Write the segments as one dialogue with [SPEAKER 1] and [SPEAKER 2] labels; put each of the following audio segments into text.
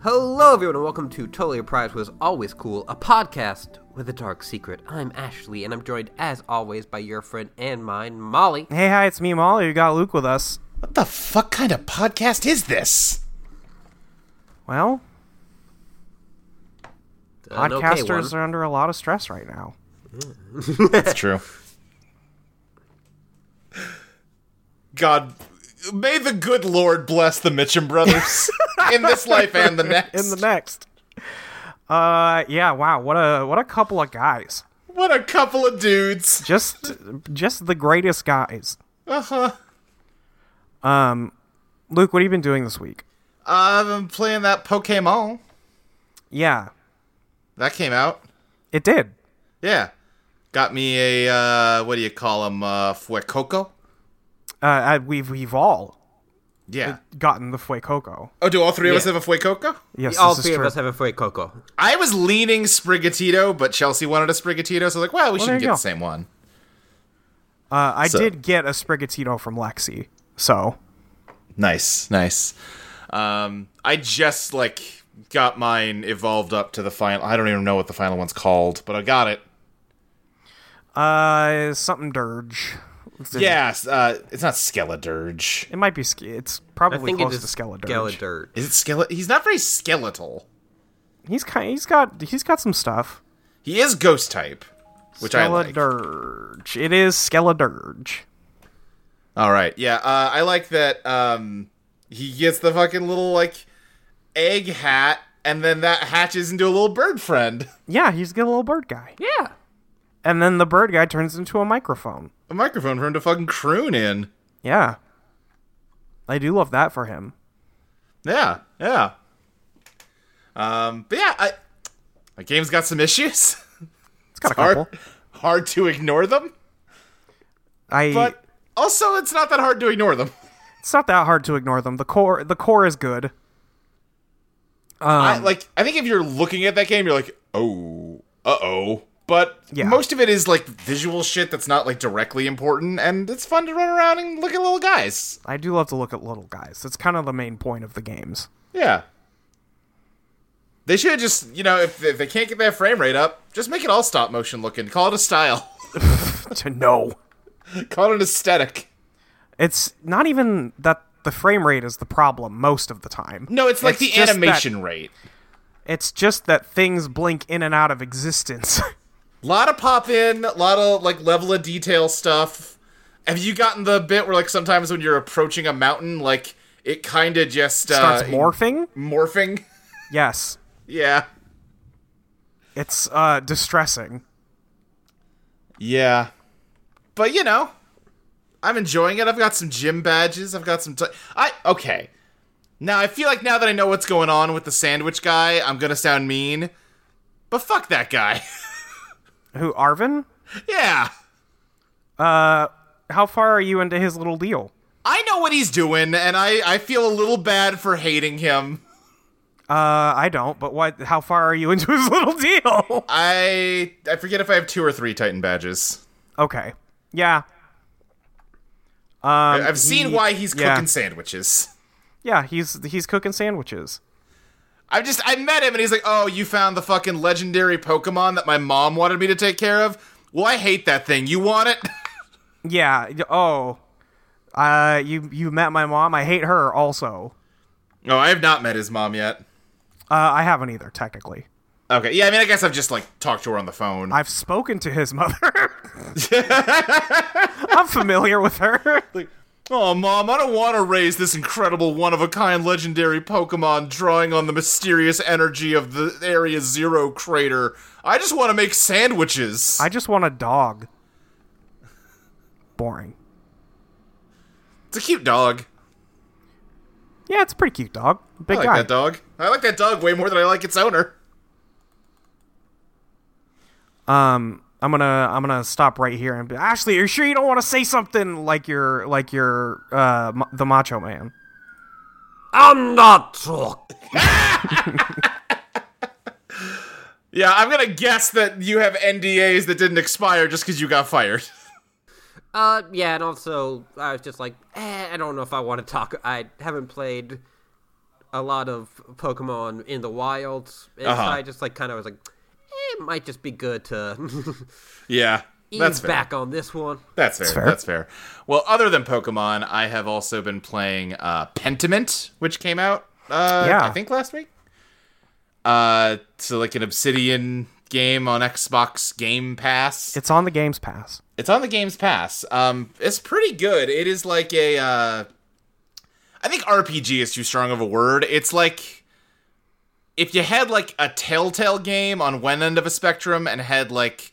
[SPEAKER 1] Hello, everyone, and welcome to Totally Apprised Was Always Cool, a podcast with a dark secret. I'm Ashley, and I'm joined, as always, by your friend and mine, Molly.
[SPEAKER 2] Hey, hi, it's me, Molly. We got Luke with us.
[SPEAKER 3] What the fuck kind of podcast is this?
[SPEAKER 2] Well,
[SPEAKER 1] An okay
[SPEAKER 2] podcasters
[SPEAKER 1] one.
[SPEAKER 2] are under a lot of stress right now.
[SPEAKER 3] That's true. God, may the good Lord bless the Mitchum brothers in this life and the next.
[SPEAKER 2] In the next, uh, yeah, wow, what a what a couple of guys.
[SPEAKER 3] what a couple of dudes.
[SPEAKER 2] Just just the greatest guys.
[SPEAKER 3] Uh huh.
[SPEAKER 2] Luke, what have you been doing this week?
[SPEAKER 3] I've been playing that Pokemon
[SPEAKER 2] Yeah,
[SPEAKER 3] that came out.
[SPEAKER 2] it did.
[SPEAKER 3] Yeah, got me a uh, what do you call them? Uh, Fuecoco.
[SPEAKER 2] Uh, I, we've we've all
[SPEAKER 3] Yeah.
[SPEAKER 2] gotten the Fue Coco.
[SPEAKER 3] Uh, Oh, do all three of us
[SPEAKER 1] Yeah.
[SPEAKER 3] have a Fuecoco?
[SPEAKER 2] Yes,
[SPEAKER 1] All
[SPEAKER 2] this
[SPEAKER 1] three
[SPEAKER 2] is
[SPEAKER 1] of
[SPEAKER 2] true.
[SPEAKER 1] us have a Fue Coco.
[SPEAKER 3] I was leaning Sprigatito, but Chelsea wanted a Sprigatito, so like, well, we
[SPEAKER 2] there
[SPEAKER 3] shouldn't
[SPEAKER 2] you
[SPEAKER 3] get
[SPEAKER 2] go.
[SPEAKER 3] the same one.
[SPEAKER 2] Uh, I
[SPEAKER 3] So-
[SPEAKER 2] did get a Sprigatito from Lexi. So
[SPEAKER 3] Nice, nice. Um, I just like got mine evolved up to the final. I don't even know what the final one's called, but I got it.
[SPEAKER 2] uh, something dirge. It's-
[SPEAKER 3] Yeah, s- uh, it's not Skeledurge.
[SPEAKER 2] it might be. sk- It's
[SPEAKER 1] I
[SPEAKER 2] probably
[SPEAKER 1] think
[SPEAKER 2] close
[SPEAKER 1] it is
[SPEAKER 2] to Skeledirge.
[SPEAKER 1] Skeledirge.
[SPEAKER 3] Is it skeletal? He's not very skeletal.
[SPEAKER 2] He's kind. He's got. He's got some stuff.
[SPEAKER 3] He is ghost type, which I like.
[SPEAKER 2] Skeledirge. It is Skeledirge.
[SPEAKER 3] All right, yeah, uh, I like that. Um, he gets the fucking little like egg hat, and then that hatches into a little bird friend,
[SPEAKER 2] Yeah, he's the little bird guy.
[SPEAKER 1] Yeah.
[SPEAKER 2] And then the bird guy turns into a microphone.
[SPEAKER 3] a microphone for him to fucking croon in.
[SPEAKER 2] Yeah. I do love that for him.
[SPEAKER 3] Yeah, yeah. Um, but yeah, I, the game's got some issues.
[SPEAKER 2] It's got a couple.
[SPEAKER 3] Hard, hard to ignore them,
[SPEAKER 2] I
[SPEAKER 3] but also it's not that hard to ignore them.
[SPEAKER 2] it's not that hard to ignore them. The core the core is good. Um,
[SPEAKER 3] I, like I think if you're looking at that game, you're like, oh, uh oh. But
[SPEAKER 2] Yeah.
[SPEAKER 3] most of it is like visual shit that's not like directly important, and it's fun to run around and look at little guys.
[SPEAKER 2] I do love to look at little guys. That's kind of the main point of the games.
[SPEAKER 3] Yeah. They should just, you know, if, if they can't get their frame rate up, just make it all stop motion looking. Call it a style.
[SPEAKER 2] To know.
[SPEAKER 3] Call it an aesthetic.
[SPEAKER 2] It's not even that the frame rate is the problem most of the time.
[SPEAKER 3] No, it's like
[SPEAKER 2] It's
[SPEAKER 3] the
[SPEAKER 2] just
[SPEAKER 3] animation rate.
[SPEAKER 2] It's just that things blink in and out of existence.
[SPEAKER 3] lot of pop in, a lot of like level of detail stuff. Have you gotten the bit where like sometimes when you're approaching a mountain, like it kind of just
[SPEAKER 2] starts
[SPEAKER 3] uh,
[SPEAKER 2] morphing.
[SPEAKER 3] morphing?
[SPEAKER 2] Yes.
[SPEAKER 3] yeah,
[SPEAKER 2] It's uh distressing.
[SPEAKER 3] yeah. But you know, I'm enjoying it. I've got some gym badges. I've got some. T- I okay. Now I feel like now that I know what's going on with the sandwich guy, I'm gonna sound mean. But fuck that guy.
[SPEAKER 2] Who Arvin?
[SPEAKER 3] yeah.
[SPEAKER 2] How far are you into his little deal?
[SPEAKER 3] I know what he's doing, and I, I feel a little bad for hating him.
[SPEAKER 2] Uh, I don't. But what? How far are you into his little deal?
[SPEAKER 3] I I forget if I have two or three Titan badges.
[SPEAKER 2] okay. Yeah.
[SPEAKER 3] I- I've seen
[SPEAKER 2] Um, he-
[SPEAKER 3] why he's
[SPEAKER 2] yeah.
[SPEAKER 3] cooking sandwiches.
[SPEAKER 2] Yeah. He's he's cooking sandwiches.
[SPEAKER 3] I just I met him and he's like, "Oh, you found the fucking legendary Pokemon that my mom wanted me to take care of." Well, I hate that thing. You want it?
[SPEAKER 2] Yeah. y- Oh. Uh, you you met my mom. I hate her. Also,
[SPEAKER 3] No, I have not met his mom yet.
[SPEAKER 2] uh, I haven't either. Technically,
[SPEAKER 3] Okay, yeah, I mean, I guess I've just like talked to her on the phone.
[SPEAKER 2] I've spoken to his mother. I'm familiar with her.
[SPEAKER 3] Oh, Mom, I don't want to raise this incredible, one of a kind legendary Pokemon drawing on the mysterious energy of the Area Zero crater. I just want to make sandwiches.
[SPEAKER 2] I just want a dog. Boring.
[SPEAKER 3] it's a cute dog.
[SPEAKER 2] Yeah, it's a pretty cute dog. Big
[SPEAKER 3] I like
[SPEAKER 2] guy.
[SPEAKER 3] that dog. I like that dog way more than I like its owner.
[SPEAKER 2] Um, I'm gonna I'm gonna stop right here and be, Ashley, are you sure you don't want to say something like your like your uh ma- the Macho Man?
[SPEAKER 1] I'm not talking.
[SPEAKER 3] Yeah, I'm gonna guess that you have NDAs that didn't expire just because you got fired.
[SPEAKER 1] Uh, yeah, and also I was just like, eh, I don't know if I want to talk. I haven't played a lot of Pokemon in the wild, and so
[SPEAKER 3] Uh-huh.
[SPEAKER 1] I just like kind of was like, eh, it might just be good to
[SPEAKER 3] Yeah,
[SPEAKER 1] ease
[SPEAKER 3] that's fair.
[SPEAKER 1] back on this one.
[SPEAKER 3] That's fair.
[SPEAKER 2] fair.
[SPEAKER 3] That's fair. Well, other than Pokemon, I have also been playing uh, Pentiment, which came out, uh,
[SPEAKER 2] Yeah.
[SPEAKER 3] I think last week. Uh, so like an Obsidian game on Xbox Game Pass.
[SPEAKER 2] It's on the Games Pass.
[SPEAKER 3] It's on the Games Pass. Um, it's pretty good. It is like a, uh, I think RPG is too strong of a word. It's like if you had like a Telltale game on one end of a spectrum and had like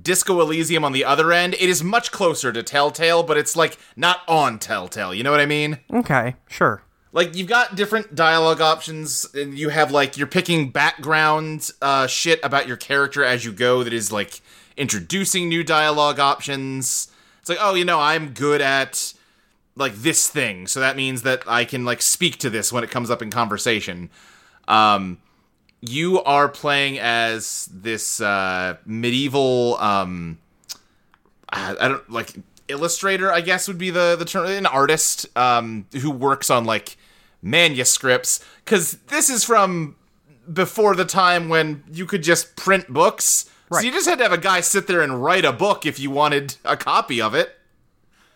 [SPEAKER 3] Disco Elysium on the other end, it is much closer to Telltale, but it's like not on Telltale. You know what I mean?
[SPEAKER 2] Okay, sure.
[SPEAKER 3] like you've got different dialogue options and you have like you're picking background uh, shit about your character as you go that is like introducing new dialogue options it's like oh you know i'm good at like this thing so that means that i can like speak to this when it comes up in conversation um you are playing as this uh medieval um I I don't like illustrator. I guess would be the the term an artist um, who works on like manuscripts because this is from before the time when you could just print books. So you just had to have a guy sit there and write a book if you wanted a copy of it.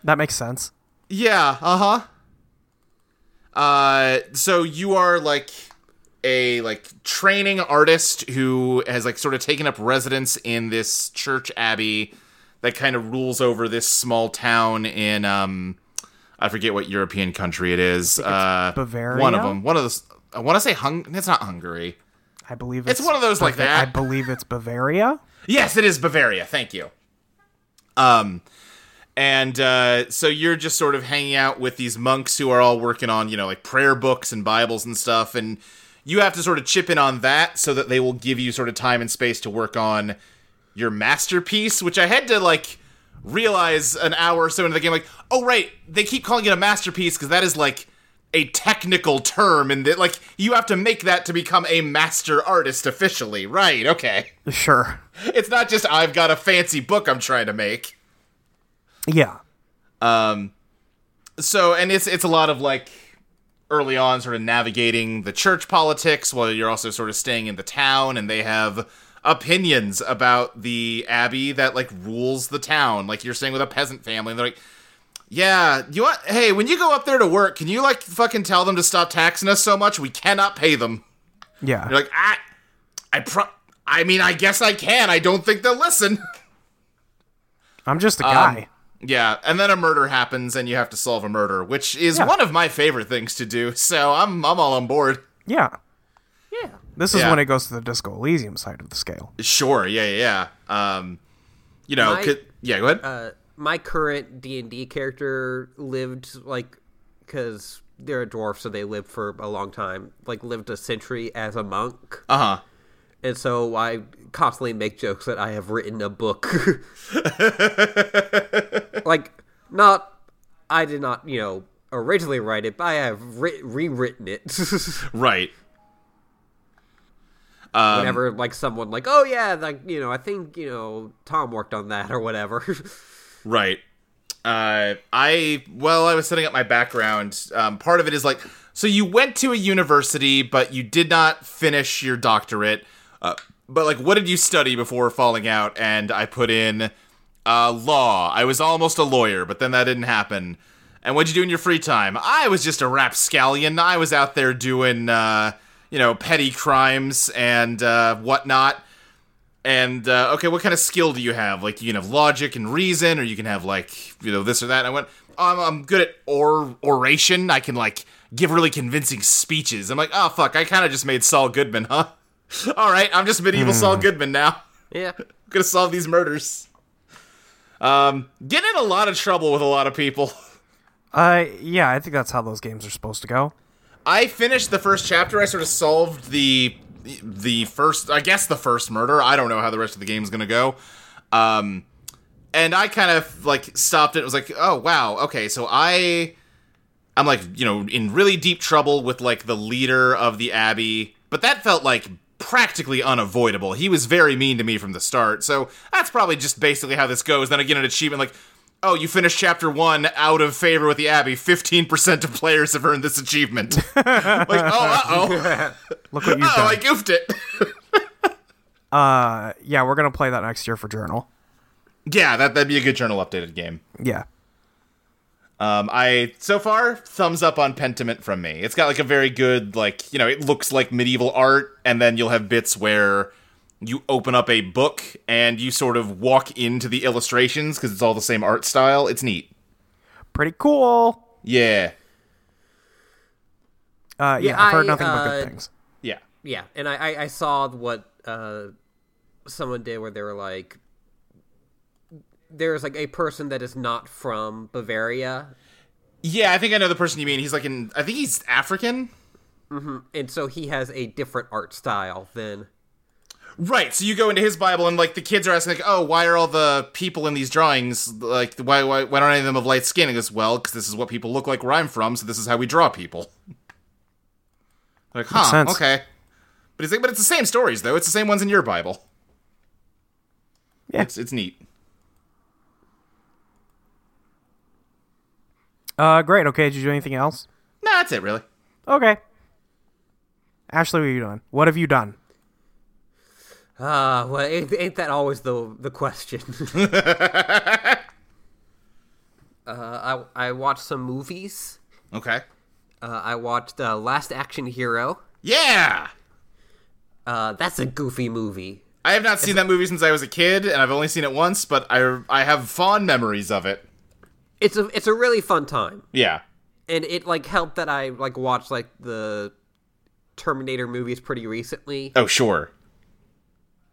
[SPEAKER 2] That makes sense.
[SPEAKER 3] Yeah, uh-huh. Uh so you are like a like training artist who has like sort of taken up residence in this church abbey that kind of rules over this small town in um I forget what European country it is. Uh
[SPEAKER 2] Bavaria?
[SPEAKER 3] One of them. One of those I want to say Hung it's not Hungary.
[SPEAKER 2] I believe
[SPEAKER 3] It's
[SPEAKER 2] it's,
[SPEAKER 3] one of those like
[SPEAKER 2] Bava-
[SPEAKER 3] that.
[SPEAKER 2] I believe it's Bavaria.
[SPEAKER 3] Yes, it is Bavaria. Thank you. Um, and uh, so you're just sort of hanging out with these monks who are all working on, you know, like prayer books and Bibles and stuff, and you have to sort of chip in on that so that they will give you sort of time and space to work on your masterpiece, which I had to like realize an hour or so into the game, like, oh right, they keep calling it a masterpiece because that is like a technical term, and that like you have to make that to become a master artist officially, right? Okay.
[SPEAKER 2] Sure.
[SPEAKER 3] It's not just I've got a fancy book I'm trying to make.
[SPEAKER 2] Yeah.
[SPEAKER 3] So, and it's it's a lot of like early on sort of navigating the church politics while you're also sort of staying in the town and they have opinions about the abbey that like rules the town. Like you're staying with a peasant family and they're like yeah, you want hey, when you go up there to work, can you like fucking tell them to stop taxing us so much? We cannot pay them.
[SPEAKER 2] Yeah.
[SPEAKER 3] You're like, I, I pro, I mean, I guess I can. I don't think they'll listen.
[SPEAKER 2] I'm just a
[SPEAKER 3] Um,
[SPEAKER 2] guy.
[SPEAKER 3] Yeah, and then a murder happens and you have to solve a murder, which is
[SPEAKER 2] Yeah.
[SPEAKER 3] one of my favorite things to do. So I'm I'm all on board.
[SPEAKER 2] yeah.
[SPEAKER 1] Yeah.
[SPEAKER 2] This is
[SPEAKER 3] Yeah.
[SPEAKER 2] when it goes to the Disco Elysium side of the scale.
[SPEAKER 3] Sure, yeah, yeah, yeah. Um you know,
[SPEAKER 1] My-
[SPEAKER 3] could- yeah, go ahead.
[SPEAKER 1] uh, my current D and D character lived like because they're a dwarf, so they lived for a long time. Like lived a century as a monk,
[SPEAKER 3] Uh-huh.
[SPEAKER 1] and so I constantly make jokes that I have written a book. like not, I did not, you know, originally write it, but I have writ- rewritten it.
[SPEAKER 3] Right.
[SPEAKER 1] Whenever like someone like, oh yeah, like you know, I think you know Tom worked on that or whatever.
[SPEAKER 3] Right. Uh, I well, I was setting up my background. Um, part of it is like, so you went to a university, but you did not finish your doctorate. Uh, but like, what did you study before falling out? And I put in uh, law. I was almost a lawyer, but then that didn't happen. And what'd you do in your free time? I was just a rapscallion. I was out there doing, uh, you know, petty crimes and uh, whatnot and uh, okay, what kind of skill do you have? Like you can have logic and reason, or you can have like you know this or that. And I went, I'm, I'm good at or oration. I can like give really convincing speeches. I'm like, oh fuck, I kind of just made Saul Goodman, huh? All right, I'm just medieval Saul Goodman now.
[SPEAKER 1] Yeah.
[SPEAKER 3] I'm gonna solve these murders. Um, get in a lot of trouble with a lot of people.
[SPEAKER 2] Uh, yeah, I think that's how those games are supposed to go.
[SPEAKER 3] I finished the first chapter. I sort of solved the the first, I guess, the first murder. I don't know how the rest of the game's gonna go. Um, and I kind of like stopped it. Was like, oh wow, okay. So I, I'm like, you know, in really deep trouble with like the leader of the abbey. But that felt like practically unavoidable. He was very mean to me from the start. So that's probably just basically how this goes. Then I get an achievement like. Oh, you finished chapter one out of favor with the Abbey. 15% of players have earned this achievement. like, oh, uh oh.
[SPEAKER 2] Look what you've
[SPEAKER 3] Oh, I
[SPEAKER 2] done.
[SPEAKER 3] goofed it.
[SPEAKER 2] Uh, yeah, we're gonna play that next year for Journal.
[SPEAKER 3] yeah, that, that'd be a good journal updated game.
[SPEAKER 2] Yeah.
[SPEAKER 3] Um, I so far thumbs up on Pentiment from me. It's got like a very good like you know it looks like medieval art, and then you'll have bits where you open up a book and you sort of walk into the illustrations because it's all the same art style. It's neat.
[SPEAKER 2] Pretty cool.
[SPEAKER 3] Yeah,
[SPEAKER 2] Uh, yeah,
[SPEAKER 1] Yeah,
[SPEAKER 2] I've heard
[SPEAKER 1] I,
[SPEAKER 2] nothing but
[SPEAKER 1] uh,
[SPEAKER 2] good things.
[SPEAKER 3] yeah.
[SPEAKER 1] Yeah, and I, I, I saw what uh, someone did where they were like, there's like a person that is not from Bavaria,
[SPEAKER 3] Yeah, I think I know the person you mean. He's like in, I think he's African.
[SPEAKER 1] and so he has a different art style than.
[SPEAKER 3] Right. So you go into his Bible, and like the kids are asking, like, "Oh, why are all the people in these drawings like why why, why aren't any of them of light skin?" And he goes, "Well, because this is what people look like where I'm from, so this is how we draw people." Like, huh?
[SPEAKER 2] sense.
[SPEAKER 3] Okay. But he's like, "But it's the same stories, though. It's the same ones in your Bible."
[SPEAKER 2] Yeah.
[SPEAKER 3] It's it's neat.
[SPEAKER 2] Uh, great. Okay, did you do anything else?
[SPEAKER 3] Nah, that's it, really.
[SPEAKER 2] Okay. Ashley, what are you doing? What have you done?
[SPEAKER 1] Ah, well, ain't, ain't that always the the question? uh, I I watched some movies.
[SPEAKER 3] Okay.
[SPEAKER 1] Uh, I watched uh, Last Action Hero.
[SPEAKER 3] Yeah.
[SPEAKER 1] Uh, that's a goofy movie.
[SPEAKER 3] I have not seen that movie since I was a kid, and I've only seen it once, but I I have fond memories of it.
[SPEAKER 1] It's a it's a really fun time.
[SPEAKER 3] Yeah.
[SPEAKER 1] and it like helped that I like watched like the Terminator movies pretty recently.
[SPEAKER 3] Oh, sure.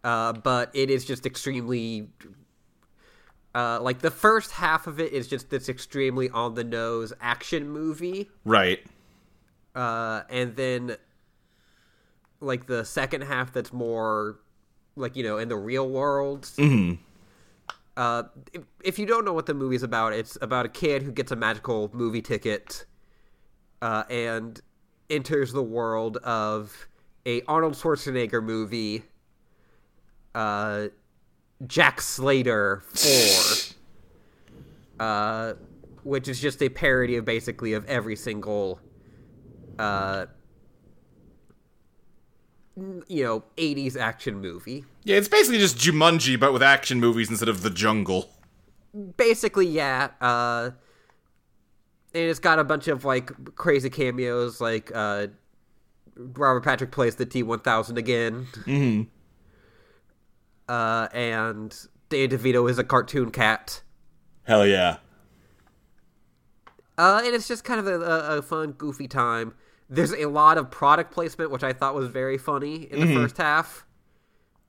[SPEAKER 1] Uh, but it is just extremely uh, like the first half of it is just this extremely on the nose action movie,
[SPEAKER 3] Right.
[SPEAKER 1] uh, and then like the second half that's more like you know in the real world. Uh, if, if you don't know what the movie's about, it's about a kid who gets a magical movie ticket uh, and enters the world of a Arnold Schwarzenegger movie, uh, Jack Slater Four, uh, which is just a parody of basically of every single, uh, n- you know, '80s action movie.
[SPEAKER 3] Yeah, it's basically just Jumanji, but with action movies instead of the jungle.
[SPEAKER 1] basically yeah uh and it's got a bunch of like crazy cameos like uh robert patrick plays the t1000 again mm-hmm. uh and dave devito is a cartoon cat
[SPEAKER 3] Hell yeah.
[SPEAKER 1] uh and it's just kind of a, a, a fun goofy time there's a lot of product placement which i thought was very funny in the first half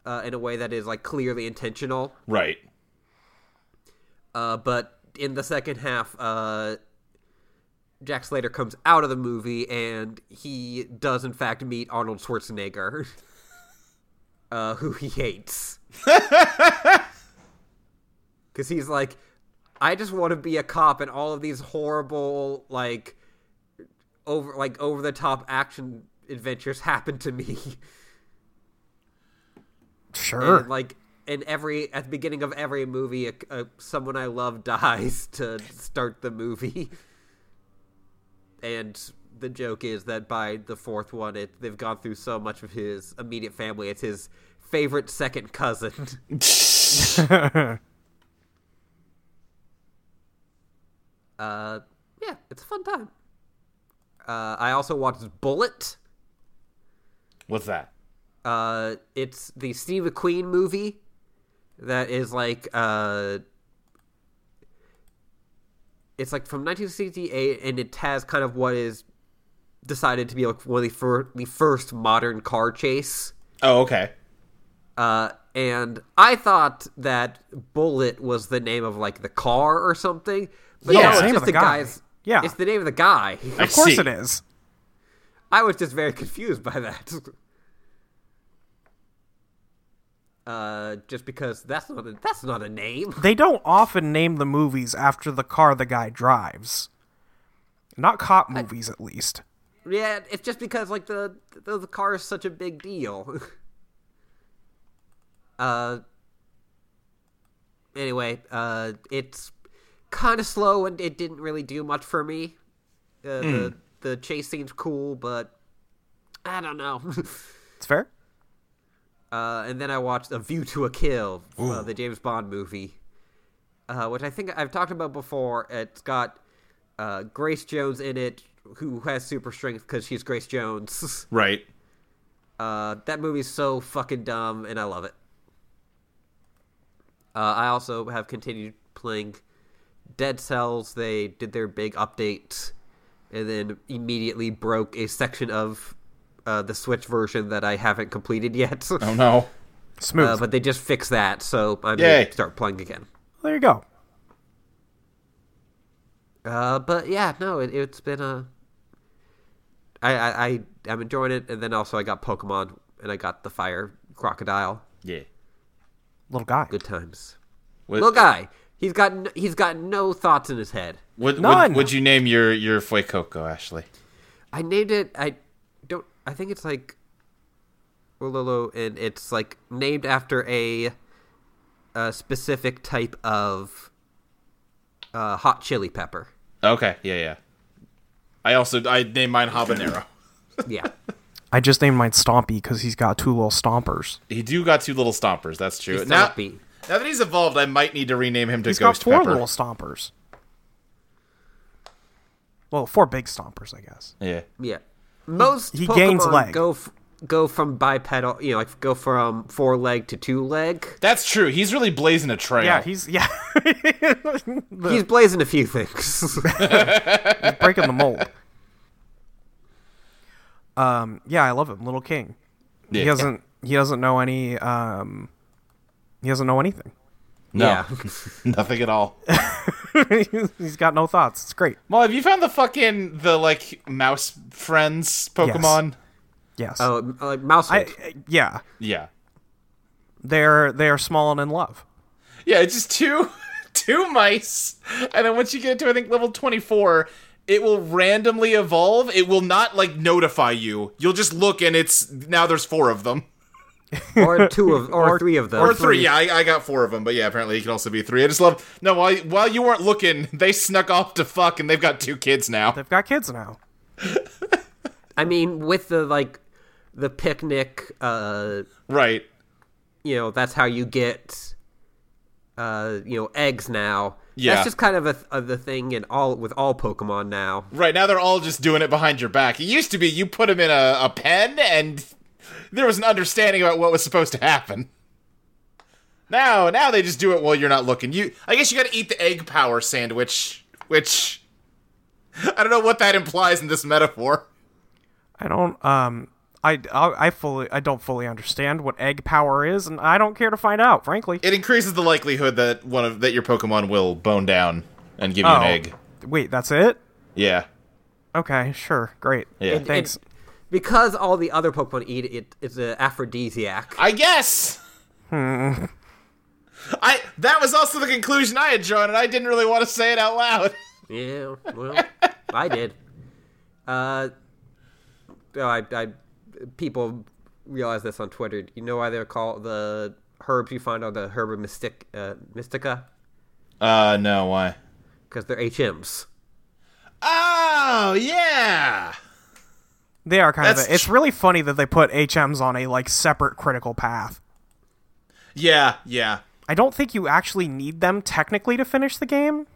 [SPEAKER 1] uh, in a way that is like clearly intentional
[SPEAKER 3] Right.
[SPEAKER 1] Uh, but in the second half, uh, Jack Slater comes out of the movie and he does, in fact, meet Arnold Schwarzenegger, uh, who he hates. Because he's like, I just want to be a cop, and all of these horrible, like, over like over the top action adventures happen to me.
[SPEAKER 2] Sure.
[SPEAKER 1] And, like in every at the beginning of every movie, a, a, someone I love dies to start the movie, and the joke is that by the fourth one, it they've gone through so much of his immediate family. It's his favorite second cousin. uh, yeah, it's a fun time. Uh, I also watched Bullet.
[SPEAKER 3] What's that?
[SPEAKER 1] Uh, it's the Steve McQueen movie that is like uh It's like from 1968, and it has kind of what is decided to be like one of the, fir- the first modern car chase.
[SPEAKER 3] Oh, okay.
[SPEAKER 1] Uh, and I thought that Bullet was the name of like the car or something, but
[SPEAKER 3] Yeah,
[SPEAKER 1] no,
[SPEAKER 3] it's
[SPEAKER 1] it's
[SPEAKER 3] the name
[SPEAKER 2] of
[SPEAKER 1] just
[SPEAKER 2] the
[SPEAKER 1] the
[SPEAKER 2] guy.
[SPEAKER 1] guy's.
[SPEAKER 2] Yeah.
[SPEAKER 1] it's the name of the guy.
[SPEAKER 2] Of course
[SPEAKER 3] See.
[SPEAKER 2] it is.
[SPEAKER 1] I was just very confused by that. Uh, just because that's not a, that's not a name.
[SPEAKER 2] They don't often name the movies after the car the guy drives. Not cop movies, at least.
[SPEAKER 1] Yeah, it's just because like the the, the car is such a big deal. uh. Anyway, uh, it's kind of slow and it didn't really do much for me. Uh, The the chase seems cool, but I don't know.
[SPEAKER 2] It's fair.
[SPEAKER 1] Uh, and then I watched A View to a Kill, uh, the James Bond movie, uh, which I think I've talked about before. It's got uh, Grace Jones in it, who has super strength because she's Grace Jones.
[SPEAKER 3] Right.
[SPEAKER 1] Uh, that movie's so fucking dumb, and I love it. Uh, I also have continued playing Dead Cells. They did their big update, and then immediately broke a section of uh, the Switch version that I haven't completed yet.
[SPEAKER 3] Oh no.
[SPEAKER 2] Smooth.
[SPEAKER 1] Uh, but they just fixed that, so I'm
[SPEAKER 3] Yay.
[SPEAKER 1] gonna start playing again.
[SPEAKER 2] there you go.
[SPEAKER 1] Uh, but yeah, no, it, it's been a. I, I I I'm enjoying it, and then also I got Pokemon, and I got the Fire Crocodile.
[SPEAKER 3] Yeah.
[SPEAKER 2] Little guy.
[SPEAKER 1] Good times.
[SPEAKER 3] What,
[SPEAKER 1] Little guy, he's got n- he's got no thoughts in his head.
[SPEAKER 3] What,
[SPEAKER 2] None.
[SPEAKER 3] Would, would you name your your Fuecoco, Ashley?
[SPEAKER 1] I named it. I don't. I think it's like Ulolo, and it's like named after a, a specific type of uh, hot chili pepper.
[SPEAKER 3] Okay. Yeah. Yeah. I also I named mine habanero.
[SPEAKER 1] Yeah.
[SPEAKER 2] I just named mine Stompy because he's got two little stompers.
[SPEAKER 3] he do got two little stompers. That's true.
[SPEAKER 1] He's
[SPEAKER 3] Now,
[SPEAKER 1] Stompy.
[SPEAKER 3] now that he's evolved, I might need to rename him to
[SPEAKER 2] He's
[SPEAKER 3] Ghost
[SPEAKER 2] got four
[SPEAKER 3] Pepper.
[SPEAKER 2] little stompers. Well, four big stompers, I guess.
[SPEAKER 3] Yeah.
[SPEAKER 1] Yeah, most
[SPEAKER 2] he
[SPEAKER 1] Pokemon
[SPEAKER 2] gains leg.
[SPEAKER 1] go f- go from bipedal, you know, like go from four leg to two leg.
[SPEAKER 3] That's true. He's really blazing a trail.
[SPEAKER 2] Yeah, he's yeah,
[SPEAKER 1] He's blazing a few things.
[SPEAKER 2] breaking the mold. Um, yeah, I love him, Little King.
[SPEAKER 3] Yeah.
[SPEAKER 2] He doesn't. He doesn't know any. Um, he doesn't know anything.
[SPEAKER 3] No.
[SPEAKER 1] Yeah,
[SPEAKER 3] Nothing at all.
[SPEAKER 2] he's got no thoughts. It's great.
[SPEAKER 3] Well, have you found the fucking the like mouse friends Pokemon?
[SPEAKER 2] Yes.
[SPEAKER 1] oh, m- like mouse.
[SPEAKER 2] I, I- yeah,
[SPEAKER 3] Yeah.
[SPEAKER 2] they're they are small and in love.
[SPEAKER 3] Yeah, it's just two two mice. And then once you get to I think level 24, it will randomly evolve. It will not like notify you. You'll just look and it's now there's four of them.
[SPEAKER 1] or two of, or, three of them,
[SPEAKER 3] Or three. Yeah, I, I got four of them, but yeah, apparently it can also be three. I just love No, while while you weren't looking, they snuck off to fuck and they've got two kids now.
[SPEAKER 2] They've got kids now.
[SPEAKER 1] I mean, with the like the picnic, uh,
[SPEAKER 3] Right.
[SPEAKER 1] you know, that's how you get, uh, you know, eggs now.
[SPEAKER 3] Yeah.
[SPEAKER 1] that's just kind of a, th- of the thing in all with all Pokemon now.
[SPEAKER 3] Right now they're all just doing it behind your back. It used to be you put them in a, a pen and there was an understanding about what was supposed to happen. Now, now they just do it while you're not looking. You, I guess you got to eat the egg power sandwich, which I don't know what that implies in this metaphor.
[SPEAKER 2] I don't. Um, I I I fully I don't fully understand what egg power is, and I don't care to find out, frankly.
[SPEAKER 3] It increases the likelihood that one of that your Pokemon will bone down and give you
[SPEAKER 2] Oh.
[SPEAKER 3] an egg.
[SPEAKER 2] Wait, that's it.
[SPEAKER 3] Yeah,
[SPEAKER 2] Okay, sure, great.
[SPEAKER 3] Yeah. And-
[SPEAKER 2] thanks.
[SPEAKER 1] And because all the other Pokemon eat it, it's an aphrodisiac.
[SPEAKER 3] I guess. I that was also the conclusion I had drawn, and I didn't really want to say it out loud.
[SPEAKER 1] Yeah, well, I did. Uh, no, I, I, people realize this on Twitter. You know why they're called the herbs you find on the herb mystic, uh, mystica?
[SPEAKER 3] Uh, no, why?
[SPEAKER 1] Because they're HMs.
[SPEAKER 3] Oh yeah.
[SPEAKER 2] They are kind
[SPEAKER 3] That's
[SPEAKER 2] of. A, it's
[SPEAKER 3] tr-
[SPEAKER 2] really funny that they put HMs on a like separate critical path.
[SPEAKER 3] Yeah, yeah.
[SPEAKER 2] I don't think you actually need them technically to finish the game,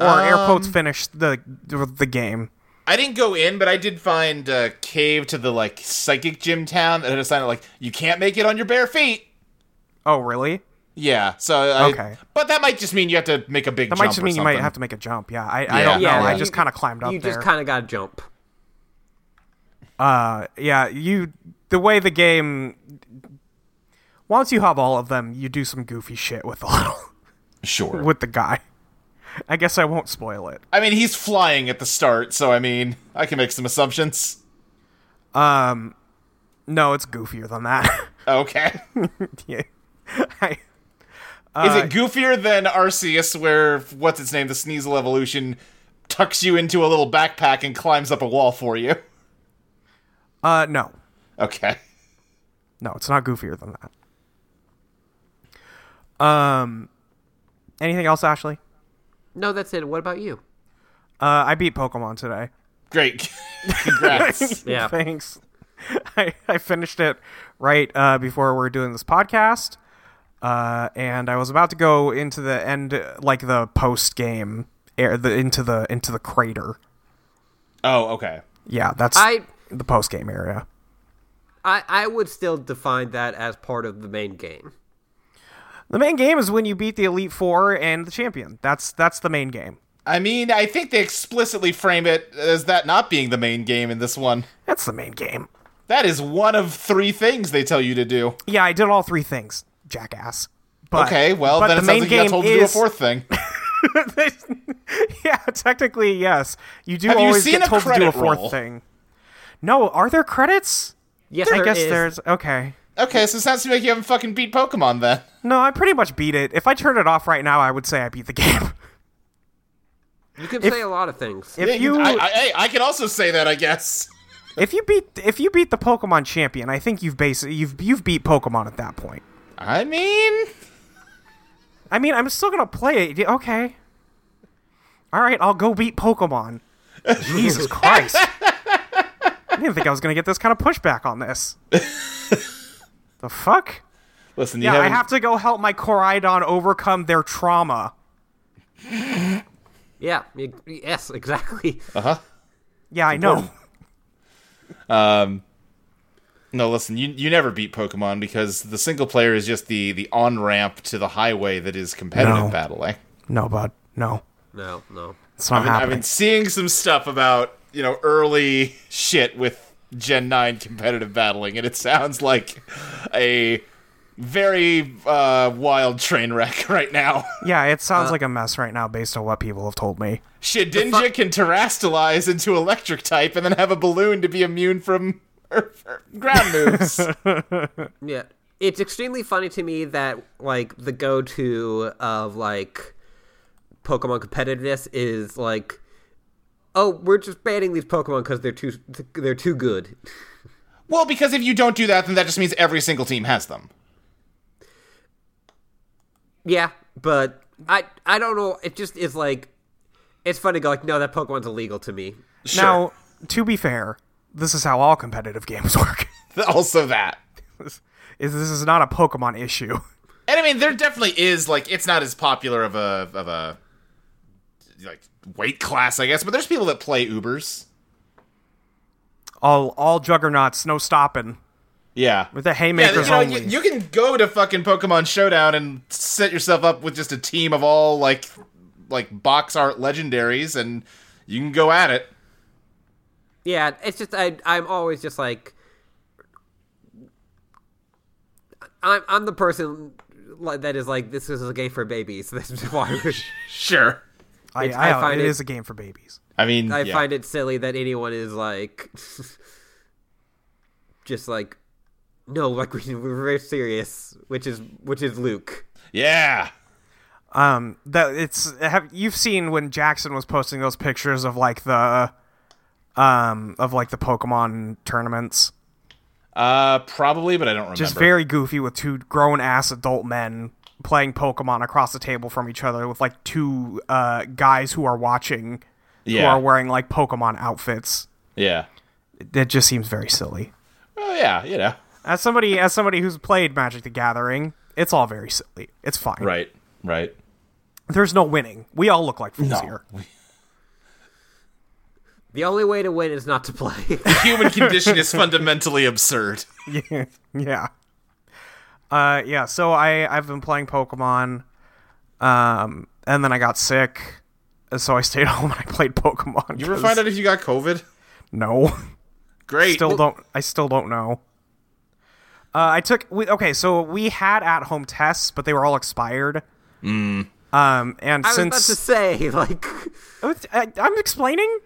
[SPEAKER 2] or air
[SPEAKER 3] Um,
[SPEAKER 2] quotes finish the the game.
[SPEAKER 3] I didn't go in, but I did find a cave to the like psychic gym town that had a sign that like you can't make it on your bare feet.
[SPEAKER 2] Oh, really?
[SPEAKER 3] Yeah. So I,
[SPEAKER 2] Okay.
[SPEAKER 3] but that might just mean you have to make a big.
[SPEAKER 2] That might
[SPEAKER 3] jump
[SPEAKER 2] just
[SPEAKER 3] or
[SPEAKER 2] mean you might
[SPEAKER 3] something.
[SPEAKER 2] have to make a jump. Yeah, I, I
[SPEAKER 3] Yeah.
[SPEAKER 2] don't know.
[SPEAKER 3] Yeah,
[SPEAKER 2] I
[SPEAKER 3] you-
[SPEAKER 2] just kind of climbed up
[SPEAKER 1] You
[SPEAKER 2] there.
[SPEAKER 1] just kind of got to jump.
[SPEAKER 2] uh, yeah, you. The way the game. Once you have all of them, you do some goofy shit with all
[SPEAKER 3] Sure.
[SPEAKER 2] with the guy. I guess I won't spoil it.
[SPEAKER 3] I mean, he's flying at the start, so I mean, I can make some assumptions.
[SPEAKER 2] No, it's goofier than that.
[SPEAKER 3] Okay.
[SPEAKER 2] yeah. I,
[SPEAKER 3] Is
[SPEAKER 2] Uh,
[SPEAKER 3] it goofier than Arceus, where what's its name, the Sneasel evolution, tucks you into a little backpack and climbs up a wall for you?
[SPEAKER 2] uh, no,
[SPEAKER 3] Okay.
[SPEAKER 2] no, it's not goofier than that. Um, anything else, Ashley?
[SPEAKER 1] No, that's it. What about you?
[SPEAKER 2] Uh, I beat Pokemon today.
[SPEAKER 3] Great. Congrats.
[SPEAKER 1] Yeah.
[SPEAKER 2] Thanks. I, I finished it right uh, before we were doing this podcast, uh, and I was about to go into the end, uh, like the post game, air the into the into the crater.
[SPEAKER 3] oh, okay.
[SPEAKER 2] Yeah, that's
[SPEAKER 1] I-
[SPEAKER 2] the post game area.
[SPEAKER 1] I, I would still define that as part of the main game.
[SPEAKER 2] The main game is when you beat the Elite Four and the champion. That's that's the main game.
[SPEAKER 3] I mean, I think they explicitly frame it as that not being the main game in this one.
[SPEAKER 2] That's the main game.
[SPEAKER 3] That is one of three things they tell you to do.
[SPEAKER 2] Yeah, I did all three things, jackass. But,
[SPEAKER 3] Okay, well,
[SPEAKER 2] but
[SPEAKER 3] then
[SPEAKER 2] the
[SPEAKER 3] it sounds
[SPEAKER 2] main
[SPEAKER 3] like you got
[SPEAKER 2] game
[SPEAKER 3] told to
[SPEAKER 2] is,
[SPEAKER 3] do a fourth thing.
[SPEAKER 2] yeah, technically yes. You do
[SPEAKER 3] Have you
[SPEAKER 2] always
[SPEAKER 3] seen
[SPEAKER 2] get
[SPEAKER 3] a
[SPEAKER 2] told to do a
[SPEAKER 3] credit
[SPEAKER 2] fourth
[SPEAKER 3] roll?
[SPEAKER 2] thing. No, are there credits?
[SPEAKER 1] Yes,
[SPEAKER 2] I
[SPEAKER 1] there
[SPEAKER 2] guess
[SPEAKER 1] is.
[SPEAKER 2] there's okay.
[SPEAKER 3] Okay, so it sounds to me like you haven't fucking beat Pokemon then.
[SPEAKER 2] No, I pretty much beat it. If I turned it off right now, I would say I beat the game.
[SPEAKER 1] You can say a lot of things.
[SPEAKER 2] If you
[SPEAKER 3] I, I, hey, I can also say that, I guess.
[SPEAKER 2] if you beat if you beat the Pokemon champion, I think you've basically you've you've beat Pokemon at that point.
[SPEAKER 3] I mean,
[SPEAKER 2] I mean, I'm still gonna play it. Yeah, Okay. All right, I'll go beat Pokemon. Jesus Christ! I didn't think I was gonna get this kind of pushback on this. the fuck?
[SPEAKER 3] listen, you
[SPEAKER 2] Yeah, I
[SPEAKER 3] haven't-
[SPEAKER 2] have to go help my Coridon overcome their trauma.
[SPEAKER 1] Yeah. y- Yes, exactly.
[SPEAKER 3] Uh-huh.
[SPEAKER 2] Yeah, I know.
[SPEAKER 3] No, listen, you you never beat Pokemon because the single player is just the the on ramp to the highway that is competitive eh?
[SPEAKER 2] No.
[SPEAKER 3] battling.
[SPEAKER 2] No, bud. No,
[SPEAKER 1] No, no.
[SPEAKER 2] it's not
[SPEAKER 3] I've
[SPEAKER 2] happening.
[SPEAKER 3] been seeing some stuff about you know early shit with Gen Nine competitive battling, and it sounds like a very uh, wild train wreck right now.
[SPEAKER 2] yeah, it sounds like a mess right now, based on what people have told me.
[SPEAKER 3] Shedinja can terrastalize into electric type, and then have a balloon to be immune from ground moves.
[SPEAKER 1] Yeah. It's extremely funny to me that like the go to of like Pokemon competitiveness is like oh, we're just banning these Pokemon cuz they're too they're too good.
[SPEAKER 3] well, because if you don't do that, then that just means every single team has them.
[SPEAKER 1] Yeah, but I I don't know, it just is like it's funny to go like no, that Pokemon's illegal to me.
[SPEAKER 2] Now, to be fair, this is how all competitive games work.
[SPEAKER 3] Also, that.
[SPEAKER 2] is this is not a Pokemon issue.
[SPEAKER 3] And I mean, there definitely is like it's not as popular of a of a like weight class, I guess. But there's people that play Ubers.
[SPEAKER 2] All all juggernauts, no stopping.
[SPEAKER 3] Yeah,
[SPEAKER 2] With the
[SPEAKER 3] yeah. You,
[SPEAKER 2] haymakers
[SPEAKER 3] know, you,
[SPEAKER 2] only.
[SPEAKER 3] you can go to fucking Pokemon Showdown and set yourself up with just a team of all like like box art legendaries, and you can go at it.
[SPEAKER 1] Yeah, it's just I I'm always just like I'm I'm the person li- that is like this is a game for babies. This is why we're-
[SPEAKER 3] Sure.
[SPEAKER 2] I,
[SPEAKER 1] It's-
[SPEAKER 2] I,
[SPEAKER 1] I find
[SPEAKER 2] it
[SPEAKER 1] it-
[SPEAKER 2] is a game for babies.
[SPEAKER 3] I mean,
[SPEAKER 1] I
[SPEAKER 3] yeah.
[SPEAKER 1] find it silly that anyone is like, just like, no, like we- we're very serious, which is which is Luke.
[SPEAKER 3] Yeah.
[SPEAKER 2] Um, that it's have you've seen when Jackson was posting those pictures of like the, um, of like the Pokemon tournaments.
[SPEAKER 3] Uh, probably, but I don't remember.
[SPEAKER 2] Just very goofy with two grown ass adult men playing Pokemon across the table from each other with like two uh guys who are watching who
[SPEAKER 3] Yeah.
[SPEAKER 2] are wearing like Pokemon outfits.
[SPEAKER 3] yeah.
[SPEAKER 2] It just seems very silly.
[SPEAKER 3] Oh yeah. You know.
[SPEAKER 2] As somebody as somebody who's played Magic the Gathering, it's all very silly. It's fine.
[SPEAKER 3] Right. Right.
[SPEAKER 2] There's no winning. We all look like fools here.
[SPEAKER 1] The only way to win is not to play.
[SPEAKER 3] Human condition is fundamentally absurd.
[SPEAKER 2] yeah. Uh, yeah. So I I've been playing Pokemon, um, and then I got sick, and so I stayed home and I played Pokemon.
[SPEAKER 3] You ever
[SPEAKER 2] 'cause-
[SPEAKER 3] find out if you got COVID?
[SPEAKER 2] No.
[SPEAKER 3] Great.
[SPEAKER 2] still don't I still don't know. Uh, I took we, okay, so we had at home tests, but they were all expired. Um, and
[SPEAKER 1] Hmm. I was
[SPEAKER 2] since
[SPEAKER 1] about to say, like,
[SPEAKER 2] I was- I, I'm explaining,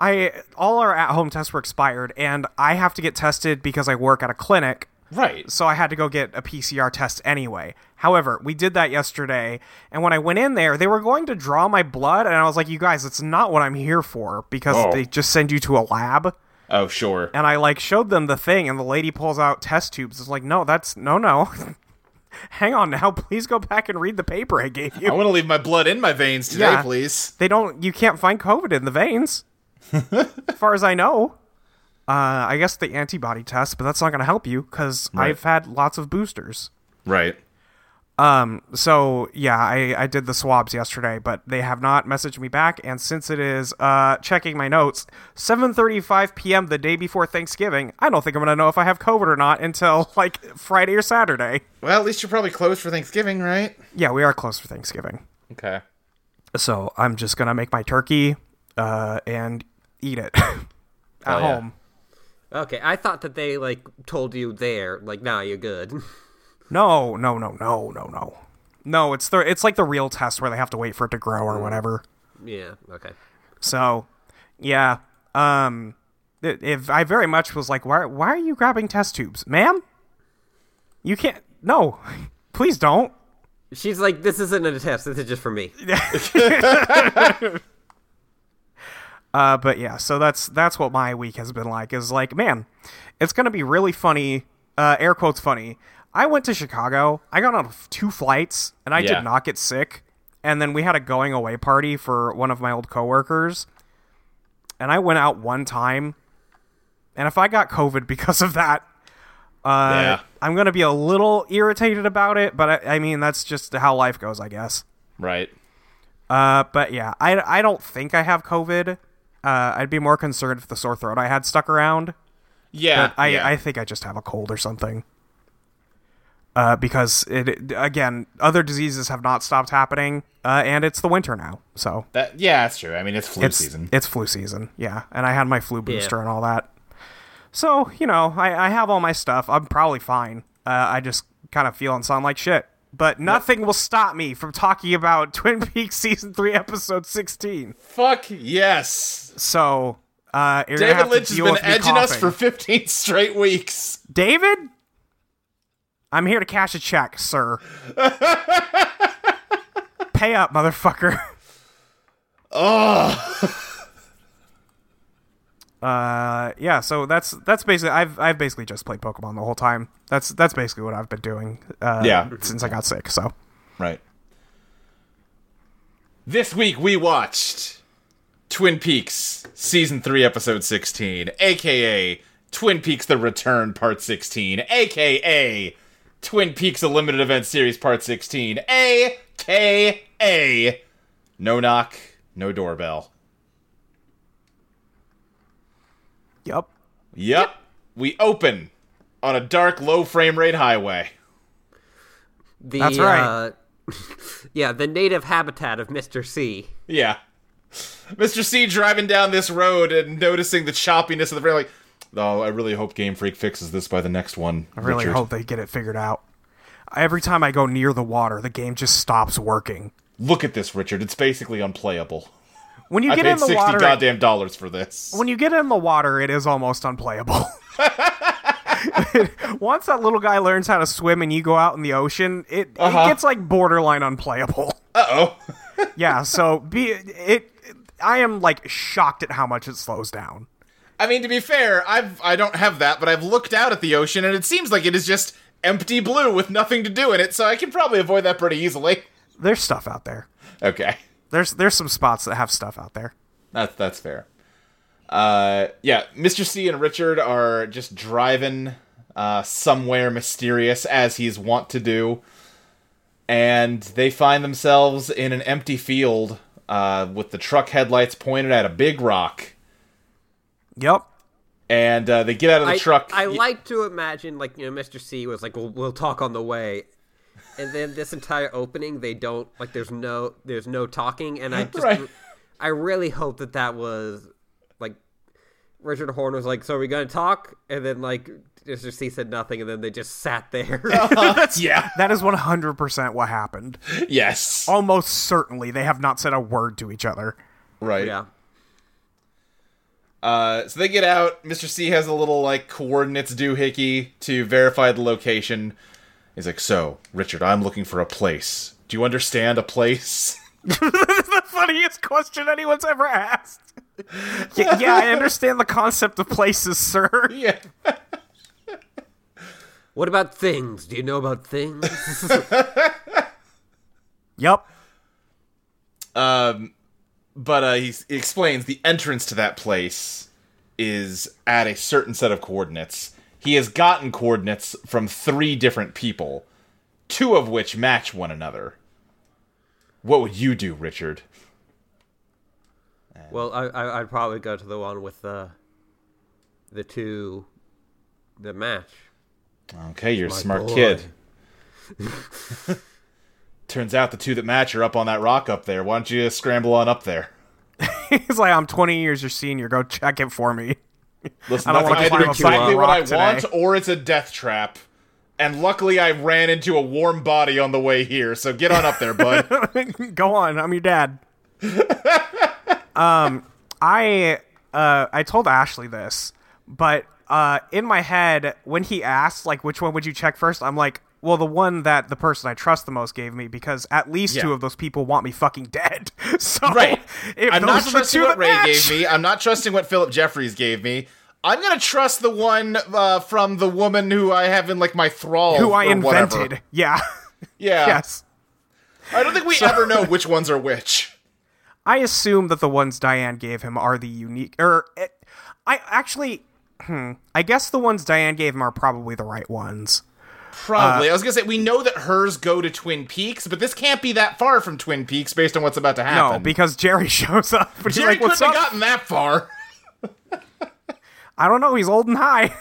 [SPEAKER 2] I all our at home tests were expired, and I have to get tested because I work at a clinic,
[SPEAKER 3] right.
[SPEAKER 2] so I had to go get a PCR test anyway. However, we did that yesterday, and when I went in there, they were going to draw my blood, and I was like, "You guys, it's not what I'm here for," because
[SPEAKER 3] Oh.
[SPEAKER 2] they just send you to a lab
[SPEAKER 3] Oh, sure.
[SPEAKER 2] and I like showed them the thing, and the lady pulls out test tubes. It's like, no, that's no, no. Hang on now, please go back and read the paper I gave
[SPEAKER 3] I
[SPEAKER 2] you.
[SPEAKER 3] want to leave my blood in my veins today,
[SPEAKER 2] Yeah.
[SPEAKER 3] please.
[SPEAKER 2] They don't. You can't find COVID in the veins, as far as I know. Uh, I guess the antibody test, but that's not going to help you because
[SPEAKER 3] Right.
[SPEAKER 2] I've had lots of boosters.
[SPEAKER 3] Right.
[SPEAKER 2] So yeah, I, I did the swabs yesterday, but they have not messaged me back. And since it is uh, checking my notes, 7:35 p.m. the day before Thanksgiving, I don't think I'm gonna know if I have COVID or not until like Friday or Saturday.
[SPEAKER 3] Well, at least you're probably closed for Thanksgiving, right?
[SPEAKER 2] Yeah, we are close for Thanksgiving,
[SPEAKER 3] Okay.
[SPEAKER 2] so I'm just gonna make my turkey uh, and eat it at
[SPEAKER 3] Hell yeah.
[SPEAKER 2] home.
[SPEAKER 1] okay, I thought that they like told you there, like, nah, you're good.
[SPEAKER 2] No, no, no, no, no, no, no. It's the it's like the real test where they have to wait for it to grow
[SPEAKER 3] Mm.
[SPEAKER 2] or whatever.
[SPEAKER 1] yeah, okay.
[SPEAKER 2] So, yeah. Um, i- if I very much was like, why, why are you grabbing test tubes, ma'am? You can't. No, please don't.
[SPEAKER 1] She's like, this isn't a test. This is just for me.
[SPEAKER 2] Uh, but yeah, so that's that's what my week has been like. Is like, man, it's gonna be really funny. Uh, air quotes funny. I went to Chicago. I got on f- two flights, and I
[SPEAKER 3] Yeah.
[SPEAKER 2] did not get sick. And then we had a going away party for one of my old coworkers, and I went out one time. And if I got COVID because of that, uh,
[SPEAKER 3] Yeah.
[SPEAKER 2] I'm gonna be a little irritated about it. But I, I mean, that's just how life goes, I guess.
[SPEAKER 3] Right.
[SPEAKER 2] Uh, but yeah, I, I don't think I have COVID. Uh, I'd be more concerned if the sore throat I had stuck around.
[SPEAKER 3] Yeah.
[SPEAKER 2] I,
[SPEAKER 3] yeah.
[SPEAKER 2] I think I just have a cold or something. Uh, because it, it- again, other diseases have not stopped happening, uh, and it's the winter now, so
[SPEAKER 3] that, yeah, that's true. I mean, it's flu
[SPEAKER 2] it's
[SPEAKER 3] season.
[SPEAKER 2] it's flu season. Yeah, and I had my flu booster and all that. So you know, I, I have all my stuff. I'm probably fine. Uh, I just kind of feel and sound like shit. But nothing will stop me from talking about Twin Peaks season three, episode sixteen.
[SPEAKER 3] Fuck yes.
[SPEAKER 2] So uh, you're gonna
[SPEAKER 3] David
[SPEAKER 2] have
[SPEAKER 3] Lynch
[SPEAKER 2] to
[SPEAKER 3] has
[SPEAKER 2] deal
[SPEAKER 3] been
[SPEAKER 2] with me
[SPEAKER 3] edging us
[SPEAKER 2] coughing.
[SPEAKER 3] for 15 straight weeks.
[SPEAKER 2] David. I'm here to cash a check, sir. Pay up, motherfucker.
[SPEAKER 3] Oh,
[SPEAKER 2] Uh, yeah, so that's that's basically I've I've basically just played Pokemon the whole time. That's that's basically what I've been doing. Uh,
[SPEAKER 3] Yeah.
[SPEAKER 2] since I got sick. So
[SPEAKER 3] right. This week we watched Twin Peaks season 3 episode 16, aka Twin Peaks the Return part 16, aka Twin Peaks a limited event series part 16, aka No knock, no doorbell.
[SPEAKER 2] yep,
[SPEAKER 3] Yep. We open on a dark low frame rate highway.
[SPEAKER 1] The,
[SPEAKER 2] That's right.
[SPEAKER 1] Uh, yeah, the native habitat of Mister C.
[SPEAKER 3] Yeah. Mr. C driving down this road and noticing the choppiness of the frame, like, oh, I really hope Game Freak fixes this by the next one.
[SPEAKER 2] I really hope they get it figured out. Every time I go near the water, the game just stops working.
[SPEAKER 3] Look at this, Richard. It's basically unplayable.
[SPEAKER 2] When you
[SPEAKER 3] I
[SPEAKER 2] get
[SPEAKER 3] paid
[SPEAKER 2] in the
[SPEAKER 3] sixty
[SPEAKER 2] water, it-
[SPEAKER 3] goddamn dollars for this.
[SPEAKER 2] when you get in the water, it is almost unplayable. Once that little guy learns how to swim and you go out in the ocean, it, it gets like borderline unplayable.
[SPEAKER 3] Uh oh.
[SPEAKER 2] yeah, so be it, I am like shocked at how much it slows down.
[SPEAKER 3] I mean, to be fair, I've I don't have that, but I've looked out at the ocean and it seems like it is just empty blue with nothing to do in it, so I can probably avoid that pretty easily.
[SPEAKER 2] There's stuff out there.
[SPEAKER 3] Okay.
[SPEAKER 2] There's there's some spots that have stuff out there.
[SPEAKER 3] That's that's fair. Uh, yeah, Mr. C and Richard are just driving uh, somewhere mysterious as he's wont to do, and they find themselves in an empty field uh, with the truck headlights pointed at a big rock.
[SPEAKER 2] Yep.
[SPEAKER 3] and uh, they get out of the
[SPEAKER 1] I,
[SPEAKER 3] truck.
[SPEAKER 1] I
[SPEAKER 3] Y-
[SPEAKER 1] like to imagine, like you know, Mr. C was like, "We'll we'll talk on the way," and then this entire opening, they don't like. There's no there's no talking, and I just
[SPEAKER 3] Right.
[SPEAKER 1] I really hope that that was like Richard Horn was like, "So are we gonna talk?" And then like Mr. C said nothing, and then they just sat there.
[SPEAKER 3] yeah,
[SPEAKER 2] That is 100% what happened.
[SPEAKER 3] yes,
[SPEAKER 2] Almost certainly they have not said a word to each other.
[SPEAKER 3] right.
[SPEAKER 1] yeah,
[SPEAKER 3] Uh, so they get out. Mr. C has a little like coordinates doohickey to verify the location. He's like, "So, Richard, I'm looking for a place. Do you understand a place?"
[SPEAKER 2] That's the funniest question anyone's ever asked. yeah, yeah, I understand the concept of places, sir.
[SPEAKER 3] yeah.
[SPEAKER 1] what about things? Do you know about things?
[SPEAKER 2] Yep.
[SPEAKER 3] Um, but uh, he, s- he explains the entrance to that place is at a certain set of coordinates. He has gotten coordinates from three different people, two of which match one another. What would you do, Richard?
[SPEAKER 1] well, I, I I'd probably go to the one with the the two the match.
[SPEAKER 3] Okay, you're a smart
[SPEAKER 1] boy.
[SPEAKER 3] kid. Turns out the two that match are up on that rock up there. Why don't you scramble on up there?
[SPEAKER 2] He's like, I'm 20 years your senior. Go check it for me.
[SPEAKER 3] Listen,
[SPEAKER 2] I don't
[SPEAKER 3] that's
[SPEAKER 2] wanna
[SPEAKER 3] either
[SPEAKER 2] climb up to
[SPEAKER 3] exactly
[SPEAKER 2] a
[SPEAKER 3] what I
[SPEAKER 2] rock
[SPEAKER 3] want,
[SPEAKER 2] today.
[SPEAKER 3] or it's a death trap. And luckily, I ran into a warm body on the way here. So get on up there, bud.
[SPEAKER 2] Go on. I'm your dad. um, I uh, I told Ashley this, but uh, in my head, when he asked like which one would you check first, I'm like, well, the one that the person I trust the most gave me, because at least
[SPEAKER 3] Yeah.
[SPEAKER 2] two of those people want me fucking dead. So
[SPEAKER 3] right.
[SPEAKER 2] if
[SPEAKER 3] I'm
[SPEAKER 2] those
[SPEAKER 3] not
[SPEAKER 2] are the
[SPEAKER 3] trusting
[SPEAKER 2] two that
[SPEAKER 3] what Ray
[SPEAKER 2] match,
[SPEAKER 3] gave me. I'm not trusting what Philip Jeffries gave me. I'm gonna trust the one uh, from the woman who I have in like my thrall,
[SPEAKER 2] who I
[SPEAKER 3] or whatever.
[SPEAKER 2] invented, yeah,
[SPEAKER 3] Yeah.
[SPEAKER 2] yes.
[SPEAKER 3] I don't think we ever know which ones are which.
[SPEAKER 2] I assume that the ones Diane gave him are the unique, or eh, I actually, hmm, I guess the ones Diane gave him are probably the right ones.
[SPEAKER 3] Probably.
[SPEAKER 2] Uh,
[SPEAKER 3] I was gonna say we know that hers go to Twin Peaks, but this can't be that far from Twin Peaks based on what's about to
[SPEAKER 2] No,
[SPEAKER 3] happen.
[SPEAKER 2] because Jerry shows up. But he's
[SPEAKER 3] Jerry
[SPEAKER 2] like, "What's
[SPEAKER 3] couldn't
[SPEAKER 2] up?"
[SPEAKER 3] have gotten that far.
[SPEAKER 2] I don't know. He's old and high.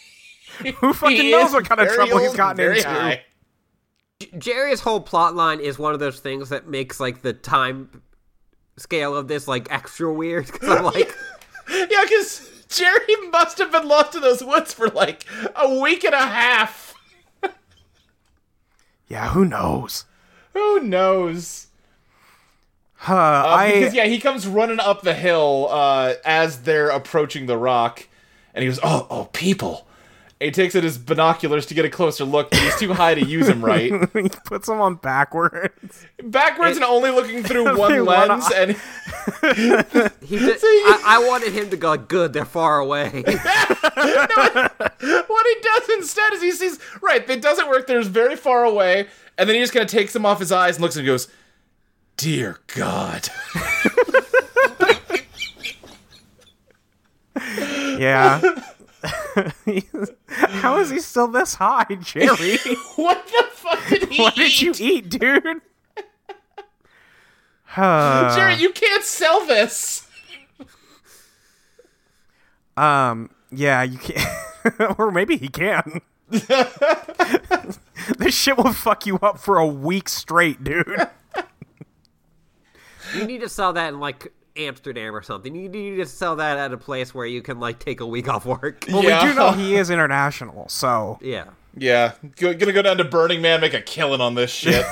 [SPEAKER 2] Who fucking
[SPEAKER 3] He
[SPEAKER 2] knows
[SPEAKER 3] is
[SPEAKER 2] what kind of
[SPEAKER 3] very
[SPEAKER 2] trouble
[SPEAKER 3] old
[SPEAKER 2] he's
[SPEAKER 3] and
[SPEAKER 2] gotten
[SPEAKER 3] very
[SPEAKER 2] into?
[SPEAKER 3] high.
[SPEAKER 1] Jerry's whole plot line is one of those things that makes like the time scale of this like extra weird because I'm like,
[SPEAKER 3] Yeah, because Jerry must have been lost in those woods for like a week and a half.
[SPEAKER 2] Yeah, who knows?
[SPEAKER 3] Who knows?
[SPEAKER 2] Uh, I
[SPEAKER 3] because yeah, he comes running up the hill uh, as they're approaching the rock, and he goes, "Oh, oh, people!" And he takes out his binoculars to get a closer look, but he's too high to use them right.
[SPEAKER 2] he puts him on backwards.
[SPEAKER 3] Backwards and only looking through one
[SPEAKER 2] Through one
[SPEAKER 3] lens,
[SPEAKER 2] eye.
[SPEAKER 3] and
[SPEAKER 1] he did, I, I wanted him to go like, good, they're far away.
[SPEAKER 3] what he does instead is he sees right. It doesn't work. There's very far away, and then he just kind of takes them off his eyes and looks and goes, "Dear God."
[SPEAKER 2] Yeah. How is he still this high, Jerry?
[SPEAKER 3] What the fuck did he
[SPEAKER 2] what did you
[SPEAKER 3] eat?
[SPEAKER 2] eat, dude? Huh.
[SPEAKER 3] Jerry, you can't sell this.
[SPEAKER 2] Um. Yeah, you can't. or maybe he can. this shit will fuck you up for a week straight, dude.
[SPEAKER 1] you need to sell that in like Amsterdam or something. You need to sell that at a place where you can like take a week off work.
[SPEAKER 2] Well, we do know he is international, so
[SPEAKER 1] yeah.
[SPEAKER 3] Yeah, Go- gonna go down to Burning Man, make a killing on this shit.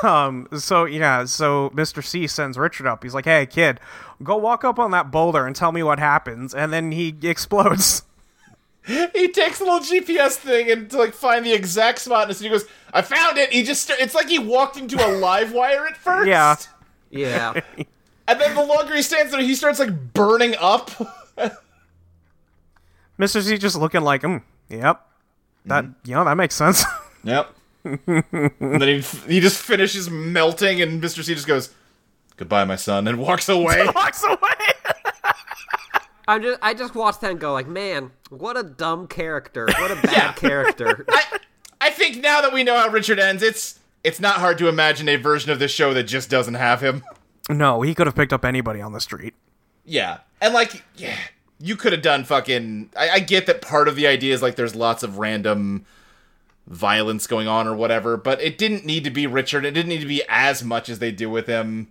[SPEAKER 2] so yeah, so Mr. C sends Richard up. He's like, "Hey, kid, go walk up on that boulder and tell me what happens." And then he explodes.
[SPEAKER 3] he takes a little GPS thing and to like find the exact spot, and so he goes, "I found it." He just st- it's like he walked into a live wire at first.
[SPEAKER 2] Yeah.
[SPEAKER 1] Yeah.
[SPEAKER 3] and then the longer he stands there, he starts like burning up.
[SPEAKER 2] Mr. C just looking like, mm, "Yep, that yeah, that makes sense."
[SPEAKER 3] Yep. and then he f- he just finishes melting, and Mr. C just goes, "Goodbye, my son," and walks away.
[SPEAKER 2] Walks away.
[SPEAKER 1] I just I just watched that and go like, man, what a dumb character. What a bad character.
[SPEAKER 3] I, I think now that we know how Richard ends, it's it's not hard to imagine a version of this show that just doesn't have him.
[SPEAKER 2] no, he could have picked up anybody on the street.
[SPEAKER 3] Yeah, and like yeah, you could have done fucking. I, I get that part of the idea is like there's lots of random violence going on or whatever, but it didn't need to be Richard. It didn't need to be as much as they do with him.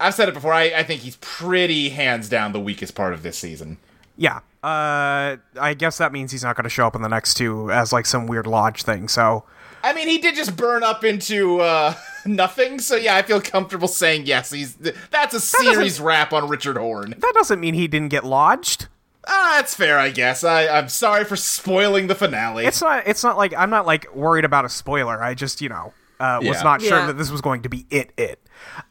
[SPEAKER 3] I've said it before. I, I think he's pretty hands down the weakest part of this season.
[SPEAKER 2] Yeah. Uh, I guess that means he's not going to show up in the next two as like some weird lodge thing. So
[SPEAKER 3] I mean, he did just burn up into uh, nothing. So yeah, I feel comfortable saying yes. He's th- that's a series wrap on Richard Horn.
[SPEAKER 2] that doesn't mean he didn't get lodged.
[SPEAKER 3] Ah, that's fair, I guess. I, I'm sorry for spoiling the finale.
[SPEAKER 2] It's not. It's not like I'm not like worried about a spoiler. I just you know uh, was
[SPEAKER 3] Yeah.
[SPEAKER 2] not sure
[SPEAKER 1] Yeah.
[SPEAKER 2] that this was going to be it. It.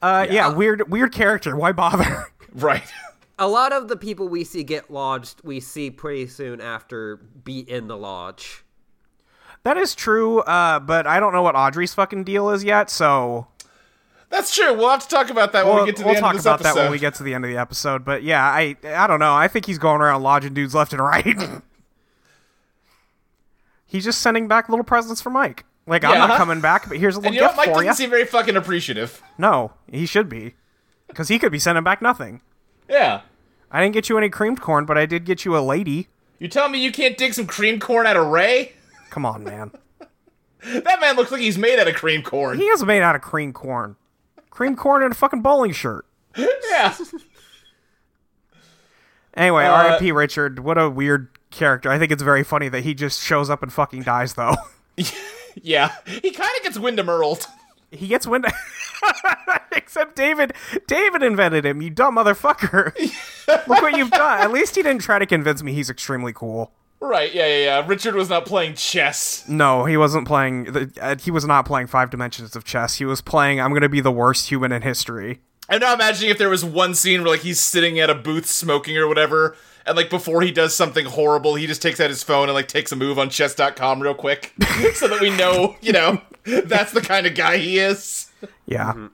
[SPEAKER 2] Uh, yeah.
[SPEAKER 3] Yeah.
[SPEAKER 2] Weird. Weird character. Why bother?
[SPEAKER 3] right.
[SPEAKER 1] A lot of the people we see get lodged, we see pretty soon after be in the lodge.
[SPEAKER 2] that is true. Uh, but I don't know what Audrey's fucking deal is yet. So
[SPEAKER 3] That's true. We'll have to talk about that when
[SPEAKER 2] we'll,
[SPEAKER 3] we get to the
[SPEAKER 2] we'll
[SPEAKER 3] end
[SPEAKER 2] talk
[SPEAKER 3] of this
[SPEAKER 2] about
[SPEAKER 3] episode.
[SPEAKER 2] that when we get to the end of the episode. But yeah, I I don't know. I think he's going around lodging dudes left and right. he's just sending back little presents for Mike. Like I'm
[SPEAKER 3] Yeah.
[SPEAKER 2] not coming back, but here's a
[SPEAKER 3] and
[SPEAKER 2] little
[SPEAKER 3] you know
[SPEAKER 2] gift
[SPEAKER 3] what? Mike
[SPEAKER 2] for
[SPEAKER 3] doesn't
[SPEAKER 2] you.
[SPEAKER 3] seem very fucking appreciative.
[SPEAKER 2] no, he should be, because he could be sending back nothing.
[SPEAKER 3] Yeah.
[SPEAKER 2] I didn't get you any creamed corn, but I did get you a lady.
[SPEAKER 3] You telling me you can't dig some cream corn out of Ray?
[SPEAKER 2] Come on, man.
[SPEAKER 3] That man looks like he's made out of cream corn.
[SPEAKER 2] he is made out of cream corn. Cream corn and a fucking bowling shirt.
[SPEAKER 3] Yeah.
[SPEAKER 2] Anyway,
[SPEAKER 3] Uh,
[SPEAKER 2] R.I.P. Richard. What a weird character. I think it's very funny that he just shows up and fucking dies, though.
[SPEAKER 3] Yeah. He kind of gets Wyndham Earled.
[SPEAKER 2] he gets wind. Except David. David invented him, you dumb motherfucker. Look what you've done. At least he didn't try to convince me he's extremely cool.
[SPEAKER 3] Right. Yeah, yeah, yeah. Richard was not playing chess.
[SPEAKER 2] No, he wasn't playing. the- Uh, he was not playing Five Dimensions of Chess. He was playing I'm going to be the worst human in history.
[SPEAKER 3] I'm now imagining if there was one scene where like he's sitting at a booth smoking or whatever, and like before he does something horrible, he just takes out his phone and like takes a move on chess.com real quick so that we know, you know, that's the kind of guy he is.
[SPEAKER 2] Yeah.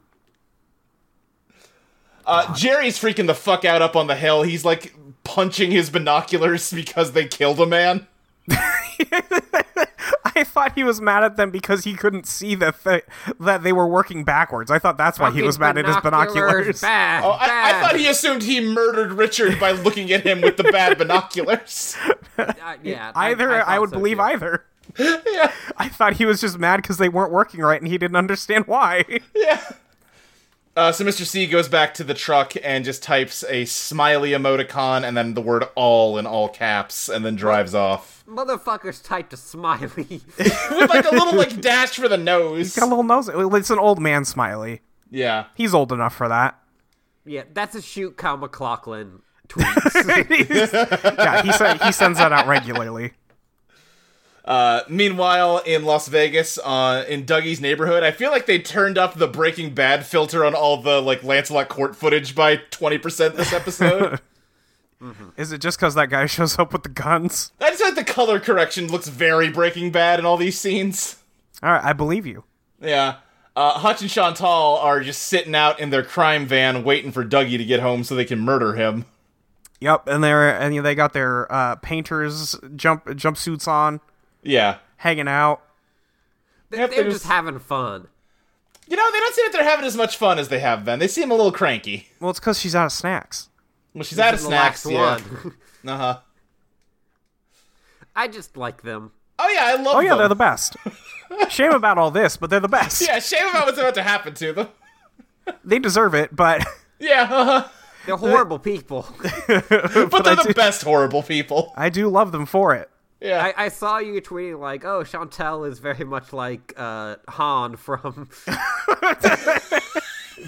[SPEAKER 3] Uh, Jerry's freaking the fuck out up on the hill. He's like punching his binoculars because they killed a man.
[SPEAKER 2] I thought he was mad at them because he couldn't see that th- that they were working backwards. I thought that's why he was mad at his binoculars.
[SPEAKER 1] Bad,
[SPEAKER 3] Oh, I, I
[SPEAKER 1] bad.
[SPEAKER 3] thought he assumed he murdered Richard by looking at him with the bad binoculars.
[SPEAKER 1] Uh, yeah,
[SPEAKER 2] Either I,
[SPEAKER 1] thought
[SPEAKER 2] would
[SPEAKER 1] so,
[SPEAKER 2] believe
[SPEAKER 1] too.
[SPEAKER 2] either.
[SPEAKER 3] yeah,
[SPEAKER 2] I thought he was just mad because they weren't working right and he didn't understand why.
[SPEAKER 3] yeah. Uh, so Mr. C goes back to the truck and just types a smiley emoticon and then the word all in all caps and then drives off.
[SPEAKER 1] Motherfuckers typed a smiley.
[SPEAKER 3] With like a little like dash for the nose.
[SPEAKER 2] Got a little nose. It's an old man smiley.
[SPEAKER 3] Yeah.
[SPEAKER 2] He's old enough for that.
[SPEAKER 1] yeah, that's a shoot Kyle McLaughlin tweets.
[SPEAKER 2] Yeah, he said he sends that out regularly.
[SPEAKER 3] Uh, meanwhile, in Las Vegas, uh, in Dougie's neighborhood, I feel like they turned up the Breaking Bad filter on all the like Lancelot court footage by twenty percent this episode.
[SPEAKER 2] Is it just because that guy shows up with the guns?
[SPEAKER 3] I just like the color correction looks very Breaking Bad in all these scenes.
[SPEAKER 2] All right, I believe you.
[SPEAKER 3] Yeah. Uh, Hutch and Chantal are just sitting out in their crime van waiting for Dougie to get home so they can murder him.
[SPEAKER 2] Yep, and they're and they got their uh, painters jump jumpsuits on,
[SPEAKER 3] Yeah.
[SPEAKER 2] hanging out.
[SPEAKER 1] They-
[SPEAKER 3] Yep,
[SPEAKER 1] They're
[SPEAKER 3] they
[SPEAKER 1] just
[SPEAKER 3] just-
[SPEAKER 1] having fun.
[SPEAKER 3] You know, they don't seem that they're having as much fun as they have been. They seem a little cranky.
[SPEAKER 2] Well, it's because she's out of snacks.
[SPEAKER 3] Well, she's out of
[SPEAKER 1] The last
[SPEAKER 3] snacks. Yeah.
[SPEAKER 1] one.
[SPEAKER 3] Uh huh.
[SPEAKER 1] I just like them.
[SPEAKER 3] Oh yeah, I love.
[SPEAKER 2] Oh yeah, they're the best. Shame about all this, but they're the best.
[SPEAKER 3] Yeah, shame about what's about to happen to them.
[SPEAKER 2] They deserve it, but
[SPEAKER 3] Yeah, uh-huh.
[SPEAKER 1] They're horrible people.
[SPEAKER 3] but, they're
[SPEAKER 2] I
[SPEAKER 3] the
[SPEAKER 2] do-
[SPEAKER 3] best horrible people.
[SPEAKER 2] I do love them for it.
[SPEAKER 3] Yeah,
[SPEAKER 1] I, I saw you tweeting like, "Oh, Chantel is very much like uh, Han from,"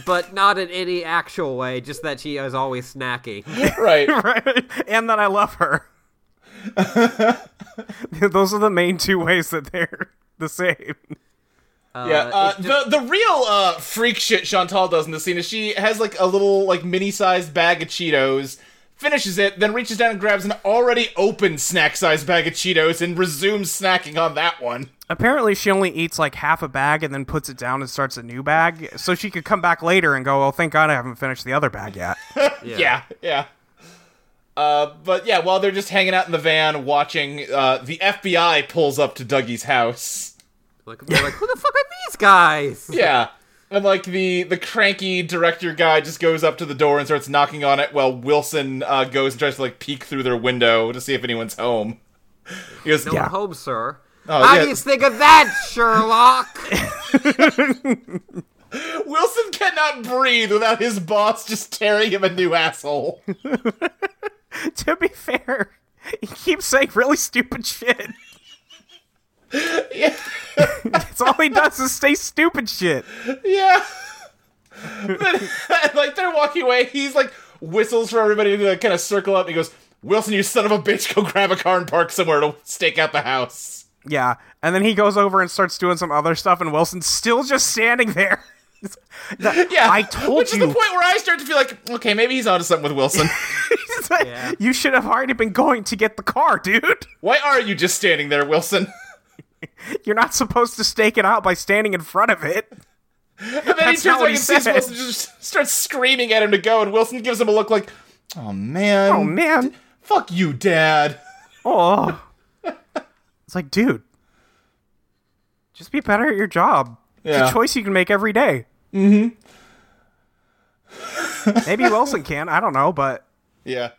[SPEAKER 1] but not in any actual way. Just that she is always snacking.
[SPEAKER 3] right.
[SPEAKER 2] Right? And that I love her. Those are the main two ways that they're the same.
[SPEAKER 3] yeah, uh,
[SPEAKER 1] it's
[SPEAKER 3] the the real uh, freak shit Chantal does in this scene is she has like a little like mini sized bag of Cheetos, finishes it, then reaches down and grabs an already open snack sized bag of Cheetos and resumes snacking on that one.
[SPEAKER 2] Apparently, she only eats like half a bag and then puts it down and starts a new bag, so she could come back later and go, "Oh, thank God I haven't finished the other bag yet."
[SPEAKER 3] Yeah, yeah. Uh, but yeah, while they're just hanging out in the van watching, uh, the FBI pulls up to Dougie's house.
[SPEAKER 1] Like, they're like, who the fuck are these guys?
[SPEAKER 3] Yeah. And like the the cranky director guy just goes up to the door and starts knocking on it, while Wilson uh, goes and tries to like peek through their window to see if anyone's home. He goes,
[SPEAKER 1] No
[SPEAKER 2] Yeah.
[SPEAKER 1] home, sir.
[SPEAKER 3] Oh,
[SPEAKER 1] How
[SPEAKER 3] yeah.
[SPEAKER 1] do you think of that, Sherlock?
[SPEAKER 3] Wilson cannot breathe without his boss just tearing him a new asshole.
[SPEAKER 2] to be fair, he keeps saying really stupid shit.
[SPEAKER 3] yeah.
[SPEAKER 2] It's all he does is say stupid shit.
[SPEAKER 3] Yeah. But, like they're walking away, he's like whistles for everybody to kind of circle up. And he goes, "Wilson, you son of a bitch, go grab a car and park somewhere to stake out the house."
[SPEAKER 2] Yeah. And then he goes over and starts doing some other stuff, and Wilson's still just standing there. That-
[SPEAKER 3] Yeah,
[SPEAKER 2] I told
[SPEAKER 3] which
[SPEAKER 2] you.
[SPEAKER 3] is the point where I start to feel like, okay, maybe he's onto something with Wilson.
[SPEAKER 2] It's like,
[SPEAKER 1] Yeah.
[SPEAKER 2] You should have already been going to get the car, dude.
[SPEAKER 3] Why are you just standing there, Wilson?
[SPEAKER 2] You're not supposed to stake it out by standing in front of it.
[SPEAKER 3] And then
[SPEAKER 2] That's
[SPEAKER 3] he
[SPEAKER 2] not what
[SPEAKER 3] turns back and
[SPEAKER 2] he
[SPEAKER 3] sees
[SPEAKER 2] said.
[SPEAKER 3] Wilson just starts screaming at him to go, and Wilson gives him a look like, "Oh man,
[SPEAKER 2] Oh man.
[SPEAKER 3] fuck you, Dad."
[SPEAKER 2] Oh. It's like, dude, just be better at your job. It's
[SPEAKER 3] Yeah.
[SPEAKER 2] a choice you can make every day. Mm-hmm. Maybe Wilson can. I don't know, but
[SPEAKER 3] Yeah.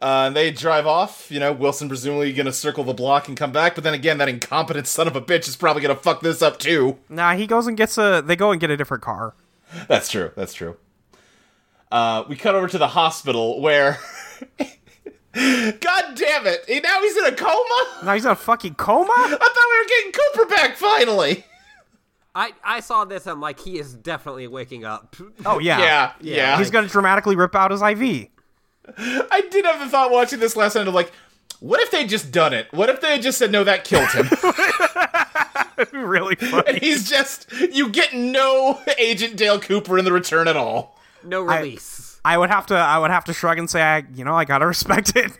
[SPEAKER 3] Uh, and they drive off. You know, Wilson presumably gonna circle the block and come back. But then again, that incompetent son of a bitch is probably gonna fuck this up too.
[SPEAKER 2] nah, he goes and gets a. They go and get a different car.
[SPEAKER 3] That's true. That's true. Uh, we cut over to the hospital where. God damn it! He- Now he's in a coma.
[SPEAKER 2] Now he's in a fucking coma.
[SPEAKER 3] I thought we were getting Cooper back finally.
[SPEAKER 1] I I saw this. I'm like, he is definitely waking up.
[SPEAKER 2] Oh yeah,
[SPEAKER 3] Yeah, yeah.
[SPEAKER 2] He's gonna dramatically rip out his IV.
[SPEAKER 3] I did have a thought watching this last night of like, what if they had just done it? What if they had just said no? That killed him.
[SPEAKER 2] really funny.
[SPEAKER 3] he's just you get no Agent Dale Cooper in the return at all.
[SPEAKER 1] No release.
[SPEAKER 2] I would have to. I would have to shrug and say, I, you know, I gotta respect it.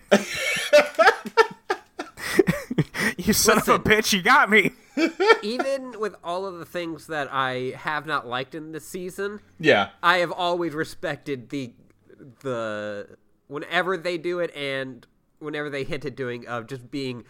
[SPEAKER 2] you son of a bitch, you got me.
[SPEAKER 1] Even with all of the things that I have not liked in this season,
[SPEAKER 3] Yeah.
[SPEAKER 1] I have always respected the the whenever they do it and whenever they hint at doing of just being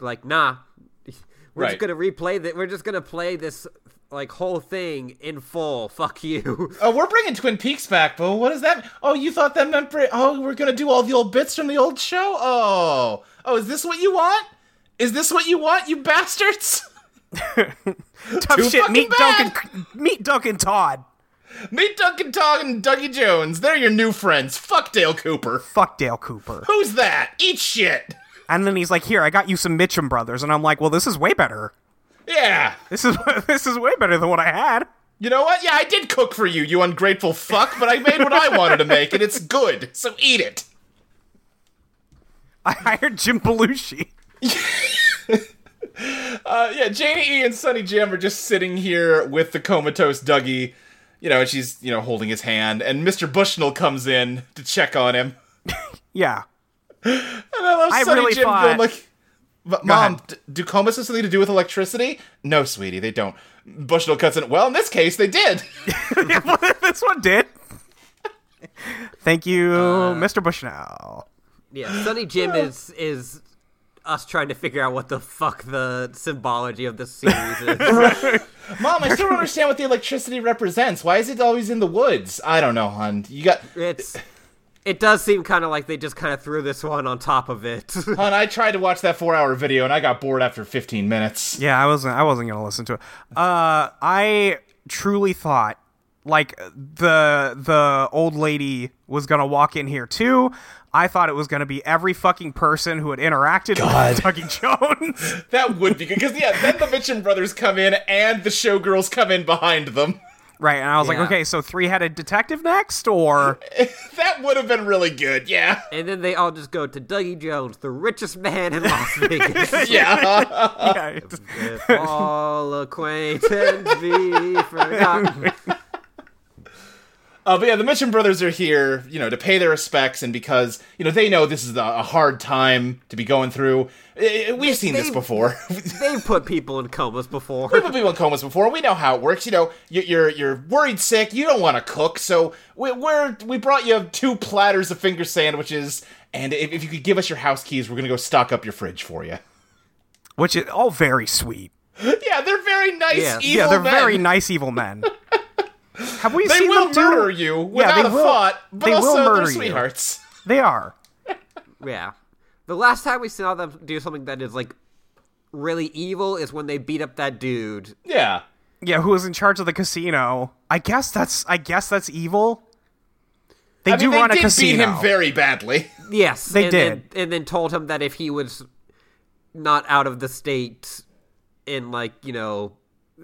[SPEAKER 1] like, nah, we're
[SPEAKER 3] Right.
[SPEAKER 1] just gonna replay that. We're just gonna play this like whole thing in full. Fuck you.
[SPEAKER 3] Oh, we're bringing Twin Peaks back, but what is that? Oh, you thought that meant bring- oh, we're gonna do all the old bits from the old show. Oh, oh, is this what you want? Is this what you want, you bastards?
[SPEAKER 2] Tough
[SPEAKER 3] Too
[SPEAKER 2] shit.
[SPEAKER 3] fucking
[SPEAKER 2] Meet
[SPEAKER 3] bad.
[SPEAKER 2] Duncan. Meet Duncan Todd.
[SPEAKER 3] Meet Duncan Todd and Dougie Jones. They're your new friends. Fuck Dale Cooper.
[SPEAKER 2] Fuck Dale Cooper.
[SPEAKER 3] Who's that? Eat shit.
[SPEAKER 2] And then he's like, "Here, I got you some Mitchum Brothers," and I'm like, "Well, this is way better.
[SPEAKER 3] Yeah.
[SPEAKER 2] This is this is way better than what I had."
[SPEAKER 3] You know what? Yeah, I did cook for you, you ungrateful fuck, but I made what I wanted to make, and it's good. So eat it.
[SPEAKER 2] I hired Jim Belushi.
[SPEAKER 3] Uh, yeah, Janie E and Sunny Jim are just sitting here with the comatose Dougie, you know, and she's, you know, holding his hand, and Mr. Bushnell comes in to check on him.
[SPEAKER 2] Yeah.
[SPEAKER 3] And I love
[SPEAKER 2] I
[SPEAKER 3] Sunny
[SPEAKER 2] really
[SPEAKER 3] Jim
[SPEAKER 2] thought-
[SPEAKER 3] going like, "M- Mom,
[SPEAKER 2] ahead.
[SPEAKER 3] d- do comas have something to do with electricity? No, sweetie, they don't. Bushnell cuts in, well, in this case, they did.
[SPEAKER 2] this one did. Thank you,
[SPEAKER 3] Uh,
[SPEAKER 2] Mr. Bushnell.
[SPEAKER 1] Yeah, Sunny Jim is is us trying to figure out what the fuck the symbology of this series is.
[SPEAKER 3] Mom, I still don't understand what the electricity represents. Why is it always in the woods? I don't know, hon. You got...
[SPEAKER 1] it's it does seem kind of like they just kind of threw this one on top of it.
[SPEAKER 3] Hon, I tried to watch that four-hour video, and I got bored after 15 minutes.
[SPEAKER 2] Yeah, I wasn't. I wasn't gonna listen to it. Uh, I truly thought like the the old lady was gonna walk in here too. I thought it was gonna be every fucking person who had interacted with fucking Jones.
[SPEAKER 3] That would be good because yeah, then the Mitchum brothers come in and the showgirls come in behind them.
[SPEAKER 2] right, and I was
[SPEAKER 1] Yeah.
[SPEAKER 2] like, okay, so three headed detective next, or
[SPEAKER 3] That would have been really good. Yeah,
[SPEAKER 1] and then they all just go to Dougie Jones, the richest man in Las Vegas.
[SPEAKER 3] yeah.
[SPEAKER 2] yeah, it's-
[SPEAKER 1] if all acquaintance be forgotten.
[SPEAKER 3] Uh, but yeah, the Mitchum brothers are here, you know, to pay their respects and because you know they know this is a, a hard time to be going through. Eh, We've seen this
[SPEAKER 1] they-
[SPEAKER 3] before.
[SPEAKER 1] They've put people in comas before.
[SPEAKER 3] We've put people in comas before. We know how it works. You know, you- you're you're worried sick. You don't want to cook, so we, we're we brought you two platters of finger sandwiches. And if, if you could give us your house keys, we're gonna go stock up your fridge for you.
[SPEAKER 2] which is all very sweet.
[SPEAKER 3] Yeah, they're very nice.
[SPEAKER 1] Yeah. Yeah,
[SPEAKER 3] evil
[SPEAKER 2] Yeah, they're
[SPEAKER 3] men.
[SPEAKER 2] very nice evil men. Have we
[SPEAKER 3] They
[SPEAKER 2] seen
[SPEAKER 3] will
[SPEAKER 2] them do-
[SPEAKER 3] murder you without
[SPEAKER 2] they
[SPEAKER 3] a
[SPEAKER 2] will-
[SPEAKER 3] thought, but
[SPEAKER 2] they will
[SPEAKER 3] also
[SPEAKER 2] murder
[SPEAKER 3] they're
[SPEAKER 2] you.
[SPEAKER 3] sweethearts.
[SPEAKER 2] They are.
[SPEAKER 1] Yeah. The last time we saw them do something that is like really evil is when they beat up that dude.
[SPEAKER 3] Yeah.
[SPEAKER 2] Yeah, who was in charge of the casino? I guess that's. I guess that's evil. They
[SPEAKER 3] I
[SPEAKER 2] do
[SPEAKER 3] mean, they
[SPEAKER 2] run
[SPEAKER 3] did
[SPEAKER 2] a casino.
[SPEAKER 3] beat him very badly.
[SPEAKER 1] Yes,
[SPEAKER 2] They
[SPEAKER 1] and,
[SPEAKER 2] did.
[SPEAKER 1] and, and then told him that if he was not out of the state in like you know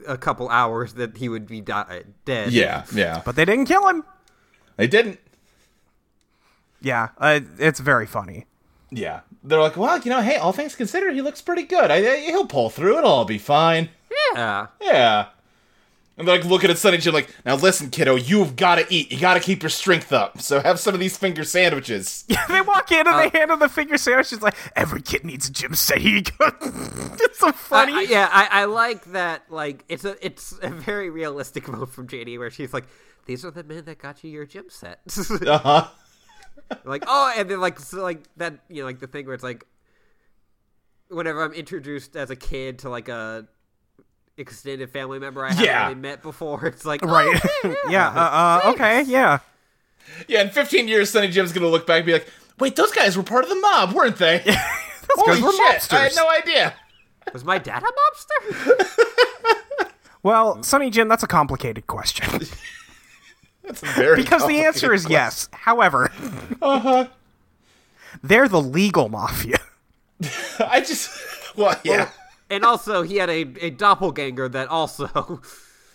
[SPEAKER 1] a couple hours, that he would be di- dead.
[SPEAKER 3] yeah.
[SPEAKER 2] but they didn't kill him.
[SPEAKER 3] They didn't.
[SPEAKER 2] Yeah, uh, it's very funny.
[SPEAKER 3] Yeah. They're like, well, you know, hey, all things considered, he looks pretty good. I, I, he'll pull through. It'll all be fine.
[SPEAKER 1] Yeah.
[SPEAKER 3] Yeah. And they're like looking at Sonny Jim like, now listen, kiddo, you've got to eat. You got to keep your strength up. So have some of these finger sandwiches.
[SPEAKER 2] Yeah, they walk in and
[SPEAKER 3] Uh,
[SPEAKER 2] they hand him the figure sandwich. It's like every kid needs a Jim Saig. it's so
[SPEAKER 1] I-
[SPEAKER 2] funny.
[SPEAKER 1] I- yeah, I, I like that. Like, it's a it's a very realistic moment from JD where she's like, "These are the men that got you your gym set."
[SPEAKER 3] Uh
[SPEAKER 2] Uh-huh.
[SPEAKER 3] huh.
[SPEAKER 1] like, oh, and then like so like that you know like the thing where it's like, whenever I'm introduced as a kid to like a extended family member I haven't
[SPEAKER 3] Yeah.
[SPEAKER 1] really met before, it's like,
[SPEAKER 2] right.
[SPEAKER 3] Oh,
[SPEAKER 2] yeah. Uh, uh, okay. Yeah.
[SPEAKER 3] Yeah, in 15 years, Sonny Jim's going to look back and be like, wait, those guys were part of the mob, weren't they?
[SPEAKER 2] That's
[SPEAKER 3] Holy
[SPEAKER 2] because we're
[SPEAKER 3] shit. I had
[SPEAKER 2] mobsters.
[SPEAKER 3] no idea.
[SPEAKER 1] was my dad a mobster?
[SPEAKER 2] Well, Sonny Jim, that's a complicated question
[SPEAKER 3] That's a very
[SPEAKER 2] because the answer is
[SPEAKER 3] complicated Uh-huh.
[SPEAKER 2] yes. However, they're the legal mafia.
[SPEAKER 3] question. I just. Well, yeah.
[SPEAKER 1] and also, he had a, a doppelganger that also.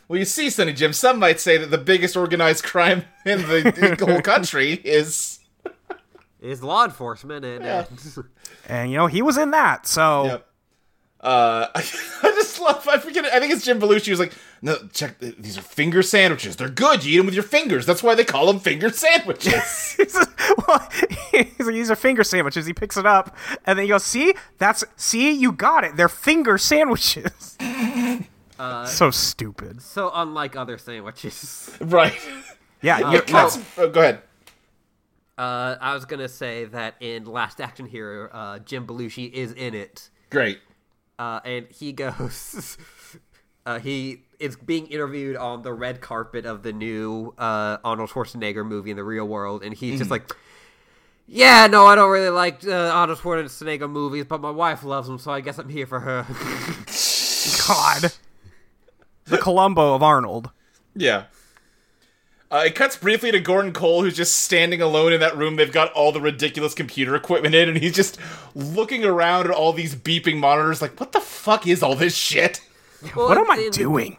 [SPEAKER 3] Well, you see, Sonny Jim, some might say that the biggest organized crime in the in the whole country is.
[SPEAKER 1] Is law enforcement and uh,
[SPEAKER 2] And you know he was in that, so
[SPEAKER 3] Yep. Uh, I just love. I forget. I think it's Jim Belushi who's like, "No, check. These are finger sandwiches. They're good. You eat them with your fingers. That's why they call them finger sandwiches."
[SPEAKER 2] He's well, he's like, these are finger sandwiches. He picks it up, and then he goes, "See, that's see, you got it. They're finger sandwiches."
[SPEAKER 1] Uh,
[SPEAKER 2] so stupid.
[SPEAKER 1] so unlike other sandwiches.
[SPEAKER 3] right.
[SPEAKER 2] Yeah,
[SPEAKER 3] It
[SPEAKER 2] you're-
[SPEAKER 3] cuts- oh, go ahead.
[SPEAKER 1] Uh, I was gonna say that in Last Action Hero, uh, Jim Belushi is in it,
[SPEAKER 3] Great.
[SPEAKER 1] uh, and he goes, uh, he is being interviewed on the red carpet of the new uh, Arnold Schwarzenegger movie in the real world, and he's just like, "Yeah, no, I don't really like uh, Arnold Schwarzenegger movies, but my wife loves them, so I guess I'm here for her."
[SPEAKER 2] God, the Columbo of Arnold.
[SPEAKER 3] Yeah. Uh, it cuts briefly to Gordon Cole, who's just standing alone in that room. They've got all the ridiculous computer equipment in, and he's just looking around at all these beeping monitors, like, "What the fuck is all this shit?"
[SPEAKER 2] What
[SPEAKER 1] Well,
[SPEAKER 2] am I
[SPEAKER 1] in-
[SPEAKER 2] doing?